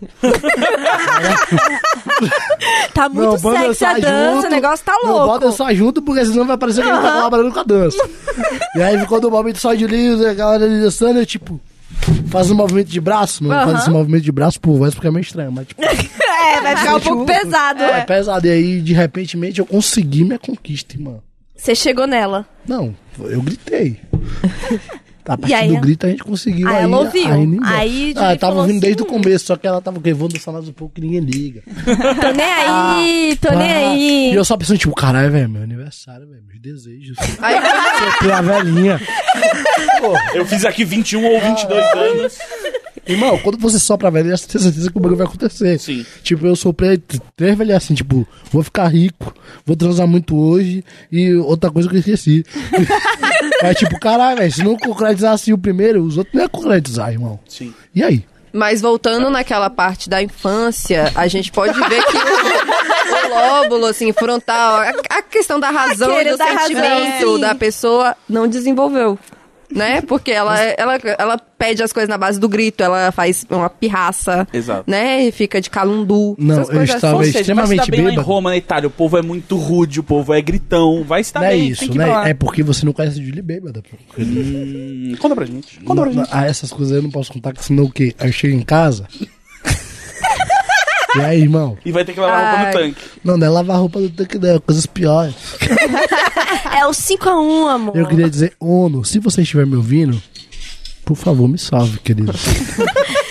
Speaker 1: Tá muito sexy a dança, o negócio tá
Speaker 5: Não, bota (laughs)
Speaker 1: louco.
Speaker 5: dançar junto, porque senão vai parecer que ele tá colaborando com a dança. e aí ficou do momento só de livro, a galera ali dançando, eu tipo. Faz um movimento de braço, mano. Faz esse movimento de braço por voz, porque é meio estranho, mas tipo,
Speaker 1: É, vai ficar um pouco pesado.
Speaker 5: é, pesado. E aí, de repente, eu consegui minha conquista, irmão.
Speaker 1: Você chegou nela.
Speaker 5: Não,
Speaker 1: (laughs)
Speaker 5: eu gritei. A partir
Speaker 1: aí
Speaker 5: do
Speaker 1: ela-
Speaker 5: grito a gente conseguiu.
Speaker 1: Aí
Speaker 5: aí,
Speaker 1: ela ouviu.
Speaker 5: Aí, ninguém-
Speaker 1: Aí,
Speaker 5: ah,
Speaker 1: Julie
Speaker 5: eu tava
Speaker 1: falou
Speaker 5: ouvindo desde o
Speaker 1: assim,
Speaker 5: começo, só que ela tava ok, vou dançar mais um pouco que ninguém liga.
Speaker 1: Tô nem aí, tô nem
Speaker 5: Ah, E
Speaker 1: aí.
Speaker 5: eu só pensando, tipo, caralho, velho, meu aniversário, velho, meus desejos.
Speaker 4: Aí
Speaker 5: Sou a velhinha.
Speaker 2: Eu fiz aqui 21 ou 22 anos.
Speaker 5: Irmão, quando você sopra a velha, você tem certeza que o bagulho vai acontecer.
Speaker 2: Sim.
Speaker 5: Tipo, eu soprei t- três velhas assim, tipo, vou ficar rico, vou transar muito hoje e outra coisa que
Speaker 2: (laughs)
Speaker 5: eu esqueci. Mas, tipo, caralho, velho, se não concretizasse o primeiro, os outros não iam concretizar, irmão.
Speaker 2: Sim.
Speaker 5: E aí?
Speaker 4: Mas voltando naquela parte da infância, a gente pode ver que o, o lóbulo, assim, frontal, a, a questão da razão, e
Speaker 1: Aquele
Speaker 4: do
Speaker 1: da razão,
Speaker 4: sentimento
Speaker 1: sim.
Speaker 4: da pessoa não desenvolveu. Né? Porque ela, ela, ela pede as coisas na base do grito, ela faz uma pirraça.
Speaker 2: Exato.
Speaker 4: Né? E fica de calundu.
Speaker 5: Não,
Speaker 4: essas
Speaker 5: eu
Speaker 4: coisas
Speaker 5: estava-
Speaker 2: Ou
Speaker 5: Tava
Speaker 4: assim.
Speaker 2: seja,
Speaker 5: extremamente
Speaker 2: vai se dar bem lá em
Speaker 5: bêbado.
Speaker 2: Roma, na Itália. O povo é muito rude, o povo é gritão. Vai estar
Speaker 5: não é
Speaker 2: bem. tem
Speaker 5: isso,
Speaker 2: que ir pra lá.
Speaker 5: né? É porque você não conhece Julie Bêbada. pô.
Speaker 2: Hum, conta pra gente. Conta pra
Speaker 5: Não,
Speaker 2: gente.
Speaker 5: ah, essas coisas eu não posso contar, porque senão o quê? Aí eu chego
Speaker 2: (laughs)
Speaker 5: em casa. e aí, irmão?
Speaker 2: E vai ter que lavar a roupa no
Speaker 4: Ai.
Speaker 2: tanque.
Speaker 5: Não, não é lavar a roupa do tanque dela, coisas piores.
Speaker 1: É o 5x1, amor.
Speaker 5: Eu queria dizer, Ono, se você estiver me ouvindo, por favor, me salve,
Speaker 1: (laughs)
Speaker 5: querido.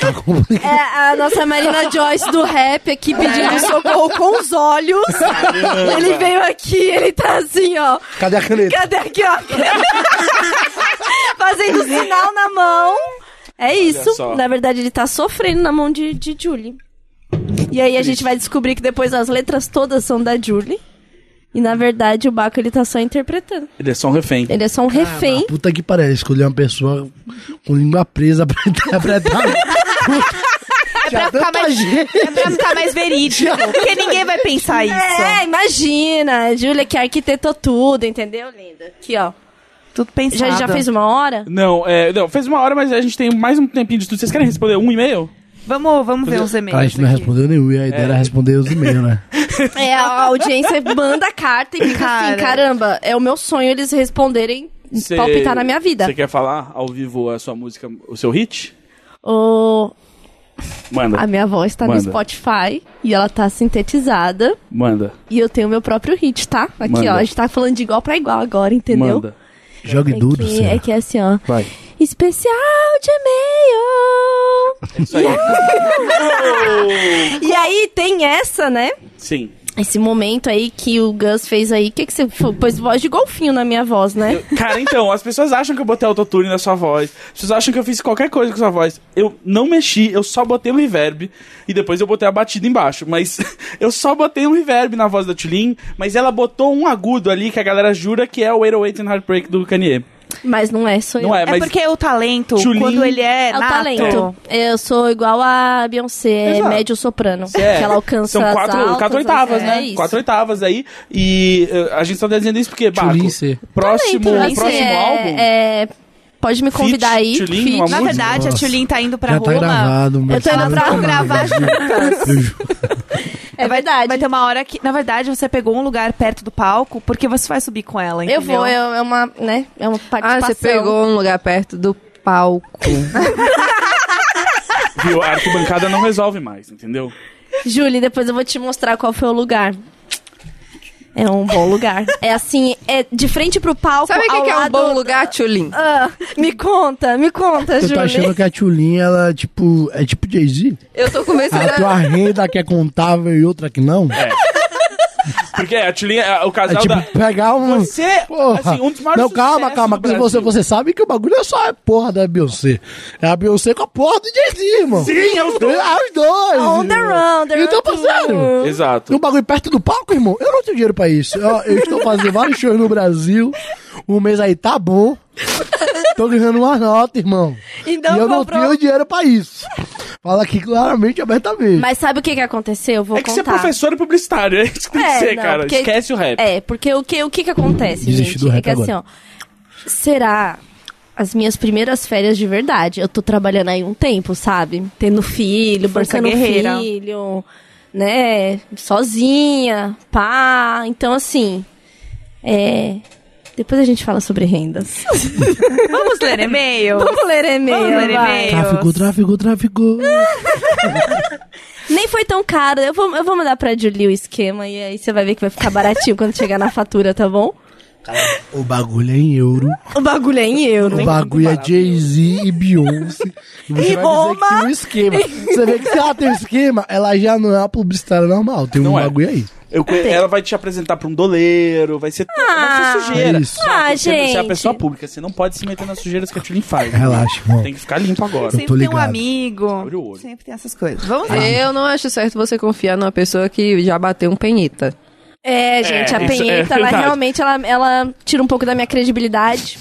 Speaker 5: Tá complicado.
Speaker 1: É a nossa Marina Joyce do rap aqui
Speaker 5: É.
Speaker 1: pedindo socorro com os olhos. Ele veio aqui, ele tá assim, ó.
Speaker 5: Cadê a caneta?
Speaker 1: Cadê aqui, ó? (laughs) Fazendo sinal na mão. É isso.
Speaker 2: só.
Speaker 1: Na verdade, ele tá sofrendo na mão de, de Julie. E aí a gente vai descobrir que depois as letras todas são da Julie. E na verdade o Baco ele tá só interpretando.
Speaker 2: Ele é só um refém.
Speaker 1: Ele é só um refém.
Speaker 5: Puta que pariu, escolher uma pessoa com língua presa pra
Speaker 1: (laughs)
Speaker 5: interpretar. É pra
Speaker 3: ficar mais-
Speaker 5: (laughs)
Speaker 3: É pra ficar mais verídico. (laughs) Porque ninguém vai pensar isso.
Speaker 1: É, imagina. A Júlia que arquitetou tudo, entendeu, linda? Aqui, ó.
Speaker 3: Tudo pensado.
Speaker 1: Já, já fez uma hora?
Speaker 2: Não, é, não, fez uma hora, mas a gente tem mais um tempinho de tudo. Vocês querem responder um e-mail?
Speaker 3: Vamos, vamos ver os
Speaker 5: A
Speaker 3: e-mails
Speaker 5: gente não
Speaker 3: aqui.
Speaker 5: respondeu nenhum, e a ideia era responder os e-mails, né?
Speaker 1: É, a audiência manda carta e fica assim,
Speaker 3: Cara.
Speaker 1: caramba, é o meu sonho eles responderem,
Speaker 2: Cê-
Speaker 1: palpitar na minha vida.
Speaker 2: Você quer falar ao vivo a sua música, o seu hit?
Speaker 1: Ô,
Speaker 2: Manda.
Speaker 1: a minha voz tá
Speaker 2: Manda.
Speaker 1: no Spotify e ela tá sintetizada
Speaker 2: Manda.
Speaker 1: e eu tenho meu próprio hit, tá? Aqui,
Speaker 2: Manda.
Speaker 1: ó, a gente tá falando de igual pra igual agora, entendeu?
Speaker 2: Manda.
Speaker 1: (laughs)
Speaker 5: Jogue
Speaker 1: É
Speaker 5: duro,
Speaker 1: que,
Speaker 5: senhor.
Speaker 1: é que é assim, ó.
Speaker 2: Vai.
Speaker 1: Especial de e-mail!
Speaker 2: É
Speaker 1: (laughs)
Speaker 2: Isso aí.
Speaker 1: E aí tem essa, né?
Speaker 2: Sim.
Speaker 1: Esse momento aí que o Gus fez aí. que que você foi? pôs voz de golfinho na minha voz, né?
Speaker 2: Cara, então, as pessoas acham que eu botei autotune na sua voz. As pessoas acham que eu fiz qualquer coisa com a sua voz. Eu não mexi, eu só botei um reverb e depois eu botei a batida embaixo. Mas (laughs) eu só botei um reverb na voz da Tulin, mas ela botou um agudo ali que a galera jura que é o 808 and Heartbreak do Kanye.
Speaker 1: Mas não é, sou
Speaker 2: Não
Speaker 1: eu.
Speaker 2: é,
Speaker 3: É
Speaker 2: mas
Speaker 3: porque o talento,
Speaker 2: Tchulin-
Speaker 3: quando ele é,
Speaker 1: É o
Speaker 3: nato,
Speaker 1: talento. Eu sou igual a Beyoncé,
Speaker 2: Exato.
Speaker 1: médio soprano.
Speaker 2: É,
Speaker 1: que (laughs) ela alcança
Speaker 2: São quatro,
Speaker 1: as altas,
Speaker 2: quatro
Speaker 1: as-
Speaker 2: oitavas,
Speaker 1: é
Speaker 2: né?
Speaker 1: isso.
Speaker 2: Quatro oitavas aí. E eh, a gente tá dizendo isso porque, Baco,
Speaker 5: Tulin C.
Speaker 2: próximo,
Speaker 1: Então, assim,
Speaker 2: próximo
Speaker 1: é,
Speaker 2: álbum...
Speaker 1: É, Pode me convidar aí.
Speaker 2: Fit, Tulin, uma
Speaker 1: Fit.
Speaker 3: Na
Speaker 2: Muito
Speaker 3: verdade, a
Speaker 5: nossa.
Speaker 3: Tulin tá indo pra
Speaker 5: Já tá
Speaker 3: Roma.
Speaker 5: gravado, mas...
Speaker 1: Eu tô indo
Speaker 5: Não,
Speaker 1: pra
Speaker 5: não,
Speaker 3: gravar
Speaker 5: não, eu ju-
Speaker 1: É
Speaker 3: Vai-
Speaker 1: verdade.
Speaker 3: Vai ter uma hora que, na verdade, você pegou um lugar perto do palco porque você vai subir com ela, entendeu?
Speaker 1: Eu vou, eu- é uma, né? É uma
Speaker 4: Ah,
Speaker 1: participação.
Speaker 4: você pegou um lugar perto do palco.
Speaker 2: Viu? A arquibancada não resolve mais, entendeu?
Speaker 1: Julie, depois eu vou te mostrar qual foi o lugar. É um bom lugar. É assim, é de frente pro palco.
Speaker 4: Sabe o que,
Speaker 1: ao
Speaker 4: que é um
Speaker 1: lado-
Speaker 4: bom lugar, Tchulin?
Speaker 1: Ah, me conta, me conta,
Speaker 5: Eu tô tá achando
Speaker 1: Julie.
Speaker 5: que a Tchulin, ela, tipo, é tipo Jay-Z.
Speaker 4: Eu tô começando
Speaker 1: tá-
Speaker 5: Ela tem
Speaker 4: a...
Speaker 5: uma renda que é contável e outra que não. É,
Speaker 2: Porque a Tulin é o casal
Speaker 5: tipo
Speaker 2: da.
Speaker 5: pegar um...
Speaker 2: Você,
Speaker 5: Porra.
Speaker 2: assim, um dos maiores
Speaker 5: Não, calma,
Speaker 2: sucessos
Speaker 5: calma.
Speaker 2: do
Speaker 5: que
Speaker 2: Brasil.
Speaker 5: Você, você sabe que o bagulho é só a porra da Beyoncé. É a Beyoncé com a porra do Jay-Z, irmão.
Speaker 2: Sim, é os dois.
Speaker 5: É os dois.
Speaker 1: On the run, the
Speaker 5: Então,
Speaker 1: run
Speaker 5: parceiro,
Speaker 2: Exato.
Speaker 5: um bagulho perto do palco, irmão. Eu não tenho dinheiro pra isso. Eu, eu estou fazendo vários shows no Brasil. Um mês aí tá bom. Tô ganhando uma nota, irmão.
Speaker 1: Então
Speaker 5: e eu não
Speaker 1: comprou-
Speaker 5: tenho dinheiro pra isso. Fala aqui claramente, abertamente.
Speaker 1: Mas sabe o que, que aconteceu? Eu Vou
Speaker 2: É que você é
Speaker 1: contar.
Speaker 2: professor e publicitário, é isso que tem que
Speaker 1: É,
Speaker 2: ser,
Speaker 1: não,
Speaker 2: cara.
Speaker 1: porque-
Speaker 2: Esquece o rap.
Speaker 1: É, porque o que, o que, que acontece,
Speaker 5: Desisti
Speaker 1: gente?
Speaker 5: do rap
Speaker 1: é que assim, ó.
Speaker 5: agora.
Speaker 1: Será as minhas primeiras férias de verdade? Eu tô trabalhando aí um tempo, sabe? Tendo filho,
Speaker 3: Força
Speaker 1: bancando
Speaker 3: guerreira.
Speaker 1: filho, né? Sozinha, pá. Então, assim. É. Depois a gente fala sobre rendas.
Speaker 3: Vamos ler e-mail.
Speaker 1: Vamos ler e-mail.
Speaker 3: Vamos ler
Speaker 1: vai.
Speaker 3: e-mail.
Speaker 5: Tráfico,
Speaker 1: (laughs)
Speaker 5: tráfico, tráfico.
Speaker 1: Nem foi tão caro. Eu vou, eu vou mandar pra Julie o esquema e aí você vai ver que vai ficar baratinho quando chegar na fatura, tá bom?
Speaker 5: o bagulho é em euro.
Speaker 1: O bagulho é em euro.
Speaker 5: O bagulho é Jay-Z e Beyoncé. E você
Speaker 1: E
Speaker 5: vai
Speaker 1: Roma.
Speaker 5: dizer que tem um esquema. Você vê que se ela tem um esquema, ela já não é uma publicitária normal. Tem um
Speaker 2: Não é.
Speaker 5: bagulho aí.
Speaker 2: Eu conhe- ela vai te apresentar pra um doleiro, vai ser,
Speaker 1: Ah.
Speaker 2: vai ser sujeira.
Speaker 5: É isso.
Speaker 1: Ah,
Speaker 2: Você- Você é a
Speaker 1: gente.
Speaker 2: pessoa pública, você não pode se meter nas sujeiras que a Tulin faz.
Speaker 5: Relaxa, irmão.
Speaker 2: Tem que ficar limpo agora.
Speaker 5: tô
Speaker 3: Sempre tem um
Speaker 5: ligado.
Speaker 2: Abre o
Speaker 3: amigo.
Speaker 2: olho.
Speaker 3: Sempre tem essas coisas. Vamos ver.
Speaker 4: Eu não acho certo você confiar numa pessoa que já bateu um penhita.
Speaker 1: É, gente, a
Speaker 2: isso é
Speaker 1: penheta, ela
Speaker 2: verdade.
Speaker 1: realmente, ela, ela tira um pouco da minha credibilidade.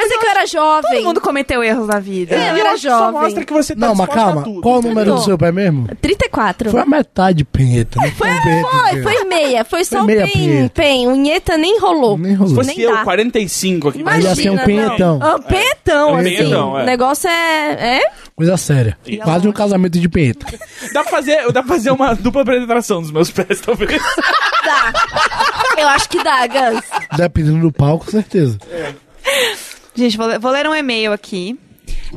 Speaker 1: mas é que eu era jovem.
Speaker 3: Todo mundo cometeu erros na vida.
Speaker 1: É, eu era
Speaker 2: Só
Speaker 1: jovem.
Speaker 2: mostra que você tá
Speaker 5: Não, mas
Speaker 2: disposta a
Speaker 5: calma.
Speaker 2: tudo.
Speaker 5: Qual o número do seu pé mesmo?
Speaker 1: 34.
Speaker 5: Foi a metade penheta. Não foi, um penheta
Speaker 1: Foi,
Speaker 5: inteiro.
Speaker 1: foi meia. Foi só
Speaker 5: Foi
Speaker 1: o
Speaker 5: meia
Speaker 1: pen.
Speaker 5: punheta.
Speaker 1: pen. O Nheta nem rolou.
Speaker 5: Nem rolou.
Speaker 2: Se fosse
Speaker 1: Nem
Speaker 2: eu,
Speaker 1: dá.
Speaker 2: 45 aqui.
Speaker 5: Mas ia ser um
Speaker 1: Imagina,
Speaker 5: penhetão.
Speaker 1: não. Ah, penhetão,
Speaker 2: É um
Speaker 1: assim.
Speaker 2: penhetão, é.
Speaker 1: O negócio é... é?
Speaker 5: Coisa séria. Quase um casamento de penheta.
Speaker 2: Dá pra fazer, dá pra fazer uma dupla penetração dos meus pés, (laughs) talvez.
Speaker 1: Dá. Eu acho que dá, Gans.
Speaker 5: Dependendo do palco, com certeza.
Speaker 3: Gente, vou, le- vou ler um e-mail aqui.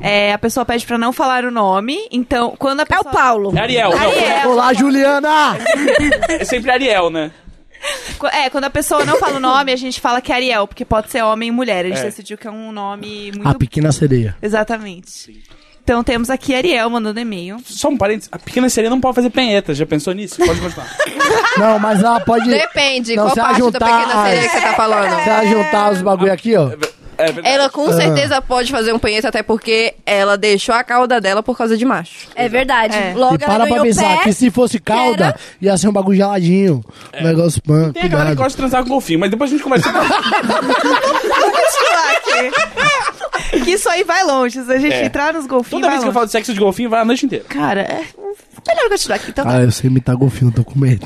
Speaker 3: É, a pessoa pede pra não falar o nome. Então, quando a
Speaker 1: É
Speaker 3: pessoa...
Speaker 1: o Paulo.
Speaker 2: Ariel, não.
Speaker 3: Ariel.
Speaker 5: Olá, Juliana!
Speaker 2: É sempre Ariel, né?
Speaker 3: Qu- É, quando a pessoa não fala o nome, a gente fala que é Ariel, porque pode ser homem e mulher. A gente
Speaker 2: É.
Speaker 3: decidiu que é um nome muito.
Speaker 5: A pequena sereia.
Speaker 3: Exatamente. Então temos aqui Ariel mandando e-mail.
Speaker 2: Só um parênteses. A pequena sereia não pode fazer penheta, já pensou nisso? Pode continuar.
Speaker 5: Não, mas ela pode.
Speaker 4: Depende,
Speaker 5: Não,
Speaker 4: qual
Speaker 5: se ela
Speaker 4: parte da
Speaker 5: juntar-
Speaker 4: pequena sereia que você tá falando?
Speaker 5: Se ela juntar os bagulho aqui, ó.
Speaker 2: É verdade.
Speaker 4: Ela
Speaker 5: Ah.
Speaker 4: com certeza pode fazer um penheta, até porque ela deixou a cauda dela por causa de macho.
Speaker 1: É verdade.
Speaker 3: É.
Speaker 1: Logo
Speaker 5: E para
Speaker 1: ela
Speaker 5: pra
Speaker 1: ganhou
Speaker 5: pensar
Speaker 1: pé.
Speaker 5: que se fosse calda, ia ser um bagulho geladinho. Um negócio pan,
Speaker 2: É. Tem a galera que
Speaker 5: cuidado.
Speaker 2: gosta de transar com golfinho, mas depois a gente conversa.
Speaker 3: Vamos falar aqui. que isso aí vai longe. Se a gente
Speaker 2: É.
Speaker 3: entrar nos golfinhos,
Speaker 2: Toda
Speaker 3: vai
Speaker 2: vez que eu
Speaker 3: longe.
Speaker 2: falo de sexo de golfinho, vai a noite inteira.
Speaker 3: Cara, é melhor continuar aqui. Então,
Speaker 5: Ah, eu sei imitar golfinho, tô
Speaker 2: (laughs)
Speaker 5: com medo.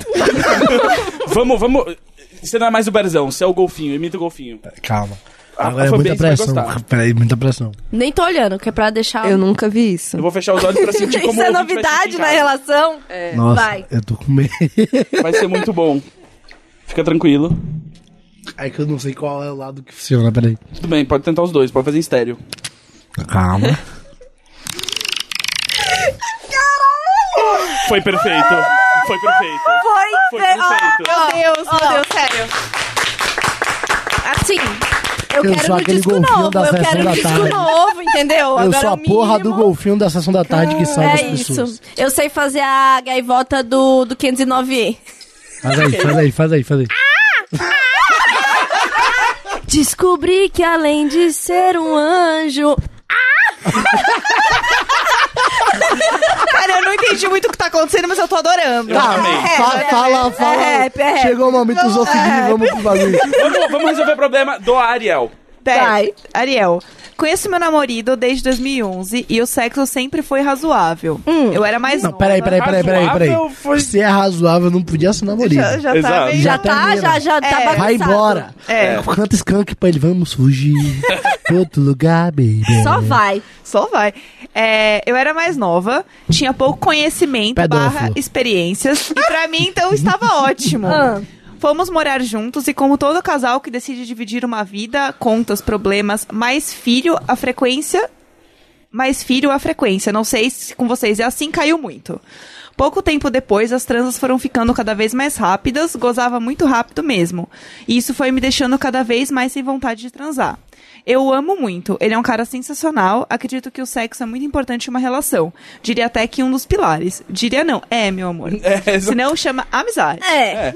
Speaker 2: Vamos, vamos. Você não é mais o Berzão, você é o golfinho, imita o golfinho.
Speaker 5: Calma.
Speaker 2: A-
Speaker 5: Agora
Speaker 2: a
Speaker 5: é muita
Speaker 2: fanbase vai
Speaker 5: pressão.
Speaker 2: gostar.
Speaker 5: Peraí, muita pressão.
Speaker 1: Nem tô olhando, que é pra deixar...
Speaker 4: Eu nunca vi isso.
Speaker 2: Eu vou fechar os olhos pra sentir como
Speaker 1: (laughs) Isso é
Speaker 2: o ouvinte vai
Speaker 1: novidade
Speaker 2: sentir
Speaker 1: na
Speaker 2: em casa.
Speaker 1: relação?
Speaker 5: Nossa,
Speaker 1: É, Vai.
Speaker 5: eu tô com medo. (laughs)
Speaker 2: Vai ser muito bom. Fica tranquilo.
Speaker 5: É que eu não sei qual é o lado que funciona, peraí.
Speaker 2: Tudo bem, pode tentar os dois, pode fazer em estéreo.
Speaker 5: Calma.
Speaker 2: Foi perfeito. Foi perfeito.
Speaker 1: Foi,
Speaker 2: Foi perfeito.
Speaker 3: Ah, Meu Deus,
Speaker 1: Ah.
Speaker 3: meu Deus, sério.
Speaker 1: Assim, eu,
Speaker 5: Eu
Speaker 1: quero
Speaker 5: sou
Speaker 1: um
Speaker 5: aquele
Speaker 1: disco
Speaker 5: golfinho
Speaker 1: novo,
Speaker 5: da
Speaker 1: eu
Speaker 5: sessão
Speaker 1: quero um
Speaker 5: da
Speaker 1: disco
Speaker 5: tarde.
Speaker 1: novo, entendeu?
Speaker 5: Eu
Speaker 1: Agora
Speaker 5: sou
Speaker 1: é
Speaker 5: a
Speaker 1: o
Speaker 5: porra do
Speaker 1: mínimo.
Speaker 5: golfinho da sessão da tarde que salva as
Speaker 1: É
Speaker 5: pessoas.
Speaker 1: isso. Eu sei fazer a gaivota do, do 509E.
Speaker 5: Faz aí, faz aí, faz aí, faz aí.
Speaker 1: Descobri que além de ser um anjo.
Speaker 3: Cara, eu não entendi muito o que tá acontecendo, mas eu tô adorando.
Speaker 1: Ah, Tá,
Speaker 2: Eu amei.
Speaker 5: Fa- fala, fala.
Speaker 1: rap, é rap. é
Speaker 5: Chegou o momento dos ofendidos, vamos
Speaker 1: (laughs)
Speaker 5: pro bagulho.
Speaker 2: Vamos, vamos resolver o problema do Ariel.
Speaker 3: Pera,
Speaker 1: Vai.
Speaker 3: Ariel, conheço meu namorado desde 2011 e o sexo sempre foi razoável.
Speaker 1: Hum.
Speaker 3: Eu era mais
Speaker 5: Não,
Speaker 3: nova.
Speaker 5: peraí, peraí, peraí, peraí,
Speaker 2: Razoável
Speaker 5: peraí.
Speaker 2: foi-
Speaker 5: Se é razoável, não podia ser namorado.
Speaker 3: Já, já tá
Speaker 2: Exato.
Speaker 3: meio...
Speaker 1: Já
Speaker 5: Já
Speaker 1: tá,
Speaker 5: termina.
Speaker 1: já, já tá
Speaker 3: É.
Speaker 1: bagunçado.
Speaker 5: Vai embora.
Speaker 3: É.
Speaker 4: (laughs)
Speaker 5: Canta skunk pra ele, vamos fugir. pra outro lugar, baby.
Speaker 1: Só vai.
Speaker 3: Só vai. É, eu era mais nova, tinha pouco conhecimento
Speaker 5: Pedófilo.
Speaker 3: barra experiências. E pra mim, então, estava ótimo.
Speaker 1: Ah.
Speaker 3: Fomos morar juntos e, como todo casal que decide dividir uma vida, contas, problemas, mais filho, a frequência. Mais filho, a frequência. Não sei se com vocês é assim, caiu muito. Pouco tempo depois, as transas foram ficando cada vez mais rápidas, gozava muito rápido mesmo. E isso foi me deixando cada vez mais sem vontade de transar. Eu o amo muito, ele é um cara sensacional, acredito que o sexo é muito importante em uma relação. Diria até que um dos pilares. Diria não, é, meu amor.
Speaker 2: É, exato.
Speaker 3: Senão chama amizade.
Speaker 1: É.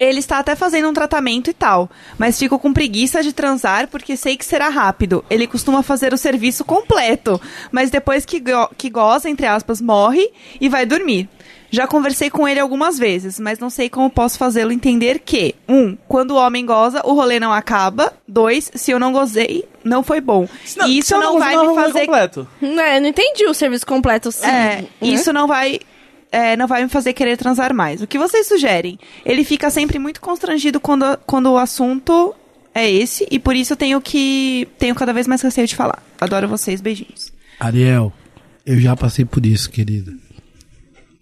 Speaker 3: Ele está até fazendo um tratamento e tal, mas fico com preguiça de transar porque sei que será rápido. Ele costuma fazer o serviço completo, mas depois que, go- que goza, entre aspas, morre e vai dormir. Já conversei com ele algumas vezes, mas não sei como posso fazê-lo entender que, um, quando o homem goza, o rolê não acaba. Dois, se eu não gozei, não foi bom.
Speaker 2: Senão-
Speaker 3: e isso
Speaker 2: senão
Speaker 3: não vai
Speaker 2: não
Speaker 3: me
Speaker 2: arruma
Speaker 3: fazer
Speaker 2: completo.
Speaker 1: É, eu não entendi o serviço completo assim.
Speaker 3: é,
Speaker 1: né?
Speaker 3: isso não vai. é, não vai me fazer querer transar mais. O que vocês sugerem? Ele fica sempre muito constrangido quando, quando o assunto é esse, e por isso eu tenho que. tenho cada vez mais receio de falar. Adoro vocês, beijinhos.
Speaker 5: Ariel, eu já passei por isso, querida.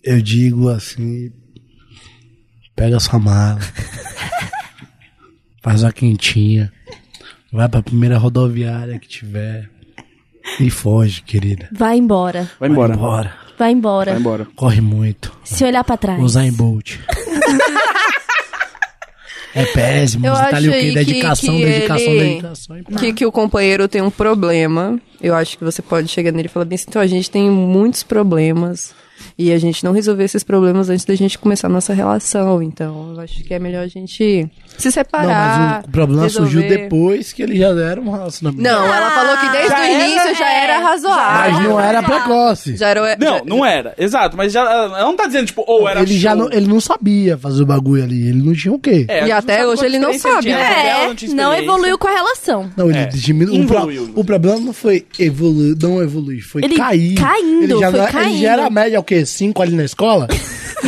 Speaker 5: Eu digo assim: pega sua mala,
Speaker 4: (laughs)
Speaker 5: faz uma quentinha, vai pra primeira rodoviária que tiver e foge, querida.
Speaker 1: Vai embora.
Speaker 2: Vai embora.
Speaker 5: Vai embora.
Speaker 1: Vai embora.
Speaker 2: Vai embora.
Speaker 5: Corre muito.
Speaker 1: Se olhar pra trás.
Speaker 5: Usar em
Speaker 4: (laughs)
Speaker 5: Bolt. é péssimo.
Speaker 4: Eu
Speaker 5: Você tá ali o
Speaker 4: acho
Speaker 5: quê?
Speaker 4: aí que-
Speaker 5: Dedicação,
Speaker 4: que
Speaker 5: dedicação, então é
Speaker 4: ele-
Speaker 5: dedicação. E...
Speaker 4: Que, que o companheiro tem um problema. Eu acho que você pode chegar nele e falar bem assim, então a gente tem muitos problemas. E a gente não resolveu esses problemas antes da gente começar a nossa relação. Então, eu acho que é melhor a gente se
Speaker 5: Não,
Speaker 4: separar.
Speaker 5: mas o problema surgiu
Speaker 4: resolver.
Speaker 5: depois que ele já era um relacionamento.
Speaker 4: Não, ela falou que desde
Speaker 2: Ah, Já
Speaker 4: o
Speaker 2: era- é.
Speaker 4: início já era razoável.
Speaker 5: Mas não era precoce.
Speaker 4: Já era,
Speaker 2: Não, não era. Exato, mas já. Ela não tá dizendo, tipo, ou era.
Speaker 5: ele já
Speaker 2: show.
Speaker 5: não, ele não sabia fazer o bagulho ali, ele não tinha o quê?
Speaker 2: É,
Speaker 4: E
Speaker 2: não
Speaker 4: até
Speaker 2: sabe
Speaker 4: hoje
Speaker 2: quanta
Speaker 4: ele não
Speaker 2: experiência
Speaker 4: sabe.
Speaker 2: ele tinha,
Speaker 1: É,
Speaker 2: ela não tinha
Speaker 1: não
Speaker 2: experiência.
Speaker 1: evoluiu com a relação.
Speaker 5: Não, ele
Speaker 2: É,
Speaker 5: diminuiu. O, pro-
Speaker 2: evoluiu.
Speaker 5: o problema não foi evoluir, não evoluir, foi
Speaker 1: Ele
Speaker 5: cair.
Speaker 1: caindo,
Speaker 5: ele já,
Speaker 1: foi
Speaker 5: não- Ele
Speaker 1: caindo.
Speaker 5: já era média, o quê? Cinco ali
Speaker 1: (laughs)
Speaker 5: na escola?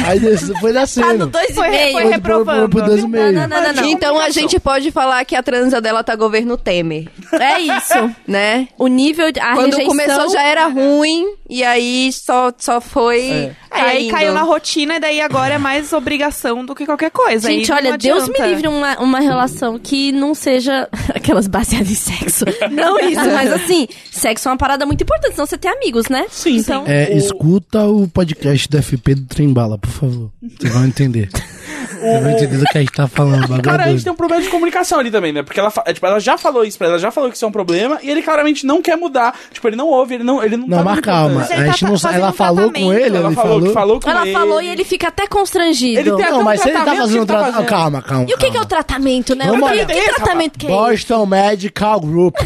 Speaker 5: Aí des- foi
Speaker 1: Tá no
Speaker 5: descendo.
Speaker 1: dois
Speaker 3: Foi-
Speaker 1: e meio.
Speaker 3: foi
Speaker 5: Foi pro-
Speaker 3: reprovando.
Speaker 5: pro- pro dois e meio.
Speaker 1: Não, não, não, não.
Speaker 4: Então a gente pode falar que a transa dela tá governo Temer,
Speaker 1: É isso.
Speaker 4: né?
Speaker 1: O nível de. A
Speaker 4: Quando
Speaker 1: rejeição...
Speaker 4: começou já era ruim, e aí só, só foi.
Speaker 3: É, aí
Speaker 4: caindo.
Speaker 3: caiu na rotina, e daí agora é mais obrigação do que qualquer coisa.
Speaker 1: Gente,
Speaker 3: aí não
Speaker 1: olha, Deus me
Speaker 3: adianta.
Speaker 1: livre um uma, uma relação que não seja (laughs) aquelas baseadas em sexo. Não isso, mas assim, sexo é uma parada muito importante, senão você tem amigos, né? Sim. Então,
Speaker 5: É, escuta o podcast do FP do Trembala, por favor. Você vai entender. Você vai entender do que a gente tá falando. bagulho
Speaker 2: Cara, a gente
Speaker 5: doido.
Speaker 2: tem um problema de comunicação ali também, né? Porque ela, fa- é, tipo, ela já falou isso pra ela, ela já falou que isso é um problema, e ele claramente não quer mudar. Tipo, ele não ouve, ele não. Ele
Speaker 1: Um
Speaker 2: não
Speaker 5: Não,
Speaker 2: tá
Speaker 5: mas
Speaker 2: dando
Speaker 5: calma.
Speaker 2: importância.
Speaker 3: ele
Speaker 5: a
Speaker 3: tá
Speaker 5: gente não,
Speaker 3: fa-
Speaker 5: sa-
Speaker 3: fazendo
Speaker 5: ela
Speaker 3: um
Speaker 5: falou com
Speaker 3: tratamento.
Speaker 5: ele,
Speaker 2: Ela
Speaker 5: ele
Speaker 2: falou, que falou com
Speaker 1: ela
Speaker 2: ele.
Speaker 1: falou e ele fica até constrangido.
Speaker 2: Ele tem-
Speaker 5: Não, mas se ele tá
Speaker 2: Tratamento que
Speaker 5: fazendo um
Speaker 2: ele tá
Speaker 5: tratamento.
Speaker 2: fazendo.
Speaker 5: calma, calma.
Speaker 1: E o que, que é o tratamento, né?
Speaker 5: Vamos
Speaker 1: O que,
Speaker 5: olhar.
Speaker 1: que tratamento que é esse?
Speaker 5: Boston Medical
Speaker 1: (laughs)
Speaker 5: Group.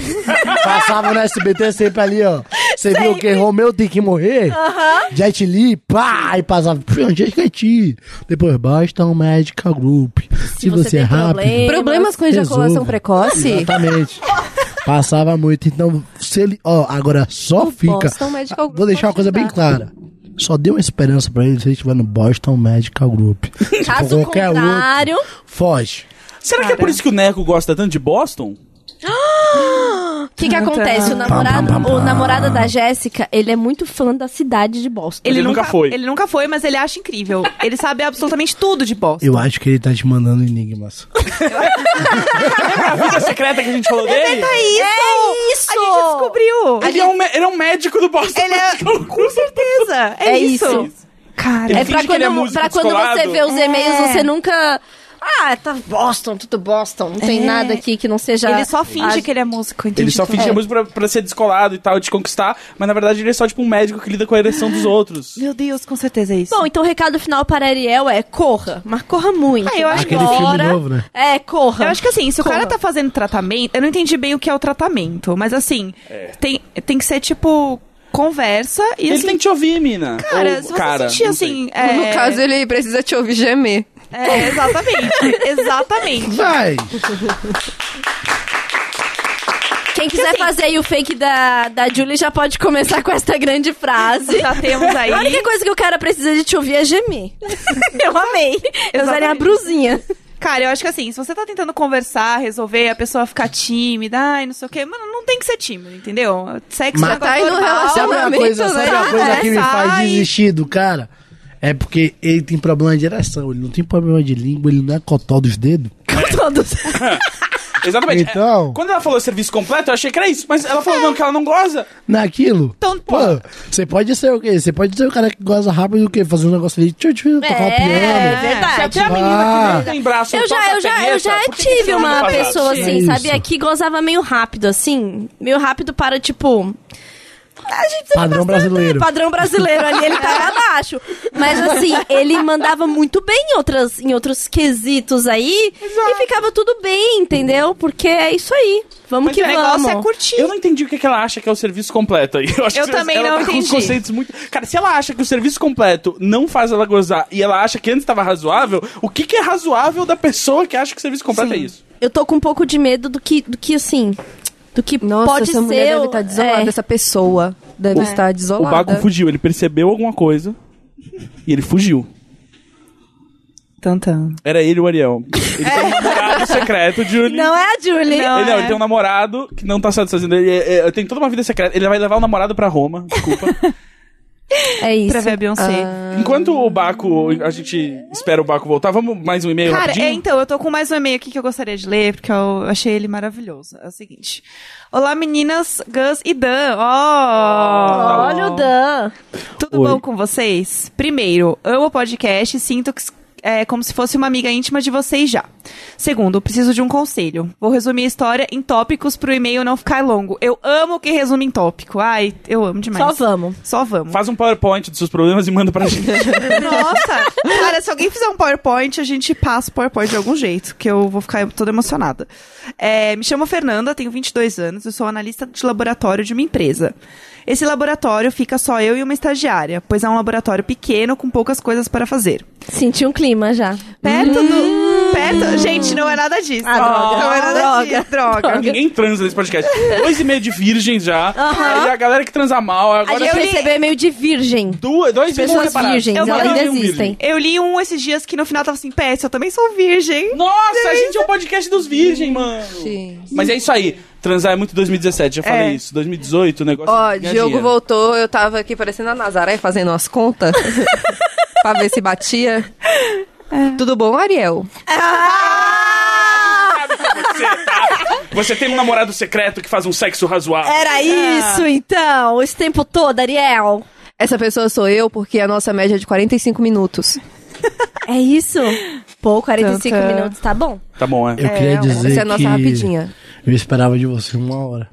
Speaker 5: Passava no SBT sempre ali, ó. Você viu o que? Romeu tem que morrer? Jet Li, pá! E passava. "Pô, Jet Li. Depois, Boston Medical Group. Se,
Speaker 1: você
Speaker 5: você é
Speaker 1: tem
Speaker 5: rápido.
Speaker 1: problema.
Speaker 4: Problemas com ejaculação
Speaker 5: Resolva.
Speaker 4: precoce?
Speaker 5: Exatamente. Passava muito. Então, se ele. Ó, agora só fica.
Speaker 4: Boston Medical Group
Speaker 5: Vou deixar uma
Speaker 4: pode
Speaker 5: coisa bem
Speaker 4: ajudar.
Speaker 5: clara. Só dê uma esperança pra ele se ele estiver no Boston Medical Group. Se for
Speaker 1: Caso
Speaker 5: qualquer outro,
Speaker 1: contrário,
Speaker 5: foge.
Speaker 2: Será que é por isso que o Neco gosta tanto de Boston?
Speaker 1: o que, que
Speaker 4: Tá,
Speaker 1: acontece? O namorado,
Speaker 5: pam, pam,
Speaker 1: o namorado da Jéssica, ele é muito fã da cidade de Boston.
Speaker 2: Ele nunca foi.
Speaker 3: Ele nunca foi, mas ele acha incrível. ele sabe absolutamente tudo de bosta.
Speaker 5: Eu acho que ele tá te mandando enigmas.
Speaker 2: A vida secreta que a gente falou dele?
Speaker 1: tá
Speaker 3: Isso! É
Speaker 1: isso!
Speaker 3: A gente descobriu!
Speaker 2: Ele, é um, mé- ele é um médico do Boston
Speaker 3: Ele
Speaker 2: (laughs)
Speaker 3: é-
Speaker 2: Medical Group.
Speaker 3: Com certeza! É,
Speaker 1: É isso.
Speaker 3: Cara,
Speaker 2: Ele
Speaker 1: É
Speaker 2: finge
Speaker 1: pra
Speaker 2: que ele é
Speaker 1: quando,
Speaker 2: músico
Speaker 1: pra quando
Speaker 2: descolado.
Speaker 1: você vê os
Speaker 3: É.
Speaker 1: e-mails, você nunca. Ah, tá Boston, tudo Boston. Não tem
Speaker 3: É.
Speaker 1: nada aqui que não seja.
Speaker 3: Ele só finge
Speaker 1: Ah,
Speaker 3: que ele é músico, entende?
Speaker 2: Ele só
Speaker 3: tudo.
Speaker 2: finge a música pra, pra ser descolado e tal, de conquistar, mas na verdade ele é só tipo um médico que lida com a ereção dos outros.
Speaker 3: Meu Deus, com certeza é isso.
Speaker 1: Bom, então o recado final para Ariel é corra, mas corra muito.
Speaker 3: Ah, eu acho que-
Speaker 5: Aquele filme novo, né?
Speaker 1: É, corra.
Speaker 3: eu acho que assim, se o
Speaker 1: Corra.
Speaker 3: cara tá fazendo tratamento, eu não entendi bem o que é o tratamento, mas assim,
Speaker 5: É.
Speaker 3: tem, tem que ser tipo conversa e
Speaker 2: Ele
Speaker 3: assim,
Speaker 2: tem que te ouvir, mina.
Speaker 3: cara,
Speaker 2: Ou-
Speaker 3: se você
Speaker 2: cara,
Speaker 3: sentir
Speaker 2: não sei.
Speaker 3: assim, é,
Speaker 4: No caso, ele precisa te ouvir gemer.
Speaker 3: é, exatamente, exatamente.
Speaker 4: (laughs)
Speaker 5: Vai!
Speaker 1: Quem quiser
Speaker 3: assim-
Speaker 1: fazer aí o fake da, da Julie já pode começar com esta grande frase.
Speaker 3: Já temos (laughs) aí.
Speaker 1: A única coisa que o cara precisa de te ouvir é
Speaker 3: (laughs)
Speaker 1: gemer. Eu (laughs) amei. Eu usaria a
Speaker 3: Exatamente.
Speaker 1: brusinha.
Speaker 3: Cara, eu acho que assim, se você tá tentando conversar, resolver, a pessoa ficar tímida, ai, não sei o quê, mano, não tem que ser tímido, entendeu? Sexo
Speaker 5: Mas
Speaker 3: é um
Speaker 4: tá aí no
Speaker 3: negócio normal.
Speaker 5: Sabe uma
Speaker 4: Relacionamento,
Speaker 5: coisa, sabe
Speaker 4: né?
Speaker 5: uma coisa que me faz
Speaker 3: Sai.
Speaker 5: desistir do cara? É porque ele tem problema de ereção, ele não tem problema de língua, ele não é cotó dos dedos.
Speaker 4: Todos.
Speaker 2: Exatamente.
Speaker 5: Então-
Speaker 2: É, Quando ela falou serviço completo, eu achei que era isso. Mas ela
Speaker 1: É.
Speaker 2: falou não, que ela não goza.
Speaker 5: Naquilo.
Speaker 3: Então,
Speaker 5: pô, você pode ser o quê? Você pode ser o cara que goza rápido do quê? Fazer um negócio ali, tchau, tchau, tocar o
Speaker 1: É,
Speaker 5: piano.
Speaker 2: Se até a
Speaker 1: verdade.
Speaker 2: menina
Speaker 5: Ah.
Speaker 2: que nem tem braço
Speaker 1: Eu já,
Speaker 2: toca
Speaker 1: eu já, eu
Speaker 2: punheta,
Speaker 1: já
Speaker 2: por que que você
Speaker 1: tive
Speaker 2: não
Speaker 1: uma
Speaker 2: faz nada?
Speaker 1: pessoa
Speaker 5: Sim.
Speaker 1: assim,
Speaker 5: Isso.
Speaker 1: sabia? Que gozava meio rápido, assim. Meio rápido para, tipo. A gente
Speaker 5: Padrão brasileiro.
Speaker 1: É, padrão brasileiro ali, ele tava abaixo. Mas assim, ele mandava muito bem em, outras, em outros quesitos aí. E ficava tudo bem, entendeu? Porque é isso aí. Vamos
Speaker 2: Mas
Speaker 1: que
Speaker 3: O negócio é
Speaker 1: vamos.
Speaker 3: curtir.
Speaker 2: Eu não entendi o que, que ela acha que é o serviço completo aí. (laughs) Eu, acho
Speaker 3: Eu
Speaker 2: que
Speaker 3: também
Speaker 2: ela
Speaker 3: não
Speaker 2: tá com uns
Speaker 3: entendi.
Speaker 2: conceitos muito. Cara, se ela acha que o serviço completo não faz ela gozar e ela acha que antes estava razoável, o que, que é razoável da pessoa que acha que o serviço completo é isso?
Speaker 1: Eu tô com um pouco de medo do que, do que assim. Do que
Speaker 4: Nossa,
Speaker 1: pode
Speaker 4: essa
Speaker 1: ser.
Speaker 4: mulher deve
Speaker 1: o-
Speaker 4: estar desolada,
Speaker 1: é.
Speaker 4: essa pessoa deve
Speaker 2: O-
Speaker 4: estar desolada.
Speaker 2: O Baco fugiu, ele percebeu alguma coisa e ele fugiu.
Speaker 3: Tantan.
Speaker 2: Era ele o Ariel. Ele tem um namorado secreto, Julie.
Speaker 1: Não é a Julie.
Speaker 3: É. Não.
Speaker 2: Ele, não,
Speaker 3: é.
Speaker 2: ele tem um namorado que não tá satisfazendo ele. é- é- tem toda uma vida secreta. Ele vai levar o namorado pra Roma,
Speaker 3: (laughs)
Speaker 2: desculpa.
Speaker 1: É isso.
Speaker 3: Pra ver a Beyoncé.
Speaker 2: Enquanto o Baco, a gente espera o Baco voltar, vamos mais um e-mail
Speaker 3: Cara,
Speaker 2: rapidinho?
Speaker 3: é, então, eu tô com mais um e-mail aqui que eu gostaria de ler, porque eu achei ele maravilhoso. É o seguinte. Olá, meninas, Gus e Dan. Ó!
Speaker 1: Olha o Dan.
Speaker 3: Tudo bom com vocês? Primeiro, amo o podcast e sinto que s- é como se fosse uma amiga íntima de vocês já. Segundo, preciso de um conselho. Vou resumir a história em tópicos pro e-mail não ficar longo. Eu amo quem resume em tópico. Ai, eu amo demais.
Speaker 1: Só vamos.
Speaker 3: Só vamos.
Speaker 2: Faz um PowerPoint dos seus problemas e manda pra gente.
Speaker 3: Nossa! Cara, se alguém fizer um PowerPoint, a gente passa o PowerPoint de algum jeito, que eu vou ficar toda emocionada. É, me chamo Fernanda, tenho 22 anos e sou analista de laboratório de uma empresa. Esse laboratório fica só eu e uma estagiária, pois é um laboratório pequeno com poucas coisas para fazer.
Speaker 1: Senti um clima já.
Speaker 3: Perto do. Perto. Gente, não é nada disso.
Speaker 1: Ah, droga.
Speaker 3: Não é nada
Speaker 1: Droga.
Speaker 3: disso. Droga.
Speaker 2: Ninguém transa nesse podcast. Dois e meio de virgem já.
Speaker 1: Aham.
Speaker 2: E a galera que transa mal.
Speaker 1: A
Speaker 2: Agora
Speaker 1: gente
Speaker 3: eu li-
Speaker 1: recebeu e-mail de virgem.
Speaker 2: duas, dois e meio
Speaker 1: Pessoas
Speaker 2: separados.
Speaker 1: virgens,
Speaker 2: Eu
Speaker 1: elas
Speaker 2: nunca
Speaker 1: ainda
Speaker 2: vi um virgem.
Speaker 1: existem.
Speaker 3: Eu li um esses dias que no final tava assim, PS, eu também sou virgem.
Speaker 2: Nossa, a gente é um podcast dos virgens, mano. Mas é isso aí. Transar é muito 2017, já falei
Speaker 3: É.
Speaker 2: isso. 2018, o negócio.
Speaker 4: Ó,
Speaker 2: é ganhar
Speaker 4: Diogo
Speaker 2: dinheiro.
Speaker 4: voltou, eu tava aqui parecendo a Nazaré fazendo as contas (laughs) pra ver se batia.
Speaker 1: É.
Speaker 4: Tudo bom, Ariel?
Speaker 2: Você, tá- você tem um namorado secreto que faz um sexo razoável.
Speaker 1: Era isso, então. Esse tempo todo, Ariel.
Speaker 4: Essa pessoa sou eu porque a nossa média é de 45 minutos.
Speaker 1: É isso? Pô, 45
Speaker 3: Tanta.
Speaker 1: minutos, tá bom.
Speaker 2: Tá bom, é.
Speaker 5: Eu queria dizer
Speaker 4: Essa é a nossa
Speaker 5: que
Speaker 4: rapidinha.
Speaker 5: eu esperava de você uma hora.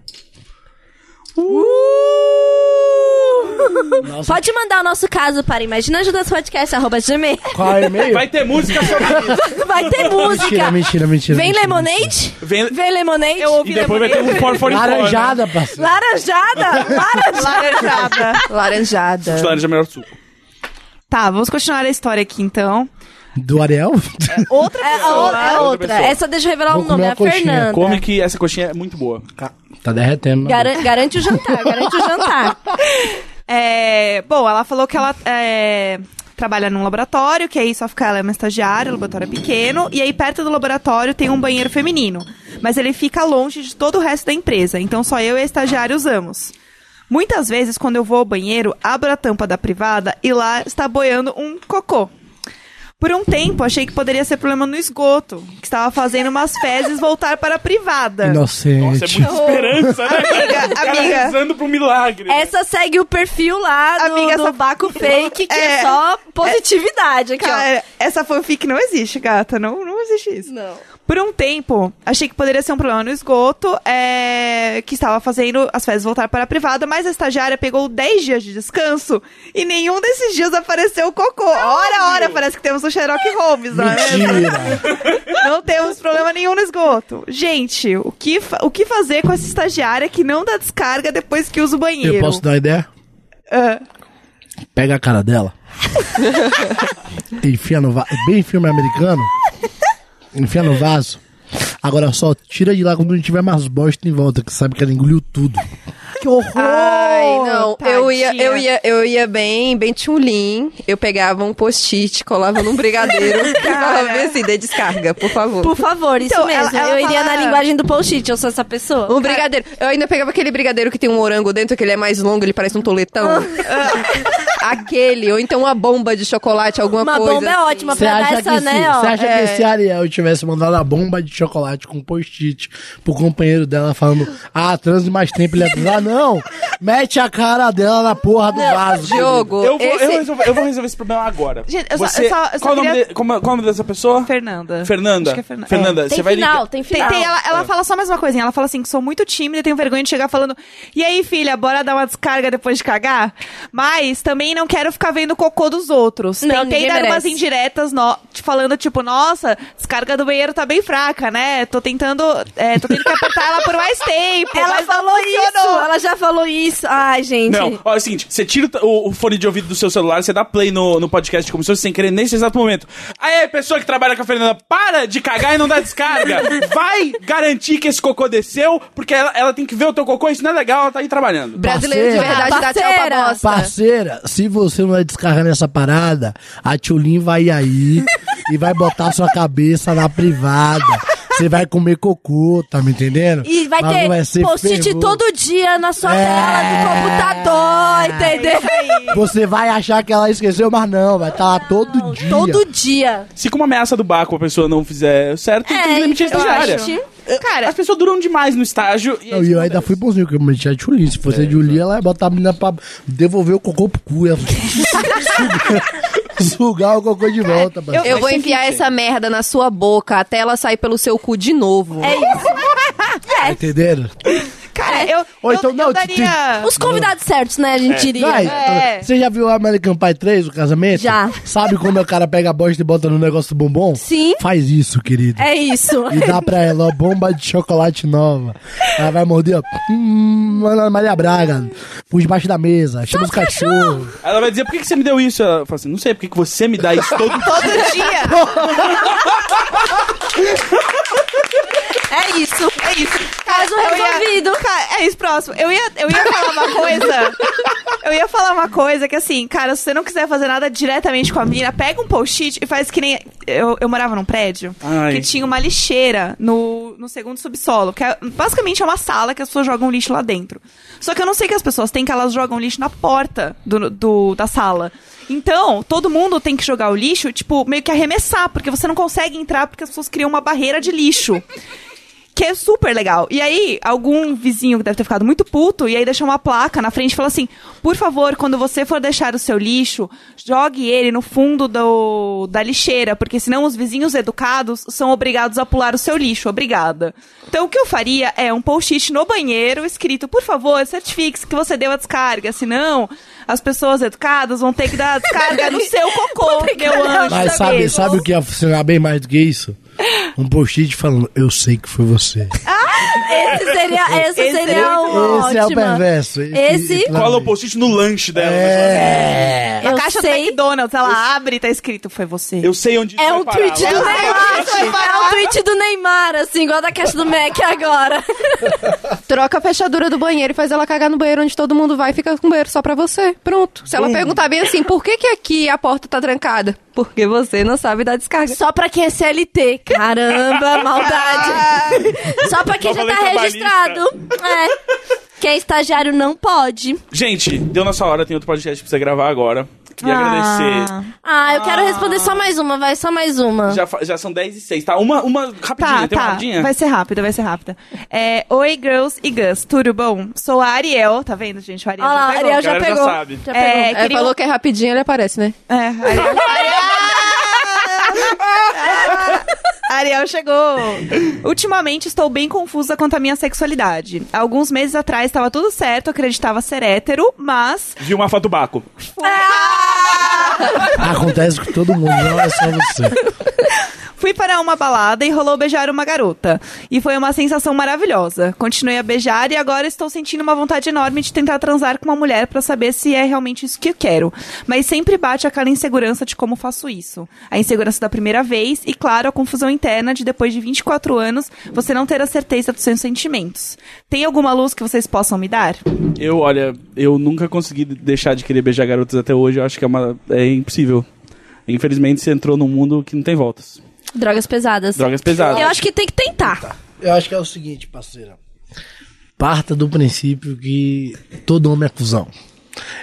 Speaker 5: Nossa.
Speaker 1: Pode mandar o nosso caso para imaginajudaspodcast.gmail.
Speaker 5: Qual é o
Speaker 2: (laughs)
Speaker 5: e-mail?
Speaker 2: Vai ter música sobre
Speaker 1: (laughs)
Speaker 2: isso.
Speaker 1: Vai ter
Speaker 5: Mentira,
Speaker 1: música.
Speaker 5: mentira, mentira.
Speaker 1: Vem
Speaker 5: mentira.
Speaker 1: Lemonade?
Speaker 2: Vem-
Speaker 1: Vem Lemonade?
Speaker 3: Eu ouvi
Speaker 2: E depois vai ter um
Speaker 3: (laughs)
Speaker 2: 444. né?
Speaker 5: Laranjada,
Speaker 1: (laughs)
Speaker 5: parceiro.
Speaker 1: Laranjada? Laranjada.
Speaker 3: Laranjada.
Speaker 4: Laranjada.
Speaker 2: De laranja é melhor que suco.
Speaker 3: Tá, vamos continuar a história aqui então.
Speaker 5: Do Ariel?
Speaker 1: Outra é, a outra, é
Speaker 2: Outra
Speaker 1: outra.
Speaker 2: pessoa.
Speaker 1: Essa deixa eu revelar
Speaker 5: Vou
Speaker 1: o nome,
Speaker 5: comer
Speaker 1: é
Speaker 5: uma
Speaker 1: a
Speaker 5: coxinha.
Speaker 1: Fernanda.
Speaker 2: Come que essa coxinha é muito boa.
Speaker 5: tá derretendo. né?
Speaker 1: Garan- garante o jantar, garante o (laughs) jantar.
Speaker 3: (laughs) É, bom, ela falou que ela é, trabalha num laboratório, que aí só fica ela é uma estagiária, o laboratório é pequeno, e aí perto do laboratório tem um banheiro feminino. Mas ele fica longe de todo o resto da empresa, então só eu e a estagiária usamos. Muitas vezes, quando eu vou ao banheiro, abro a tampa da privada e lá está boiando um cocô. Por um tempo, achei que poderia ser problema no esgoto, que estava fazendo umas fezes voltar para a privada.
Speaker 2: Nossa, é
Speaker 5: Inocente.
Speaker 2: muita esperança, né?
Speaker 3: Amiga,
Speaker 2: O cara
Speaker 3: amiga.
Speaker 2: rezando pro milagre.
Speaker 1: Essa segue o perfil lá do,
Speaker 3: Amiga,
Speaker 1: do
Speaker 3: essa-
Speaker 1: Baco Fake, que é,
Speaker 3: É.
Speaker 1: só positividade aqui, ó.
Speaker 3: Cara, essa fanfic não existe, gata. Não, não existe isso.
Speaker 1: Não.
Speaker 3: Por um tempo, achei que poderia ser um problema no esgoto, é, que estava fazendo as fezes voltar para a privada, mas a estagiária pegou 10 dias de descanso e nenhum desses dias apareceu o cocô. Ora, ora, parece que temos o Sherlock Holmes, né?
Speaker 2: é
Speaker 5: Mentira.
Speaker 3: Não temos problema nenhum no esgoto. Gente, o que, fa- o que fazer com essa estagiária que não dá descarga depois que usa o banheiro?
Speaker 5: Eu posso dar uma ideia?
Speaker 3: Ah,
Speaker 5: Pega a cara dela. enfia no vaso. Bem filme americano. Enfia no vaso. Agora só tira de lá quando não tiver mais bosta em volta, que sabe que ela engoliu tudo. Que horror!
Speaker 4: Ai, não. Eu ia,
Speaker 3: tadinha.
Speaker 4: eu ia, eu ia bem, bem tchulin. Eu pegava um post-it, colava num
Speaker 1: (laughs)
Speaker 4: brigadeiro e falava bem assim, dê descarga, por favor.
Speaker 1: Por favor, isso
Speaker 3: Então,
Speaker 1: mesmo.
Speaker 3: ela- ela
Speaker 1: eu iria
Speaker 3: fala-
Speaker 1: na linguagem do post-it, eu sou essa pessoa.
Speaker 4: Um brigadeiro. Eu ainda pegava aquele brigadeiro que tem um morango dentro, que ele é mais longo, ele parece
Speaker 1: (laughs)
Speaker 4: um toletão. aquele, ou então uma bomba de chocolate, alguma
Speaker 1: Uma
Speaker 4: coisa.
Speaker 1: bomba é ótima
Speaker 5: Você
Speaker 1: pra dar
Speaker 5: acha,
Speaker 1: essa,
Speaker 5: que, se,
Speaker 1: né,
Speaker 5: você
Speaker 1: ó.
Speaker 5: acha que se a Ariel tivesse mandado a bomba de chocolate com post-it pro companheiro dela falando, ah, transe mais tempo, ele ia dizer, ah, não, mete a cara dela na porra do vaso.
Speaker 4: Diogo,
Speaker 2: Eu vou, eu
Speaker 4: esse-
Speaker 2: resolver, eu vou resolver esse problema agora.
Speaker 3: Gente, eu só-
Speaker 2: Você-
Speaker 3: eu só- eu só
Speaker 2: qual, o nome
Speaker 3: queria-
Speaker 2: de- como- é, qual o nome dessa pessoa?
Speaker 3: Fernanda.
Speaker 2: Fernanda.
Speaker 3: Acho que é Fernanda.
Speaker 2: Fernanda,
Speaker 1: Tem
Speaker 2: você vai
Speaker 1: final,
Speaker 2: ligar.
Speaker 1: tem
Speaker 3: Tem,
Speaker 1: final.
Speaker 3: tem- ela
Speaker 1: É.
Speaker 3: ela fala só mais uma coisinha. Ela fala assim: que sou muito tímida e tenho vergonha de chegar falando. E aí, filha, bora dar uma descarga depois de cagar? Mas também não quero ficar vendo o cocô dos outros.
Speaker 1: Não,
Speaker 3: Tentei
Speaker 1: ninguém
Speaker 3: dar umas
Speaker 1: merece.
Speaker 3: indiretas no- te falando, tipo, nossa, descarga do banheiro tá bem fraca, né? Tô tentando. é, tô tendo que apertar ela por mais tempo.
Speaker 1: (laughs) Ela
Speaker 3: mas não
Speaker 1: falou isso,
Speaker 3: funcionou."
Speaker 1: ela já falou isso. Ai, gente.
Speaker 2: Não, ó, é o seguinte, você tira o t- o, o fone de ouvido do seu celular, você dá play no, no podcast de comissões sem querer nesse exato momento. Aê, pessoa que trabalha com a Fernanda, para de cagar e não dá descarga.
Speaker 3: (laughs)
Speaker 2: Vai garantir que esse cocô desceu, porque ela, ela tem que ver o teu cocô, isso não é legal, ela tá aí trabalhando.
Speaker 4: brasileiro de
Speaker 5: Parceira.
Speaker 4: verdade dá tchau pra
Speaker 1: Parceira.
Speaker 4: bosta.
Speaker 5: Parceira, se você não vai descargar nessa parada, a Tchulin vai aí e vai botar sua cabeça na privada. Você vai comer cocô, tá me entendendo?
Speaker 1: E vai
Speaker 5: Mas vai
Speaker 1: ter
Speaker 5: ser
Speaker 1: post-it
Speaker 5: fervor.
Speaker 1: todo dia na sua
Speaker 5: É.
Speaker 1: tela do computador, entendeu?
Speaker 5: Você vai achar que ela esqueceu, mas não, vai estar lá todo dia.
Speaker 1: Todo dia.
Speaker 2: Se com uma ameaça do Baco a pessoa não fizer certo,
Speaker 1: É,
Speaker 2: tem que demitir a
Speaker 1: eu
Speaker 2: estagiária.
Speaker 1: acho.
Speaker 2: Cara, É, as pessoas duram demais no estágio. E
Speaker 5: Não,
Speaker 2: aí
Speaker 5: e eu
Speaker 2: não
Speaker 5: ainda
Speaker 2: desce.
Speaker 5: fui bonzinho, porque eu meti a Tchulin. Se fosse a Julinha, ela ia botar a menina pra devolver o cocô pro cu. Ela... (laughs) Sugar- Sugar o cocô de volta, parceiro.
Speaker 4: Eu vou enfiar essa merda na sua boca até ela sair pelo seu cu de novo.
Speaker 1: É isso.
Speaker 5: Tá Entenderam?
Speaker 1: é.
Speaker 3: Cara, eu.
Speaker 5: Ou
Speaker 3: eu-
Speaker 5: então,
Speaker 3: eu
Speaker 5: não, te-
Speaker 3: daria.
Speaker 1: Os convidados certos, né, a gente diria.
Speaker 5: Vai,
Speaker 3: É.
Speaker 5: Você já viu American Pie 3, o casamento?
Speaker 1: Já.
Speaker 5: Sabe quando o cara pega a bosta e bota no negócio do bombom?
Speaker 1: Sim.
Speaker 5: Faz isso, querido.
Speaker 1: É isso.
Speaker 5: E dá pra ela, ó, bomba de chocolate nova. Ela vai morder, ó. Hum, Ana Maria Braga. Por debaixo da mesa. Chama os cachorros.
Speaker 2: Ela vai dizer, por que, que você me deu isso? Ela fala assim, não sei, por que, que você me dá isso todo
Speaker 5: (laughs)
Speaker 3: Todo dia.
Speaker 1: (laughs) É isso.
Speaker 3: É isso. Cara,
Speaker 1: Caso
Speaker 3: eu ia-
Speaker 1: resolvido.
Speaker 3: Cara, é isso, próximo. Eu ia, eu ia falar uma coisa. Eu ia falar uma coisa que, assim, cara, se você não quiser fazer nada diretamente com a menina, pega um post-it e faz que nem. Eu, eu morava num prédio
Speaker 2: Ai.
Speaker 3: que tinha uma lixeira no, no segundo subsolo, que é- basicamente é uma sala que as pessoas jogam lixo lá dentro. Só que eu não sei o que as pessoas têm, que elas jogam lixo na porta do, do- da sala. Então, todo mundo tem que jogar o lixo, tipo, meio que arremessar, porque você não consegue entrar porque as pessoas criam uma barreira de lixo. Que é super legal. E aí, algum vizinho que deve ter ficado muito puto, e aí deixou uma placa na frente e falou assim: por favor, quando você for deixar o seu lixo, jogue ele no fundo do, da lixeira, porque senão os vizinhos educados são obrigados a pular o seu lixo. Obrigada. Então, o que eu faria é um post-it no banheiro escrito: por favor, certifique-se que você deu a descarga, senão as pessoas educadas vão ter que dar a descarga no
Speaker 1: (laughs)
Speaker 3: seu cocô, meu anjo.
Speaker 5: Mas sabe, sabe o que ia funcionar bem mais do que isso? Um post-it falando, eu sei que foi você.
Speaker 1: Esse seria, essa seria Ah, uma
Speaker 5: Esse é o
Speaker 1: ótima.
Speaker 5: perverso. Esse-
Speaker 1: Esse-
Speaker 5: esse-
Speaker 2: Cola o post-it no lanche dela.
Speaker 5: É.
Speaker 3: A
Speaker 1: Eu
Speaker 3: caixa do
Speaker 1: sei.
Speaker 3: McDonald's, ela abre e tá escrito: foi você.
Speaker 2: assim, Eu sei onde isso
Speaker 1: É
Speaker 2: vai
Speaker 1: um
Speaker 2: parar.
Speaker 1: tweet do
Speaker 2: Lá-
Speaker 1: Neymar. É um tweet do Neymar, assim, igual a da caixa do Mac agora.
Speaker 4: Troca a fechadura do banheiro e faz ela cagar no banheiro onde todo mundo vai e fica com o banheiro só pra você. Pronto. Se ela perguntar bem assim, por que que aqui a porta tá trancada? Porque você não sabe dar
Speaker 1: (laughs)
Speaker 4: descarga.
Speaker 1: Só pra quem é CLT. Caramba, (laughs) maldade. Só pra quem
Speaker 2: Só
Speaker 1: já tá
Speaker 2: falei
Speaker 1: registrado. É. Quem é estagiário não pode.
Speaker 2: Gente, deu nossa hora, tem outro podcast pra você gravar agora. Queria agradecer.
Speaker 1: Ah, eu quero responder só mais uma, vai, só mais uma.
Speaker 2: Já, fa- já são 10 e 6, tá? Uma, uma rapidinha,
Speaker 3: Tá,
Speaker 2: tem uma
Speaker 3: tá.
Speaker 2: rapidinha?
Speaker 3: Vai ser rápida, vai ser rápida. É, Oi, girls e Gus, tudo bom? Sou a Ariel, tá vendo, gente? O Ariel.
Speaker 1: Olha lá,
Speaker 3: já
Speaker 1: a
Speaker 3: pegou.
Speaker 1: Ariel já
Speaker 2: galera já
Speaker 1: pegou.
Speaker 2: sabe.
Speaker 1: Já
Speaker 3: É,
Speaker 1: pegou.
Speaker 4: É,
Speaker 3: queria-
Speaker 4: falou que é rapidinho, ele aparece, né?
Speaker 3: É, Ariel.
Speaker 1: (laughs)
Speaker 3: Ariel chegou. Ultimamente estou bem confusa quanto à minha sexualidade. Alguns meses atrás estava tudo certo, acreditava ser hétero, mas
Speaker 2: Viu uma foto do Baco.
Speaker 5: Acontece com todo mundo, não é só você.
Speaker 3: Fui para uma balada e rolou beijar uma garota. E foi uma sensação maravilhosa. Continuei a beijar e agora estou sentindo uma vontade enorme de tentar transar com uma mulher para saber se é realmente isso que eu quero. Mas sempre bate aquela insegurança de como faço isso. A insegurança da primeira vez e, claro, a confusão interna de depois de 24 anos você não ter a certeza dos seus sentimentos. Tem alguma luz que vocês possam me dar?
Speaker 2: Eu, olha, eu nunca consegui deixar de querer beijar garotas até hoje. Eu acho que é, uma, é impossível. Infelizmente, você entrou num mundo que não tem voltas.
Speaker 1: Drogas pesadas.
Speaker 2: Drogas pesadas.
Speaker 1: Eu acho que tem que tentar.
Speaker 5: Eu acho que é o seguinte, parceira. Parta do princípio que todo homem é cuzão.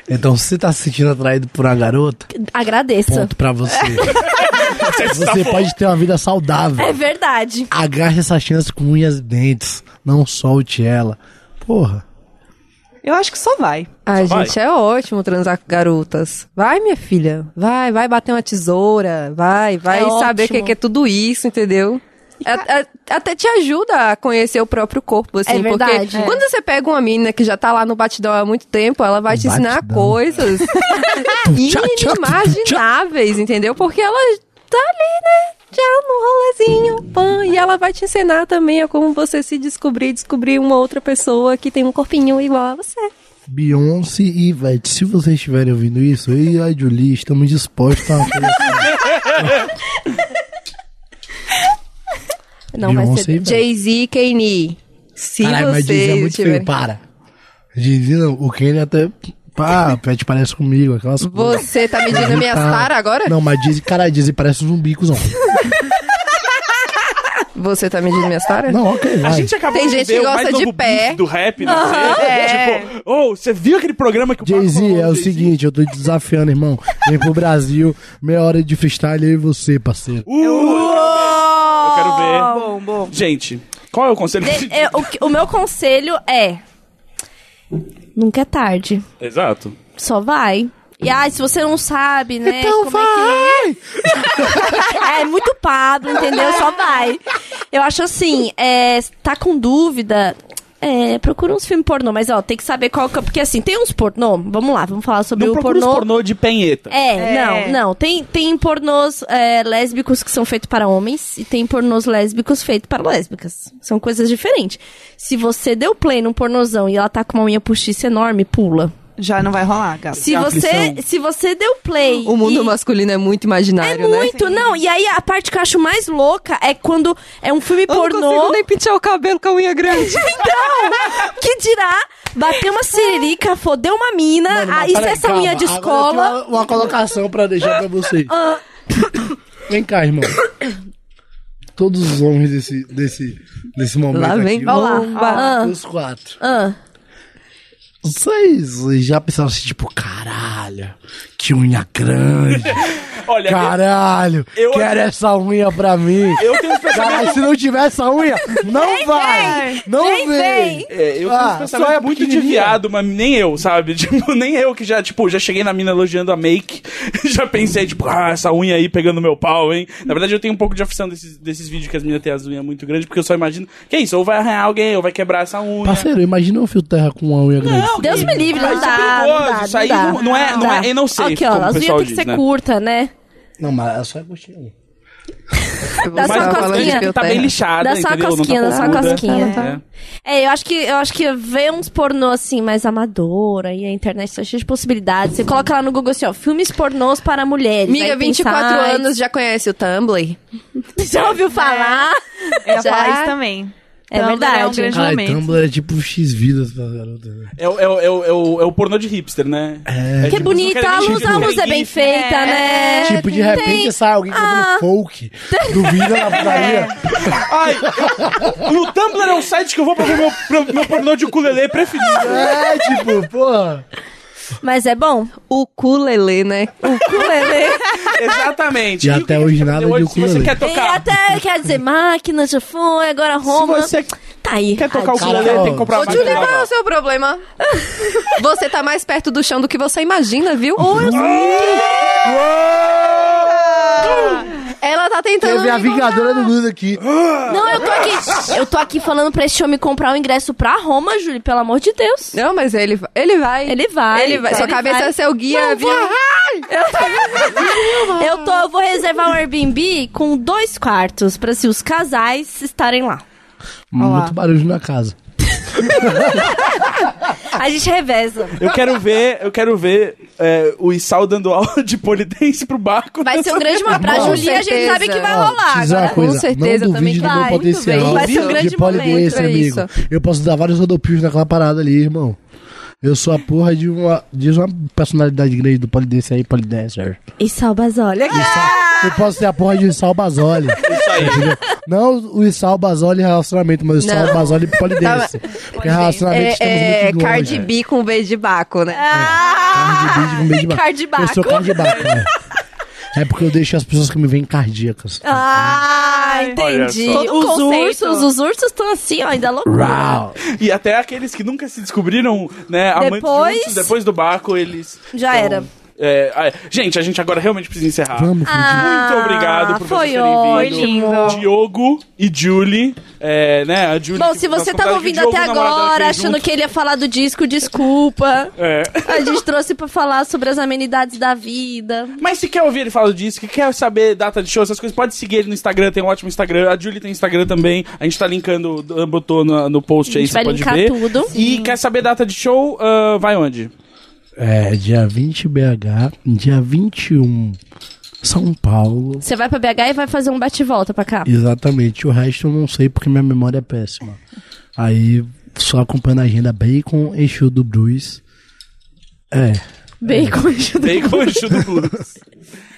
Speaker 5: Então, se você tá se sentindo atraído por uma garota,
Speaker 1: Agradeça.
Speaker 5: ponto pra você. você pode ter uma vida saudável.
Speaker 1: É verdade.
Speaker 5: Agarre essa chance com unhas e dentes. Não solte ela. Porra.
Speaker 3: Eu acho que só vai.
Speaker 4: Ai,
Speaker 2: Só vai.
Speaker 4: gente, é ótimo transar com garotas. Vai, minha filha. Vai, vai bater uma tesoura. Vai, vai
Speaker 1: É
Speaker 4: saber o
Speaker 1: ótimo.
Speaker 4: que, que é tudo isso, entendeu? A- a- até te ajuda a conhecer o próprio corpo, assim.
Speaker 1: É verdade.
Speaker 4: Porque
Speaker 1: É.
Speaker 4: quando você pega uma menina que já tá lá no batidão há muito tempo, ela vai te ensinar
Speaker 5: batidão.
Speaker 4: coisas inimagináveis, entendeu? Porque ela tá ali, né? Já no rolezinho, pã, e ela vai te ensinar também a como você se descobrir, descobrir uma outra pessoa que tem um corpinho igual a você.
Speaker 5: Beyoncé e Ivete, se vocês estiverem ouvindo isso, eu e a Julie estamos dispostos a uma coisa assim.
Speaker 1: Não vai
Speaker 5: Beyoncé,
Speaker 1: ser.
Speaker 5: velho.
Speaker 4: Jay-Z e Kanye. Se
Speaker 5: Caralho, mas Jay-Z
Speaker 4: você
Speaker 5: é muito
Speaker 4: tiver...
Speaker 5: feio, para. Jay-Z não, o Kenny até. Pá, Pet parece comigo, aquelas coisas.
Speaker 4: Você tá medindo minhas
Speaker 5: Tá.
Speaker 4: taras agora?
Speaker 5: Não, mas Jay-Z, caralho, Jay-Z parece um zumbi, cuzão.
Speaker 4: Você tá medindo minhas taras?
Speaker 5: Não, ok,
Speaker 2: A
Speaker 5: vai.
Speaker 2: gente acabou
Speaker 4: Tem
Speaker 2: de
Speaker 4: gente
Speaker 2: ver
Speaker 4: que
Speaker 2: o mais
Speaker 4: gosta de
Speaker 2: novo
Speaker 4: pé. É.
Speaker 2: beef do rap, né? Tipo, oh, você viu aquele programa que o Marco
Speaker 5: Jay-Z,
Speaker 2: falou,
Speaker 5: é o
Speaker 2: Jay-Z?
Speaker 5: seguinte, eu tô te desafiando, irmão. Vem pro Brasil, meia hora de freestyle, eu e você, parceiro.
Speaker 2: Uh, eu quero ver. Eu quero ver.
Speaker 3: Bom, bom.
Speaker 2: Gente, qual é o conselho? que a
Speaker 1: De-
Speaker 2: gente-
Speaker 1: é, o, que- o meu conselho é. Nunca é tarde.
Speaker 2: Exato.
Speaker 1: Só vai. E ai, se você não sabe, né?
Speaker 5: então
Speaker 1: como
Speaker 5: vai!
Speaker 1: É, é muito Pablo, entendeu? Só vai. Eu acho assim, é, tá com dúvida. É, procura uns filmes pornô, mas ó, tem que saber qual que é. Porque assim, tem uns pornô, vamos lá, vamos falar sobre
Speaker 2: Não
Speaker 1: o
Speaker 2: procura os
Speaker 1: pornô.
Speaker 2: pornô de penheta.
Speaker 1: É,
Speaker 3: É.
Speaker 1: não, não. Tem, tem pornôs é, lésbicos que são feitos para homens e tem pornôs lésbicos feitos para lésbicas. São coisas diferentes. Se você deu play num pornozão e ela tá com uma unha postiça enorme, pula.
Speaker 3: Já não vai rolar, gato.
Speaker 1: Se
Speaker 2: É a
Speaker 1: você,
Speaker 2: aflição.
Speaker 1: se você deu play.
Speaker 4: O mundo
Speaker 1: e-
Speaker 4: masculino é muito
Speaker 1: é
Speaker 4: imaginário, né?
Speaker 1: muito, não. E aí a parte que eu acho mais louca é quando é um filme
Speaker 4: Eu não
Speaker 1: pornô.
Speaker 4: consigo nem pintar o cabelo com a unha grande.
Speaker 1: (laughs) Então, que dirá bater uma ciririca, foder uma mina, aí se
Speaker 5: peraí,
Speaker 1: essa
Speaker 5: calma,
Speaker 1: unha de
Speaker 5: agora eu tenho
Speaker 1: é escola.
Speaker 5: Uma, uma colocação pra deixar pra vocês. Vem cá, irmão. Todos os homens desse, desse, desse momento
Speaker 4: Lá vem
Speaker 5: aqui,
Speaker 1: Vamos lá.
Speaker 4: bomba.
Speaker 5: os quatro.
Speaker 1: Ah,
Speaker 5: Vocês já pensaram assim, tipo, caralho, que unha grande.
Speaker 2: Olha,
Speaker 5: Caralho,
Speaker 2: eu-
Speaker 5: quero essa unha pra mim.
Speaker 2: eu, eu tenho os
Speaker 5: Caralho,
Speaker 2: pensamentos...
Speaker 5: se não tiver essa unha, não vai. Não
Speaker 1: Nem
Speaker 5: vem.
Speaker 2: É, eu tenho
Speaker 5: Ah,
Speaker 2: uns pensamentos
Speaker 5: só é
Speaker 2: muito de
Speaker 5: pequenininha.
Speaker 2: viado, mas nem eu, sabe? (laughs) Tipo, nem eu que já, tipo, já cheguei na mina elogiando a make, (laughs) já pensei, tipo, ah, essa unha aí pegando meu pau, hein? Na verdade, eu tenho um pouco de aflição desses, desses vídeos que as meninas têm as unhas muito grandes, porque eu só imagino, que é isso, ou vai arranhar alguém, ou vai quebrar essa unha.
Speaker 5: Parceiro, imagina um fio terra com uma unha grande.
Speaker 1: Deus me livre,
Speaker 2: Ah,
Speaker 1: não
Speaker 2: isso é
Speaker 1: dá,
Speaker 2: perigoso,
Speaker 1: não dá.
Speaker 2: isso aí
Speaker 1: dá.
Speaker 2: não- não é- não é- eu não sei,
Speaker 1: Aqui, ó,
Speaker 2: como o
Speaker 1: as unhas
Speaker 2: pessoal
Speaker 1: tem que
Speaker 2: diz,
Speaker 1: ser
Speaker 2: né?
Speaker 1: curta, né?
Speaker 5: Não, mas é só é gostinho.
Speaker 1: Dá só
Speaker 2: Mas
Speaker 1: uma
Speaker 2: tá falando
Speaker 1: cosquinha.
Speaker 2: de que tá bem lixada,
Speaker 1: Dá só uma
Speaker 2: entendeu? Não tá
Speaker 1: cosquinha, dá só uma
Speaker 2: fofuda.
Speaker 1: cosquinha.
Speaker 2: É.
Speaker 1: É, eu acho que eu acho que vê uns pornô assim mais amadora e a internet tá cheia de possibilidades. Você coloca lá no Google assim, ó, filmes pornôs para mulheres.
Speaker 4: Amiga,
Speaker 1: Aí tem
Speaker 4: 24
Speaker 1: sites.
Speaker 4: anos, já conhece o Tumblr?
Speaker 1: (laughs) Já
Speaker 2: (laughs) É.
Speaker 1: ouviu falar?
Speaker 3: Eu ia falar
Speaker 1: Já.
Speaker 3: isso também.
Speaker 1: É
Speaker 3: Tumblr É um
Speaker 1: verdade.
Speaker 3: grande
Speaker 5: Ai,
Speaker 3: momento.
Speaker 5: Tumblr é tipo X-Vidas pra garota. né?
Speaker 2: É, o- é, o- é, o- é o, é o pornô de hipster, né? É,
Speaker 1: Que bonita, a luz, a luz é bem feita, né?
Speaker 5: tipo, de repente
Speaker 1: Tem-
Speaker 5: sai alguém cantando
Speaker 1: Ah.
Speaker 5: folk do vídeo na putaria.
Speaker 1: (laughs)
Speaker 2: Ai, eu- no Tumblr é um site que eu vou pra ver meu, pra- meu pornô de ukulele preferido.
Speaker 5: É, tipo, porra.
Speaker 1: Mas é bom.
Speaker 4: O culelê, né? O (laughs) culelê.
Speaker 2: Exatamente.
Speaker 5: E
Speaker 2: o
Speaker 5: até
Speaker 2: que que
Speaker 5: hoje
Speaker 2: você
Speaker 5: nada
Speaker 2: hoje,
Speaker 5: de
Speaker 2: se você
Speaker 5: ukulele.
Speaker 1: E
Speaker 2: quer tocar,
Speaker 1: até quer dizer máquina, já foi, agora Roma.
Speaker 2: você
Speaker 1: Tá aí.
Speaker 2: quer tocar o
Speaker 1: a
Speaker 2: ukulele,
Speaker 5: Caralho.
Speaker 2: tem que comprar
Speaker 4: Ô,
Speaker 2: uma
Speaker 4: Julie,
Speaker 2: máquina
Speaker 4: qual é
Speaker 2: nova.
Speaker 4: o seu problema? (laughs) Você tá mais perto do chão do que você imagina, viu? Ela tá tentando.
Speaker 5: Teve a
Speaker 4: me encontrar.
Speaker 5: Vingadora do Guto aqui.
Speaker 1: Não, eu tô aqui. Eu tô aqui falando pra esse homem comprar o ingresso pra Roma, Júlio, pelo amor de Deus.
Speaker 4: Não, mas ele, ele vai.
Speaker 1: Ele vai.
Speaker 4: Ele vai.
Speaker 1: Tá,
Speaker 4: Sua
Speaker 1: ele
Speaker 4: cabeça
Speaker 1: vai.
Speaker 4: é seu guia. viu?
Speaker 1: Eu tô, eu vou reservar um Airbnb com dois quartos pra se os casais estarem lá.
Speaker 5: Muito barulho na casa.
Speaker 1: A gente reveza.
Speaker 2: Eu quero ver, eu quero ver é, o Isal dando aula de polidense pro barco.
Speaker 1: Vai ser um
Speaker 2: (laughs)
Speaker 1: grande uma pra
Speaker 4: Com
Speaker 1: Julia, a gente
Speaker 4: certeza.
Speaker 1: sabe que vai
Speaker 5: Ó,
Speaker 1: rolar.
Speaker 5: dizer uma
Speaker 1: Agora.
Speaker 5: coisa,
Speaker 4: Com certeza,
Speaker 5: não
Speaker 4: também
Speaker 5: duvide do meu
Speaker 4: vai, muito
Speaker 5: potencial
Speaker 4: bem. Vai ser um
Speaker 5: de
Speaker 1: grande
Speaker 5: polidense,
Speaker 4: momento, é
Speaker 5: amigo.
Speaker 4: isso.
Speaker 5: Eu posso dar vários rodopios naquela parada ali, irmão. Eu sou a porra de uma, de uma personalidade grande do polidense aí, polidancer.
Speaker 1: E salvas, olha.
Speaker 4: Ah!
Speaker 5: Eu posso ser a porra de Sal Basoli.
Speaker 2: Isso aí.
Speaker 5: Não o Sal Basoli relacionamento, mas o Sal
Speaker 4: Não.
Speaker 5: Basoli polidense. Porque relacionamento estamos
Speaker 4: É, é
Speaker 5: muito longe.
Speaker 4: Cardi B com B de Baco, né?
Speaker 5: Cardi B de
Speaker 4: (laughs)
Speaker 5: meio de baco.
Speaker 1: Cardibaco.
Speaker 5: Eu sou cardibaco, né? É porque eu deixo as pessoas que me veem cardíacas.
Speaker 1: Ah,
Speaker 2: Olha
Speaker 1: entendi.
Speaker 2: só.
Speaker 3: Todo um
Speaker 1: Os
Speaker 3: conceito.
Speaker 1: ursos, os ursos estão assim, ó, ainda louco.
Speaker 4: Ah.
Speaker 5: Uau!
Speaker 2: E até aqueles que nunca se descobriram, né, amantes
Speaker 1: Depois-
Speaker 2: juntos, depois do barco, eles...
Speaker 1: Já
Speaker 2: tão-
Speaker 1: era.
Speaker 2: É, ah, é. gente, a gente agora realmente precisa encerrar.
Speaker 5: Vamos, Felipe.
Speaker 2: Muito obrigado por
Speaker 1: Ah, foi
Speaker 2: vocês terem vindo.
Speaker 3: ótimo.
Speaker 2: Diogo e Julie. É, né, a Julie
Speaker 1: Bom,
Speaker 2: que-
Speaker 1: se você
Speaker 2: nossa
Speaker 1: tava
Speaker 2: convidada, que
Speaker 1: ouvindo
Speaker 2: o Diogo,
Speaker 1: até
Speaker 2: o namorado dela,
Speaker 1: agora
Speaker 2: fez
Speaker 1: achando
Speaker 2: junto.
Speaker 1: que ele ia falar do disco, desculpa.
Speaker 2: É.
Speaker 1: A gente trouxe pra falar sobre as amenidades da vida.
Speaker 2: Mas se quer ouvir ele falar disso, que quer saber data de show, essas coisas, pode seguir ele no Instagram, tem um ótimo Instagram. A Julie tem Instagram também. A gente tá linkando, botou no, no post aí,
Speaker 1: gente
Speaker 2: você
Speaker 1: vai
Speaker 2: pode
Speaker 1: linkar
Speaker 2: ver.
Speaker 1: tudo.
Speaker 2: E quer saber data de show, ah, vai onde?
Speaker 5: É, dia 20 BH, dia 21 São Paulo.
Speaker 1: Você vai pra BH e vai fazer um bate-volta pra cá.
Speaker 5: Exatamente. O resto eu não sei porque minha memória é péssima. Aí, só acompanhando a agenda Bacon, Exu do Bruce. É,
Speaker 1: Bacon.
Speaker 2: Bacon e Chudo Blues. É,
Speaker 1: (laughs)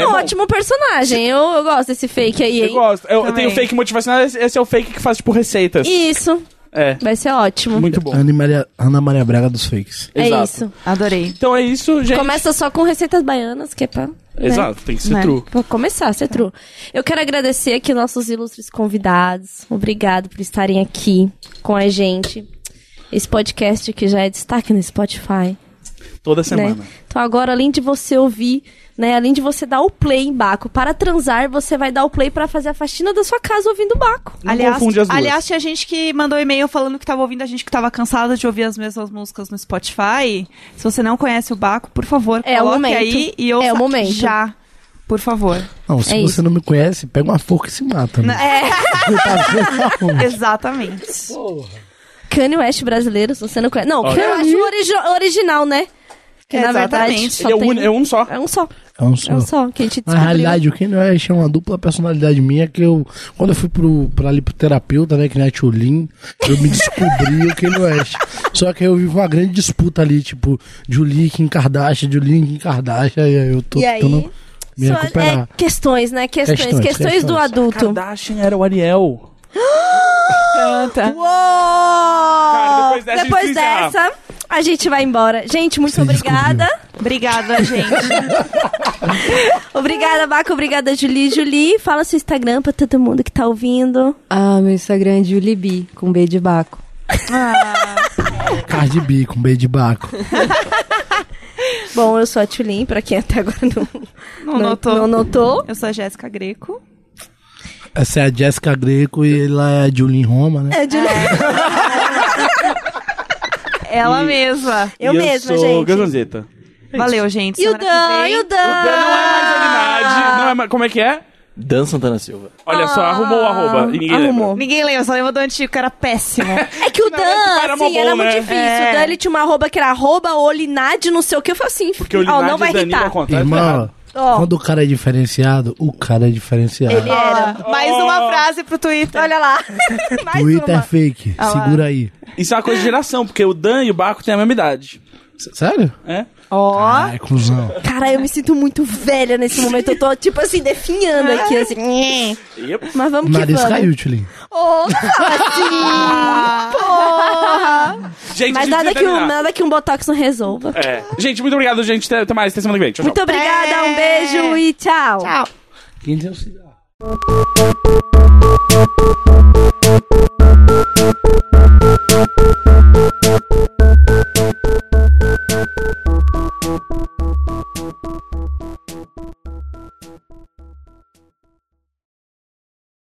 Speaker 1: É um
Speaker 2: bom,
Speaker 1: ótimo personagem. Eu, eu gosto desse fake aí,
Speaker 2: Eu
Speaker 1: hein?
Speaker 2: gosto. Eu, eu
Speaker 3: Também.
Speaker 2: tenho fake motivacional, esse esse é o fake que faz, tipo, receitas.
Speaker 1: Isso.
Speaker 2: É,
Speaker 1: Vai ser ótimo.
Speaker 2: muito bom.
Speaker 5: Ana Maria, Ana Maria Braga dos Fakes.
Speaker 1: é
Speaker 2: Exato.
Speaker 1: isso.
Speaker 3: Adorei.
Speaker 2: Então é isso, gente.
Speaker 1: Começa só com receitas baianas, que é pra. né?
Speaker 2: Exato, tem que ser
Speaker 3: Né?
Speaker 2: true.
Speaker 1: Vou começar, ser true. Eu quero agradecer aqui nossos ilustres convidados. Obrigado por estarem aqui com a gente. Esse podcast que já é destaque no Spotify.
Speaker 2: Toda
Speaker 1: né?
Speaker 2: semana.
Speaker 1: Então agora, além de você ouvir, né? Além de você dar o play em Baco para transar, você vai dar o play para fazer a faxina da sua casa ouvindo Baco.
Speaker 2: Não confunde as duas.
Speaker 3: aliás, tinha gente que mandou e-mail falando que tava ouvindo a gente que tava cansada de ouvir as mesmas músicas no Spotify. Se você não conhece o Baco, por favor,
Speaker 1: É o
Speaker 3: coloque
Speaker 1: momento.
Speaker 3: aí e ouça
Speaker 1: É o momento.
Speaker 3: já. Por favor.
Speaker 5: Não, se
Speaker 1: É
Speaker 5: você
Speaker 1: isso.
Speaker 5: não me conhece, pega uma forca e se mata. Né? É.
Speaker 3: Exatamente.
Speaker 1: Kanye West brasileiro, se você não conhece. Não,
Speaker 2: Olha.
Speaker 1: Kanye West origi- original, né? Que na verdade
Speaker 3: Exatamente.
Speaker 1: só
Speaker 2: Ele é,
Speaker 1: tem-
Speaker 2: un, é um só.
Speaker 1: é um só.
Speaker 5: É um só.
Speaker 1: É um só que a gente
Speaker 5: Na
Speaker 1: descobriu.
Speaker 5: realidade, o Ken West é uma dupla personalidade minha que eu, quando eu fui pro, pra ali pro terapeuta, né, que nem a Tchulin, eu me descobri o Ken West. Só que eu vivo uma grande disputa ali, tipo, Julie, Kim Kardashian, Julie, Kim Kardashian, e aí eu tô
Speaker 1: E aí,
Speaker 5: tentando me
Speaker 1: Só-
Speaker 5: recuperar.
Speaker 1: é, questões, né? Questões. Questões,
Speaker 5: Questões,
Speaker 1: do
Speaker 5: questões.
Speaker 1: adulto.
Speaker 2: Kardashian era o Ariel.
Speaker 1: um
Speaker 3: Canta.
Speaker 2: Cara, depois dessa, a
Speaker 1: Depois
Speaker 2: gente precisa-
Speaker 1: dessa, a gente vai embora. Gente, muito
Speaker 5: Você
Speaker 1: obrigada.
Speaker 3: Obrigada, gente.
Speaker 1: Obrigada, Baco. Obrigada, Julie. Julie, fala seu Instagram pra todo mundo que tá ouvindo.
Speaker 4: Ah, meu Instagram é Julibi, com B de Baco.
Speaker 5: Cardi B com B de Baco.
Speaker 1: Bom, eu sou a Tulin, pra quem até agora não,
Speaker 3: Não notou.
Speaker 1: não notou.
Speaker 3: Eu sou a Jéssica Greco.
Speaker 5: Essa é a Jéssica Greco e ela é Julie Roma, né?
Speaker 1: É, Julie.
Speaker 3: Ela mesma.
Speaker 1: Eu
Speaker 2: E
Speaker 1: mesma,
Speaker 2: eu sou
Speaker 1: gente.
Speaker 2: Gazanzeta.
Speaker 3: Valeu, gente.
Speaker 1: E o
Speaker 3: Semana que
Speaker 1: Dan,
Speaker 3: vem-
Speaker 1: e o Dan.
Speaker 2: Não é mais
Speaker 1: Ah!
Speaker 2: Alinade, não é mais... Como é que é?
Speaker 7: Dan Santana Silva.
Speaker 2: Olha só, arrumou o arroba e ninguém
Speaker 1: Arrumou.
Speaker 2: lembra.
Speaker 3: Ninguém lembra, só lembra do antigo, que
Speaker 2: (laughs)
Speaker 3: era péssimo.
Speaker 1: É que o Dan,
Speaker 2: época era mó
Speaker 1: assim, era
Speaker 2: bom,
Speaker 1: muito
Speaker 2: né?
Speaker 1: difícil.
Speaker 3: É.
Speaker 1: O Dan, ele tinha uma arroba que era arroba olinade, não sei o que. Eu falei assim,
Speaker 2: Porque o
Speaker 1: ó,
Speaker 2: Linade
Speaker 1: não vai
Speaker 2: e Danilo
Speaker 1: irritar.
Speaker 2: ao contrário. tá
Speaker 5: Irmão,
Speaker 2: errado.
Speaker 1: É. Ó.
Speaker 5: quando o cara é diferenciado, o cara é diferenciado.
Speaker 1: Ele era.
Speaker 3: Mais uma frase pro Twitter.
Speaker 1: Olha
Speaker 3: (laughs)
Speaker 1: lá. Mais
Speaker 5: Twitter
Speaker 1: uma.
Speaker 5: é fake,
Speaker 3: Ah lá.
Speaker 5: segura aí.
Speaker 2: Isso é uma coisa de geração, porque o Dan e o Baco têm a mesma idade.
Speaker 5: S- Sério?
Speaker 2: É?
Speaker 3: Ó.
Speaker 5: Ah, é cuzão.
Speaker 1: Cara, eu me sinto muito velha nesse momento. Eu tô, tipo assim, definhando aqui,
Speaker 3: É.
Speaker 1: assim.
Speaker 2: Yep.
Speaker 1: Mas
Speaker 5: O
Speaker 1: vamos que
Speaker 5: nariz
Speaker 1: vamos.
Speaker 5: caiu, Tchulin.
Speaker 1: Ô,
Speaker 2: Gente, a
Speaker 1: mas
Speaker 2: gente
Speaker 1: nada
Speaker 2: precisa
Speaker 1: que, um,
Speaker 2: terminar.
Speaker 1: nada que um Botox não resolva.
Speaker 2: É. Gente, muito obrigado, gente. Até até mais. Até semana que vem. Tchau, tchau.
Speaker 1: Muito obrigada, um beijo e tchau.
Speaker 5: Quem deu cigarro?